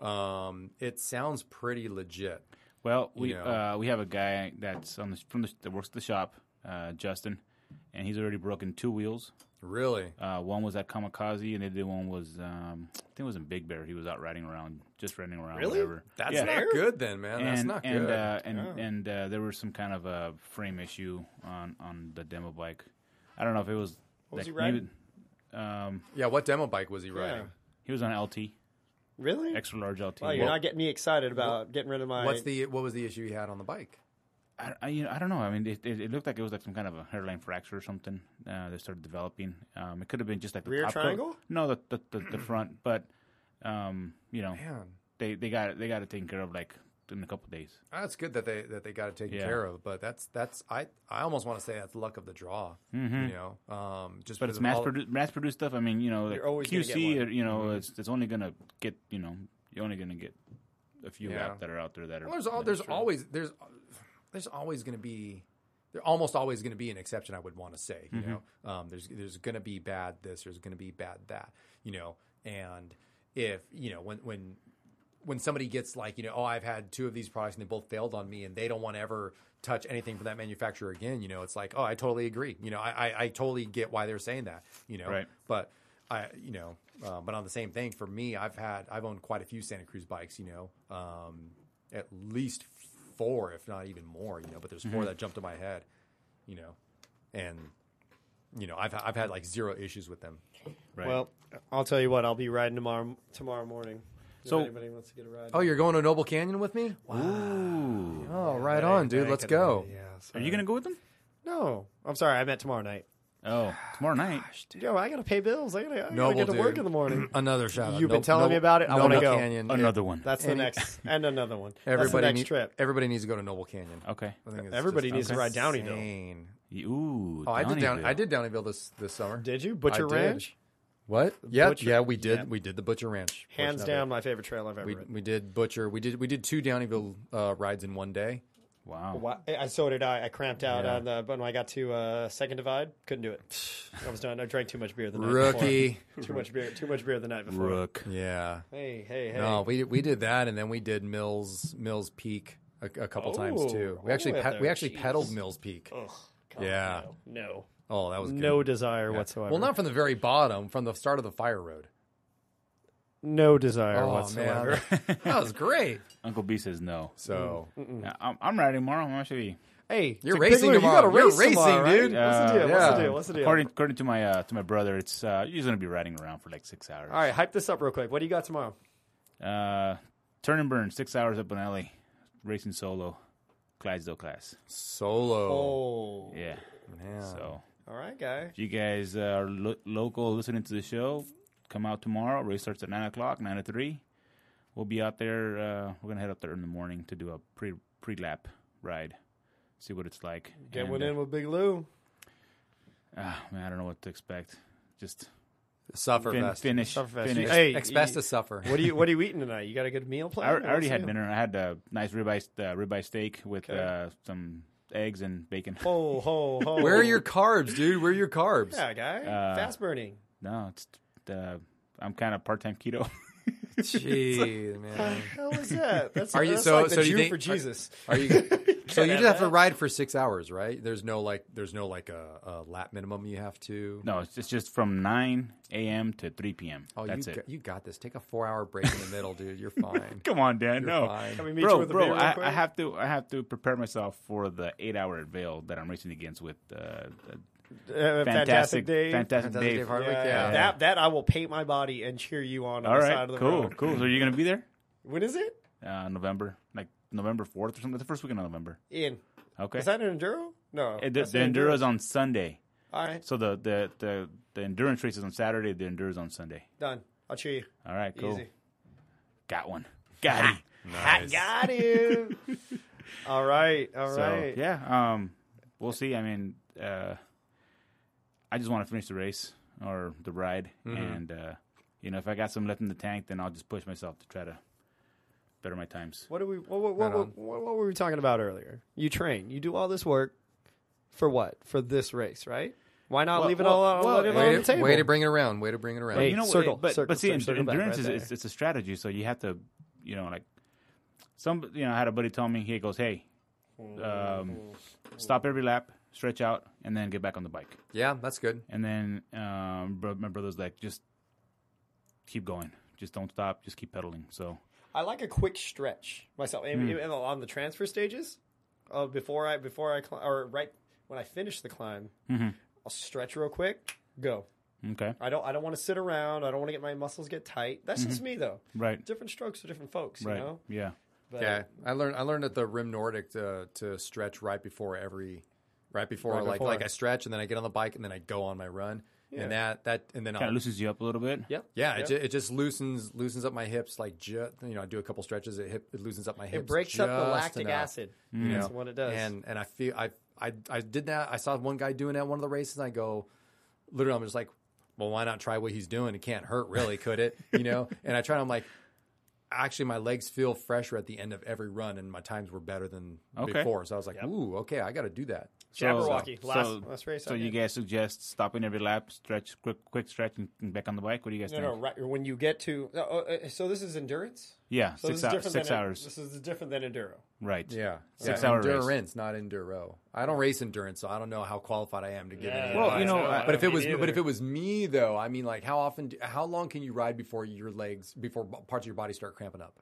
Speaker 3: um, it sounds pretty legit.
Speaker 5: Well, we
Speaker 3: know.
Speaker 5: uh, we have a guy that's on the, from the, that works at the shop, uh, Justin, and he's already broken two wheels.
Speaker 3: Really,
Speaker 5: Uh, one was at Kamikaze, and the other one was um, I think it was in Big Bear. He was out riding around, just riding around.
Speaker 4: Really? Oh,
Speaker 5: Whatever.
Speaker 3: that's
Speaker 5: Yeah.
Speaker 3: not good, then, man. that's
Speaker 5: And
Speaker 3: not good.
Speaker 5: and Uh, and and uh, there was some kind of a frame issue on on the demo bike. I don't know if it was.
Speaker 4: was he
Speaker 5: maybe- um,
Speaker 3: yeah, what demo bike was he riding?
Speaker 5: he was on LT,
Speaker 4: Really?
Speaker 5: extra large LT.
Speaker 4: Wow, you're not getting me excited about getting rid of my.
Speaker 3: What's the what was the issue he had on the bike?
Speaker 5: I, I, you know, I don't know. I mean, it, it, it looked like it was like some kind of a hairline fracture or something uh, that started developing. Um, it could have been just like the
Speaker 4: Rear
Speaker 5: top coat.
Speaker 4: triangle?
Speaker 5: No, the the, the, the front. But um, you know,
Speaker 3: Man.
Speaker 5: they they got it- they got it taken care of like in a couple days.
Speaker 3: That's good that they that they got it taken
Speaker 5: Yeah.
Speaker 3: care of, but that's that's I I almost want to say that's luck of the draw, you know. Um, just because
Speaker 5: Mm-hmm. But it's
Speaker 3: of
Speaker 5: mass
Speaker 3: all-
Speaker 5: produced mass produced stuff. I mean, you know, like
Speaker 4: You're always gonna
Speaker 5: QC.
Speaker 4: get
Speaker 5: Or, you
Speaker 3: Mm-hmm.
Speaker 5: know, it's, it's only gonna get you know you're only gonna get a few
Speaker 3: Yeah.
Speaker 5: out that are out there that are.
Speaker 3: Well, there's all
Speaker 5: that are
Speaker 3: there's
Speaker 5: true.
Speaker 3: always there's there's always going to be there almost always going to be an exception. I would want to say,
Speaker 5: Mm-hmm.
Speaker 3: you know, um, there's there's going to be bad this, there's going to be bad that, you know, and if you know when when when somebody gets like you know oh I've had two of these products and they both failed on me and they don't want to ever touch anything from that manufacturer again, you know, it's like oh I totally agree, you know, I I, I totally get why they're saying that, you know,
Speaker 5: Right.
Speaker 3: but I, you know, uh, but on the same thing for me, I've had I've owned quite a few Santa Cruz bikes, you know, um, at least four, if not even more, you know. But there's 4 that jumped to my head, you know, and you know I've I've had like zero issues with them.
Speaker 5: Right.
Speaker 4: Well, I'll tell you what. I'll be riding tomorrow tomorrow morning. If
Speaker 5: So-
Speaker 4: anybody wants to get a ride.
Speaker 3: Oh, you're going to Noble Canyon with me?
Speaker 5: Ooh.
Speaker 3: Oh, right on, dude. Let's go.
Speaker 4: Yeah.
Speaker 5: Are you gonna go with them?
Speaker 4: No, I'm sorry. I meant tomorrow night.
Speaker 5: Oh, tomorrow night.
Speaker 4: Yo, I gotta pay bills. I gotta, I
Speaker 3: Noble,
Speaker 4: gotta get to
Speaker 3: dude.
Speaker 4: work in the morning.
Speaker 3: Another shout out.
Speaker 4: You've been telling me about it. I wanna
Speaker 3: Noble
Speaker 4: go.
Speaker 3: Canyon.
Speaker 5: Another one.
Speaker 4: That's the next and another one. That's the
Speaker 3: Everybody,
Speaker 4: next
Speaker 3: need-
Speaker 4: trip.
Speaker 3: everybody needs to go to Noble Canyon.
Speaker 5: Okay.
Speaker 3: I think it's
Speaker 4: Everybody
Speaker 3: just
Speaker 4: needs to ride Downeyville.
Speaker 3: insane.
Speaker 5: Ooh.
Speaker 3: Oh, I did down.
Speaker 5: Downeyville.
Speaker 3: I did Downeyville this this summer.
Speaker 4: Did you Butcher
Speaker 3: I did.
Speaker 4: Ranch?
Speaker 3: What? Yeah,
Speaker 4: Butcher.
Speaker 3: yeah, we did.
Speaker 4: Yeah.
Speaker 3: We did the Butcher Ranch. portion
Speaker 4: Hands
Speaker 3: of
Speaker 4: down,
Speaker 3: it.
Speaker 4: my favorite trail I've ever
Speaker 3: We,
Speaker 4: ridden.
Speaker 3: we did Butcher. We did we did two Downeyville uh, rides in one day.
Speaker 5: Wow.
Speaker 4: Why- I so did I. I cramped out on the but when I got to uh, second divide, couldn't do it. I was done. I drank too much beer the night
Speaker 3: Rookie.
Speaker 4: before. Too much beer. Too much beer the night before.
Speaker 5: Rook.
Speaker 3: Yeah.
Speaker 4: Hey, hey, hey.
Speaker 3: No, we we did that, and then we did Mills Mills Peak a, a couple times
Speaker 4: Oh,
Speaker 3: too.
Speaker 4: all the
Speaker 3: We actually
Speaker 4: way up
Speaker 3: pe- we
Speaker 4: there.
Speaker 3: actually
Speaker 4: Jeez.
Speaker 3: pedaled Mills Peak.
Speaker 4: Ugh, God,
Speaker 3: Yeah.
Speaker 4: No.
Speaker 3: Oh, that was
Speaker 4: No,
Speaker 3: good.
Speaker 4: No desire whatsoever.
Speaker 3: Well, not from the very bottom, from the start of the fire road.
Speaker 4: no desire
Speaker 3: Oh
Speaker 4: whatsoever.
Speaker 3: man, that was great.
Speaker 5: Uncle B says no.
Speaker 3: So
Speaker 4: Mm-hmm.
Speaker 5: Yeah, I'm, I'm riding tomorrow. I'm actually.
Speaker 4: Hey,
Speaker 3: You're
Speaker 4: it's a
Speaker 3: racing
Speaker 4: Bigler,
Speaker 3: tomorrow.
Speaker 4: You got to
Speaker 3: You're
Speaker 4: race
Speaker 3: racing,
Speaker 4: tomorrow, right?
Speaker 3: dude.
Speaker 4: What's the deal?
Speaker 3: Yeah.
Speaker 4: What's the deal? What's the deal?
Speaker 5: According, according to my uh, to my brother, it's uh, you're just gonna be riding around for like six hours.
Speaker 4: All right, hype this up real quick. What do you got tomorrow?
Speaker 5: Uh, turn and burn. Six hours up in LA, racing solo, Clydesdale class.
Speaker 3: solo.
Speaker 4: Oh.
Speaker 5: Yeah. So
Speaker 4: All right, guy.
Speaker 5: if you guys uh, are lo- local listening to the show, come out tomorrow. Race starts at nine o'clock, nine to three. We'll be out there. Uh, we're gonna head up there in the morning to do a pre pre lap ride, see what it's like.
Speaker 4: Get
Speaker 5: And,
Speaker 4: one
Speaker 5: uh,
Speaker 4: in with Big Lou.
Speaker 5: ah, man, I don't know what to expect. Just
Speaker 3: Suffer
Speaker 5: fin-
Speaker 3: fest.
Speaker 5: finish,
Speaker 4: Sufferfest.
Speaker 5: finish.
Speaker 4: Hey,
Speaker 3: Expect
Speaker 4: you-
Speaker 3: to suffer.
Speaker 4: What are you What are you eating tonight? You got a good meal
Speaker 5: I,
Speaker 4: planned?
Speaker 5: I already had
Speaker 4: What's
Speaker 5: dinner. I had a nice ribeye uh, ribeye steak with
Speaker 4: Okay.
Speaker 5: uh, some eggs and bacon.
Speaker 4: the deal? Ho ho ho!
Speaker 3: Where are your carbs, dude? Where are your carbs?
Speaker 4: yeah, guy? Fast burning.
Speaker 5: No, it's the I'm kind of part time keto.
Speaker 3: Gee, man.
Speaker 4: Hell is that? That's,
Speaker 3: Are you-
Speaker 4: that's
Speaker 3: so-
Speaker 4: like the
Speaker 3: so
Speaker 4: Jew
Speaker 3: you think-
Speaker 4: for Jesus.
Speaker 3: Are you? so you just have to ride for six hours, right? There's no like, there's no like a, a lap minimum you have to.
Speaker 5: No, it's just, just from 9 a.m. to 3 p.m.
Speaker 3: Oh,
Speaker 5: That's
Speaker 3: you
Speaker 5: it.
Speaker 3: Got, you got this. Take a four hour break in the middle, dude. You're fine.
Speaker 5: Come on, Dan.
Speaker 3: You're
Speaker 5: no,
Speaker 3: fine.
Speaker 4: Can we meet you
Speaker 5: bro,
Speaker 4: with a beer
Speaker 5: bro.
Speaker 4: real
Speaker 5: I,
Speaker 4: quick?
Speaker 5: I have to I have to prepare myself for the eight hour veil that I'm racing against with uh, uh,
Speaker 4: Uh, fantastic,
Speaker 5: fantastic,
Speaker 4: day.
Speaker 3: Fantastic
Speaker 5: fantastic, Dave.
Speaker 3: Dave Hardwick.
Speaker 4: Yeah,
Speaker 3: Yeah.
Speaker 4: That that I will paint my body and cheer you on. on
Speaker 5: All
Speaker 4: the
Speaker 5: right,
Speaker 4: side of the
Speaker 5: cool,
Speaker 4: road.
Speaker 5: cool. So you're gonna be there
Speaker 4: When is it?
Speaker 5: uh, November, like November 4th or something. The first weekend of November.
Speaker 4: In
Speaker 5: Okay.
Speaker 4: is that an enduro? No,
Speaker 5: Uh, the,
Speaker 4: that's
Speaker 5: the
Speaker 4: an
Speaker 5: enduro is on Sunday.
Speaker 4: All right,
Speaker 5: So the, the the the endurance race is on Saturday. The enduro is on Sunday.
Speaker 4: done. I'll cheer you.
Speaker 5: All right, cool.
Speaker 4: Easy.
Speaker 5: Got one. Got it.
Speaker 3: Nice.
Speaker 4: Got him. all right, all right.
Speaker 5: So yeah, um, we'll see. I mean, uh, I just want to finish the race or the ride, and uh, you know, if I got some left in the tank, then I'll just push myself to try to better my times.
Speaker 4: What do we? What, what, what, what, what, were we talking about earlier? You train. You do all this work for what? For this race, right? Why not
Speaker 5: Well,
Speaker 4: leave it
Speaker 5: well,
Speaker 4: all out
Speaker 5: well,
Speaker 4: leave it all
Speaker 3: Way
Speaker 4: on the
Speaker 3: to,
Speaker 4: table?
Speaker 3: way to bring it around. Way to bring it around.
Speaker 4: Hey,
Speaker 5: you know, eh,
Speaker 4: circle,
Speaker 5: but
Speaker 4: circle,
Speaker 5: but see,
Speaker 4: circle, circle back
Speaker 5: endurance
Speaker 4: right
Speaker 5: is
Speaker 4: there.
Speaker 5: it's, it's a strategy, so you have to, you know, like some. You know, I had a buddy tell me he goes, "Hey, um, stop every lap, stretch out, and then get back on the bike."
Speaker 3: Yeah, that's good.
Speaker 5: And then um, bro- my brother's like, "Just keep going, just don't stop, just keep pedaling." So.
Speaker 4: I like a quick stretch myself, and,
Speaker 5: Hmm.
Speaker 4: and on the transfer stages, uh, before I before I cli- or right when I finish the climb,
Speaker 5: Mm-hmm.
Speaker 4: I'll stretch real quick. Go.
Speaker 5: Okay.
Speaker 4: I don't. I don't want to sit around. I don't want to get my muscles get tight. That's
Speaker 3: Mm-hmm.
Speaker 4: just me though.
Speaker 5: Right.
Speaker 4: Different strokes for different folks.
Speaker 5: Right.
Speaker 4: You know.
Speaker 5: Yeah.
Speaker 4: But,
Speaker 3: yeah, I learned I learned at the Rim Nordic to to stretch right before every, right before
Speaker 4: Right
Speaker 3: like
Speaker 4: before.
Speaker 3: like I stretch and then I get on the bike and then I go on my run and that that and then
Speaker 5: Kind
Speaker 3: I'll
Speaker 5: of loosens you up a little bit.
Speaker 4: Yep.
Speaker 3: Yeah, it, ju- it just loosens loosens up my hips like ju- you know I do a couple stretches it, hip, it loosens up my hips.
Speaker 4: It breaks up the
Speaker 3: just
Speaker 4: lactic
Speaker 3: enough,
Speaker 4: acid.
Speaker 3: you
Speaker 4: That's
Speaker 3: know?
Speaker 4: what it does.
Speaker 3: And and I feel I I I did that. I saw one guy doing that at one of the races. and I go, literally, I'm just like, well, why not try what he's doing? It can't hurt, really, could it? You know. and I try. and I'm like, actually, my legs feel fresher at the end of every run, and my times were better than
Speaker 5: Okay.
Speaker 3: before. So I was like, ooh, okay, I got to do that.
Speaker 4: Jabberwocky. last, last race.
Speaker 5: So
Speaker 4: I
Speaker 5: you
Speaker 4: did.
Speaker 5: guys suggest stopping every lap, stretch, quick, quick stretch, and and back on the bike. What do you guys
Speaker 4: No,
Speaker 5: think?
Speaker 4: no. Right when you get to. Uh, uh, so this is endurance.
Speaker 5: Yeah,
Speaker 4: So
Speaker 5: six,
Speaker 4: this is
Speaker 5: hou-
Speaker 4: different
Speaker 5: six
Speaker 4: than
Speaker 5: hours.
Speaker 4: this is different than enduro.
Speaker 3: Uh,
Speaker 5: right.
Speaker 3: Yeah,
Speaker 5: Six
Speaker 3: yeah.
Speaker 5: hour race.
Speaker 3: endurance, not enduro. I don't race endurance, so I don't know how qualified I am to give any.
Speaker 4: Well,
Speaker 5: you
Speaker 3: advice.
Speaker 5: know, I-
Speaker 3: but if it
Speaker 4: Um, Me
Speaker 3: was, but
Speaker 4: neither.
Speaker 3: if it was me though, I mean, like, how often, do, how long can you ride before your legs, before b- parts of your body start cramping up,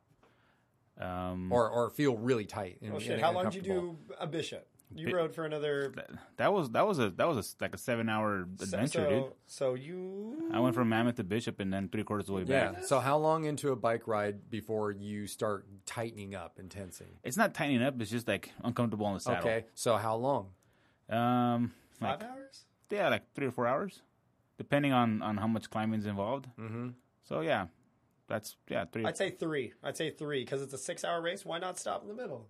Speaker 5: Um,
Speaker 3: or or feel really tight? And,
Speaker 4: Oh shit!
Speaker 3: and
Speaker 4: How long did you
Speaker 3: uncomfortable?
Speaker 4: do a bishop? You rode for another.
Speaker 5: that was that was a that was a, s- like a seven hour adventure,
Speaker 4: so,
Speaker 5: dude.
Speaker 4: so you.
Speaker 5: I went from Mammoth to Bishop and then three quarters of the way
Speaker 3: Yeah.
Speaker 5: back.
Speaker 3: So how long into a bike ride before you start tightening up and tensing?
Speaker 5: It's not tightening up. It's just like uncomfortable on the saddle.
Speaker 3: Okay. So how long?
Speaker 5: Um, like
Speaker 4: Five hours?
Speaker 5: yeah, like three or four hours, depending on on how much climbing's involved. Mm-hmm. So yeah, that's yeah three.
Speaker 4: I'd say three. I'd say three because it's a six-hour race. Why not stop in the middle?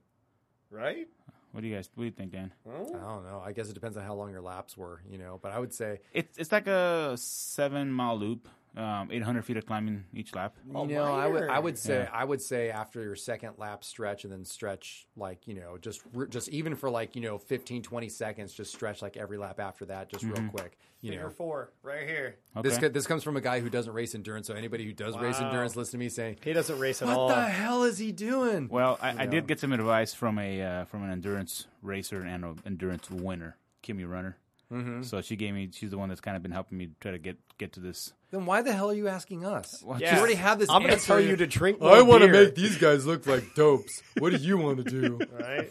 Speaker 4: Right?
Speaker 5: What do you guys? What do you think, Dan?
Speaker 3: I don't know. I guess it depends on how long your laps were, you know. But I would say,
Speaker 5: It's it's like a seven mile loop, um, eight hundred feet of climbing each lap.
Speaker 4: Oh,
Speaker 3: you know, I would I
Speaker 4: minor.
Speaker 3: would say
Speaker 5: Yeah.
Speaker 3: I would say after your second lap stretch and then stretch like, you know, just re- just even for like, you know, 15 20 seconds just stretch like every lap after that just
Speaker 4: Mm-hmm.
Speaker 3: real quick, you
Speaker 4: Figure
Speaker 3: know.
Speaker 4: four, right here.
Speaker 3: This
Speaker 5: Okay.
Speaker 3: co- this comes from a guy who doesn't race endurance, so anybody who does race endurance listen to me saying,
Speaker 4: He doesn't race at all.
Speaker 3: "What the hell is he doing?"
Speaker 5: Well, I, I did get some advice from a uh, from an endurance racer and an endurance winner, Kimmy Runner. Mm-hmm. So she gave me. She's the one that's kind of been helping me try to get get to this.
Speaker 3: Then why the hell are you asking us?
Speaker 5: Well,
Speaker 3: You
Speaker 5: Yeah.
Speaker 3: already have this
Speaker 4: I'm gonna
Speaker 3: answer.
Speaker 4: tell you to drink.
Speaker 3: I
Speaker 4: want to
Speaker 3: make these guys look like dopes. What do you want to do?
Speaker 4: Right?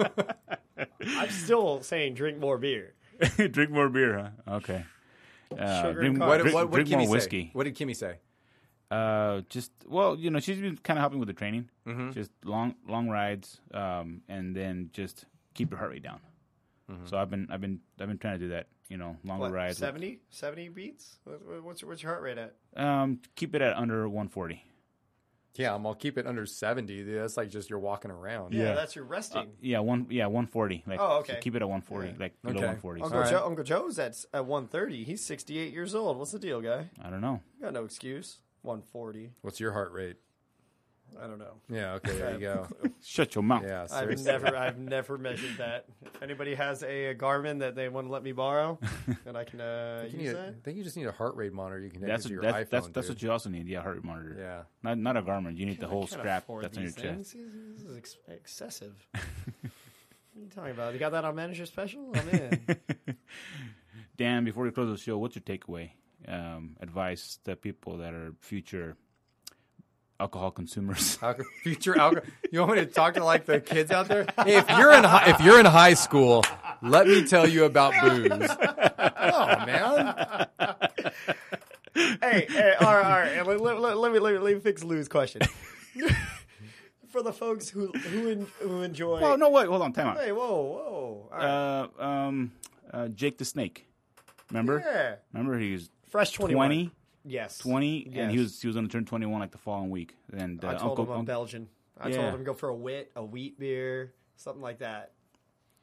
Speaker 4: I'm still saying drink more beer.
Speaker 5: drink more beer, huh? Okay. Uh,
Speaker 4: Sugar
Speaker 5: drink
Speaker 4: and
Speaker 5: more,
Speaker 4: carbs.
Speaker 3: What,
Speaker 5: drink,
Speaker 3: what, what
Speaker 5: drink
Speaker 3: did Kimmy
Speaker 5: more
Speaker 3: say?
Speaker 5: whiskey.
Speaker 3: What did Kimmy say?
Speaker 5: Uh, just well, you know, she's been kind of helping with the training. Just long long rides, um, and then just keep your heart rate down. So I've been I've been I've been trying to do that. You know, longer
Speaker 4: What,
Speaker 5: rides.
Speaker 4: 70? 70 beats? What- what- What's your, what's your heart rate at?
Speaker 5: Um, keep it at under 140.
Speaker 3: Yeah, I'm gonna keep it under 70. dude. That's like just you're walking around.
Speaker 4: Yeah,
Speaker 5: Yeah.
Speaker 4: that's your resting.
Speaker 5: Yeah, one. Yeah, 140. Like,
Speaker 4: Oh, okay.
Speaker 5: Keep it at 140. Like below
Speaker 3: Okay.
Speaker 5: 140.
Speaker 4: Uncle,
Speaker 3: Alright.
Speaker 4: Joe, Uncle Joe's at, at 130. He's 68 years old. What's the deal, guy?
Speaker 5: I don't know.
Speaker 4: You got no excuse. 140.
Speaker 3: What's your heart rate?
Speaker 4: I don't know.
Speaker 3: Yeah, okay, there you go.
Speaker 5: Shut your mouth.
Speaker 3: Yeah,
Speaker 4: I've
Speaker 3: seriously.
Speaker 4: never, I've never measured that. If anybody has a, a Garmin that they want to let me borrow, and I can uh,
Speaker 3: You
Speaker 4: use
Speaker 3: need a-
Speaker 4: that.
Speaker 3: I think you just need a heart rate monitor you can connect
Speaker 5: That's
Speaker 3: to
Speaker 5: what,
Speaker 3: your
Speaker 5: that's,
Speaker 3: iPhone.
Speaker 5: that's, that's
Speaker 3: dude.
Speaker 5: what you also need. Yeah, heart rate monitor.
Speaker 3: Yeah.
Speaker 5: Not not a Garmin. You need the whole
Speaker 4: I can't
Speaker 5: strap
Speaker 4: afford
Speaker 5: that's on your
Speaker 4: these
Speaker 5: chest.
Speaker 4: things. This is ex- excessive. what are you talking about? You got that on manager special? I'm in.
Speaker 5: Dan, before we close the show, what's your takeaway? Um, advice to people that are future alcohol consumers.
Speaker 3: Alco- future alcohol. You want me to talk to like the kids out there? Hey, if you're in hi- if you're in high school, let me tell you about booze. Oh man,
Speaker 4: hey, hey, all right, all right. And Let, let- let- let me, let, me, let me fix Lou's question. For the folks who who, en- who enjoy.
Speaker 5: well, no, wait, hold on, time out.
Speaker 4: Hey, whoa, whoa. All right.
Speaker 5: Uh, um, uh, Jake the Snake. Remember?
Speaker 4: yeah.
Speaker 5: Remember he was
Speaker 4: Fresh 21.
Speaker 5: 20,
Speaker 4: Yes.
Speaker 5: 20 and he
Speaker 4: Yes.
Speaker 5: was he was going to turn 21 like the following week. And uh,
Speaker 4: I told
Speaker 5: Uncle,
Speaker 4: him I'm
Speaker 5: Unc-
Speaker 4: Belgian. I
Speaker 5: Yeah.
Speaker 4: told him go for a wit, a wheat beer, something like that.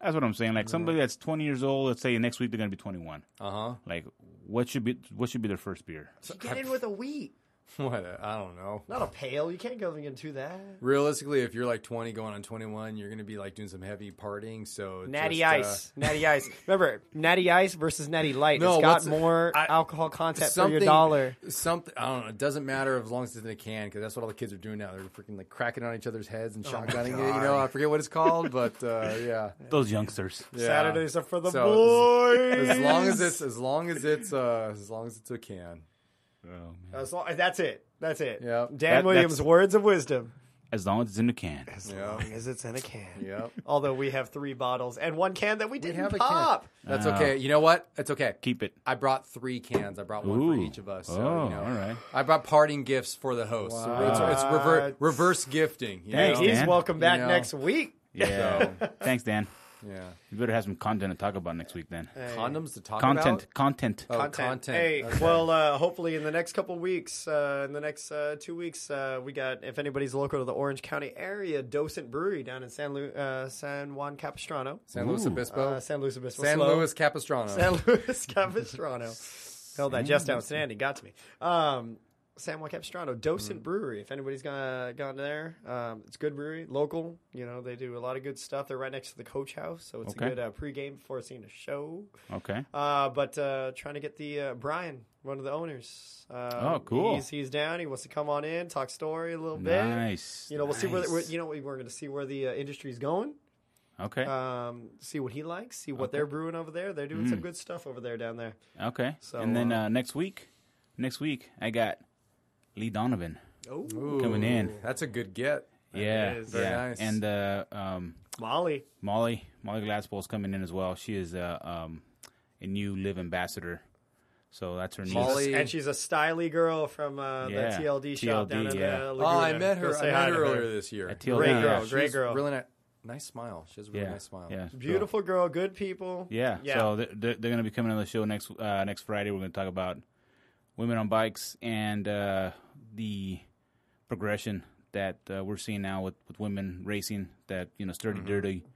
Speaker 5: That's what I'm saying. Like somebody that's 20 years old, let's say next week they're going to be 21.
Speaker 3: uh huh.
Speaker 5: Like what should be what should be their first beer?
Speaker 4: Get in with a wheat,
Speaker 3: What? A, I don't know.
Speaker 4: not a pale. You can't go into that.
Speaker 3: Realistically, if you're like 20 going on 21, you're gonna be like doing some heavy partying. So
Speaker 4: Natty
Speaker 3: just, uh,
Speaker 4: Ice, Natty Ice. Remember, Natty Ice versus Natty Light.
Speaker 3: No,
Speaker 4: it's got
Speaker 3: what's-
Speaker 4: more
Speaker 3: I-
Speaker 4: alcohol content for
Speaker 3: something,
Speaker 4: your dollar.
Speaker 3: Something I don't know. It doesn't matter as long as it's in a can because that's what all the kids are doing now. They're freaking like cracking on each other's heads and
Speaker 4: Oh
Speaker 3: shotgunning it. You know, I forget what it's called, but uh, yeah.
Speaker 5: Those youngsters.
Speaker 3: yeah.
Speaker 4: are for the
Speaker 3: So, As long as it's as long as it's uh, as long as it's a can.
Speaker 4: As long- that's it. That's it.
Speaker 3: Yep.
Speaker 4: Dan
Speaker 5: That-
Speaker 4: Williams'
Speaker 5: that's-
Speaker 4: words of wisdom.
Speaker 5: As long as it's in the can.
Speaker 4: As long as it's in a can.
Speaker 3: Yep.
Speaker 4: Although we have three bottles and one can that we didn't
Speaker 3: have a can.
Speaker 4: pop.
Speaker 3: That's
Speaker 5: Oh.
Speaker 3: okay. You know what? It's okay.
Speaker 5: Keep it.
Speaker 3: I brought three cans. I brought one for
Speaker 5: Ooh.
Speaker 3: each of us. So,
Speaker 5: Oh,
Speaker 3: you know,
Speaker 5: all right.
Speaker 3: I brought parting gifts for the host. So it's, it's rever-
Speaker 4: What?
Speaker 3: reverse gifting. You
Speaker 5: Thanks,
Speaker 3: know?
Speaker 4: He's
Speaker 5: Dan.
Speaker 4: welcome back
Speaker 3: You know.
Speaker 4: next week.
Speaker 5: Yeah. Thanks, Dan.
Speaker 3: Yeah.
Speaker 5: You better have some content to talk about next week then.
Speaker 3: Condoms to talk
Speaker 5: Content,
Speaker 3: about.
Speaker 5: content.
Speaker 3: Oh, content.
Speaker 4: Hey,
Speaker 3: Okay.
Speaker 4: well, uh, hopefully in the next couple weeks, uh, in the next uh, two weeks, uh, we got if anybody's local to the Orange County area, Docent Brewery down in San Lu- uh, San Juan Capistrano,
Speaker 3: San Luis
Speaker 5: Ooh.
Speaker 3: Obispo.
Speaker 4: uh, San Luis Obispo,
Speaker 3: San
Speaker 4: Slow.
Speaker 3: Luis Capistrano.
Speaker 4: San Luis Capistrano. Held that just outstanding. Got to me. Um, San Juan Capistrano,
Speaker 3: Mm.
Speaker 4: Docent Brewery. If anybody's gone gone there, um, it's a good brewery, local. You know they do a lot of good stuff. They're right next to the Coach House, so it's
Speaker 5: Okay.
Speaker 4: a good uh, pregame before seeing a show.
Speaker 5: Okay.
Speaker 4: Uh, but uh, trying to get the uh, Brian, one of the owners. Uh,
Speaker 5: Oh, cool.
Speaker 4: He's, he's down. He wants to come on in, talk story a little bit.
Speaker 5: Nice.
Speaker 4: You know, we'll see where the,
Speaker 5: nice.
Speaker 4: we're- you know we're going to see where the uh, industry's going.
Speaker 5: Okay.
Speaker 4: Um, see what he likes. See what they're brewing over there. They're doing
Speaker 5: Mm.
Speaker 4: some good stuff over there down there.
Speaker 5: okay.
Speaker 4: so,
Speaker 5: and then
Speaker 4: uh,
Speaker 5: uh, next week, next week I got Lee Donovan
Speaker 4: Oh,
Speaker 5: coming in.
Speaker 3: That's a good get.
Speaker 5: Yeah.
Speaker 4: is.
Speaker 5: yeah.
Speaker 4: Very
Speaker 3: nice.
Speaker 5: And uh, um,
Speaker 4: Molly.
Speaker 5: Molly, Molly Glasspool's coming in as well. She is uh, um, a new Live ambassador, so that's her niece.
Speaker 3: Molly-
Speaker 4: And she's a styly girl from uh,
Speaker 5: Yeah,
Speaker 4: the TLD, shop down
Speaker 5: TLD,
Speaker 4: in uh,
Speaker 5: yeah.
Speaker 4: the
Speaker 3: Oh, I met her. I met her earlier
Speaker 4: This
Speaker 3: this year.
Speaker 5: At TLD,
Speaker 4: Great
Speaker 5: yeah.
Speaker 4: girl, great
Speaker 3: She's
Speaker 4: girl.
Speaker 3: Really nice. nice smile. She has a really
Speaker 5: yeah,
Speaker 3: nice smile.
Speaker 5: yeah, it's cool.
Speaker 4: Beautiful girl, good people.
Speaker 5: Yeah.
Speaker 4: Yeah.
Speaker 5: So they're, they're going to be coming on the show next uh, next Friday. We're going to talk about women on bikes and uh, the progression that uh, we're seeing now with, with women racing. That you know, sturdy, dirty.
Speaker 3: Yep.
Speaker 5: Um,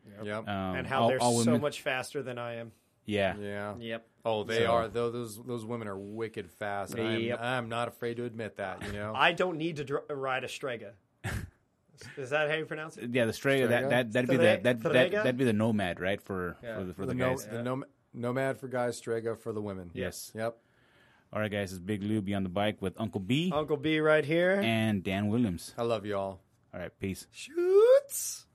Speaker 4: Mm-hmm. and how
Speaker 5: all-
Speaker 4: they're
Speaker 5: all
Speaker 4: so
Speaker 5: women-
Speaker 4: much faster than I am.
Speaker 5: Yeah.
Speaker 3: yeah.
Speaker 4: Yep.
Speaker 3: Oh, they
Speaker 5: So-
Speaker 3: are. Tho- Those those women are wicked fast. and
Speaker 4: Yep.
Speaker 3: I'm, I'm not afraid to admit that. You know.
Speaker 4: I don't need to dr- ride a Strega. Is that how you pronounce it?
Speaker 5: Yeah, the Strega,
Speaker 3: Strega?
Speaker 5: that that that'd be the
Speaker 4: Stre-
Speaker 5: that that
Speaker 4: Strega?
Speaker 5: that'd be the nomad, right? For
Speaker 4: Yeah.
Speaker 5: for the for
Speaker 3: the
Speaker 5: the
Speaker 3: no-
Speaker 5: guys.
Speaker 3: the nom- nomad for guys, Strega for the women.
Speaker 5: Yes.
Speaker 3: Yep.
Speaker 5: All right, guys, it's Big Lou be on the bike with Uncle B
Speaker 4: Uncle B right here.
Speaker 5: and Dan Williams.
Speaker 3: I love y'all.
Speaker 5: All right, peace.
Speaker 4: Shoots.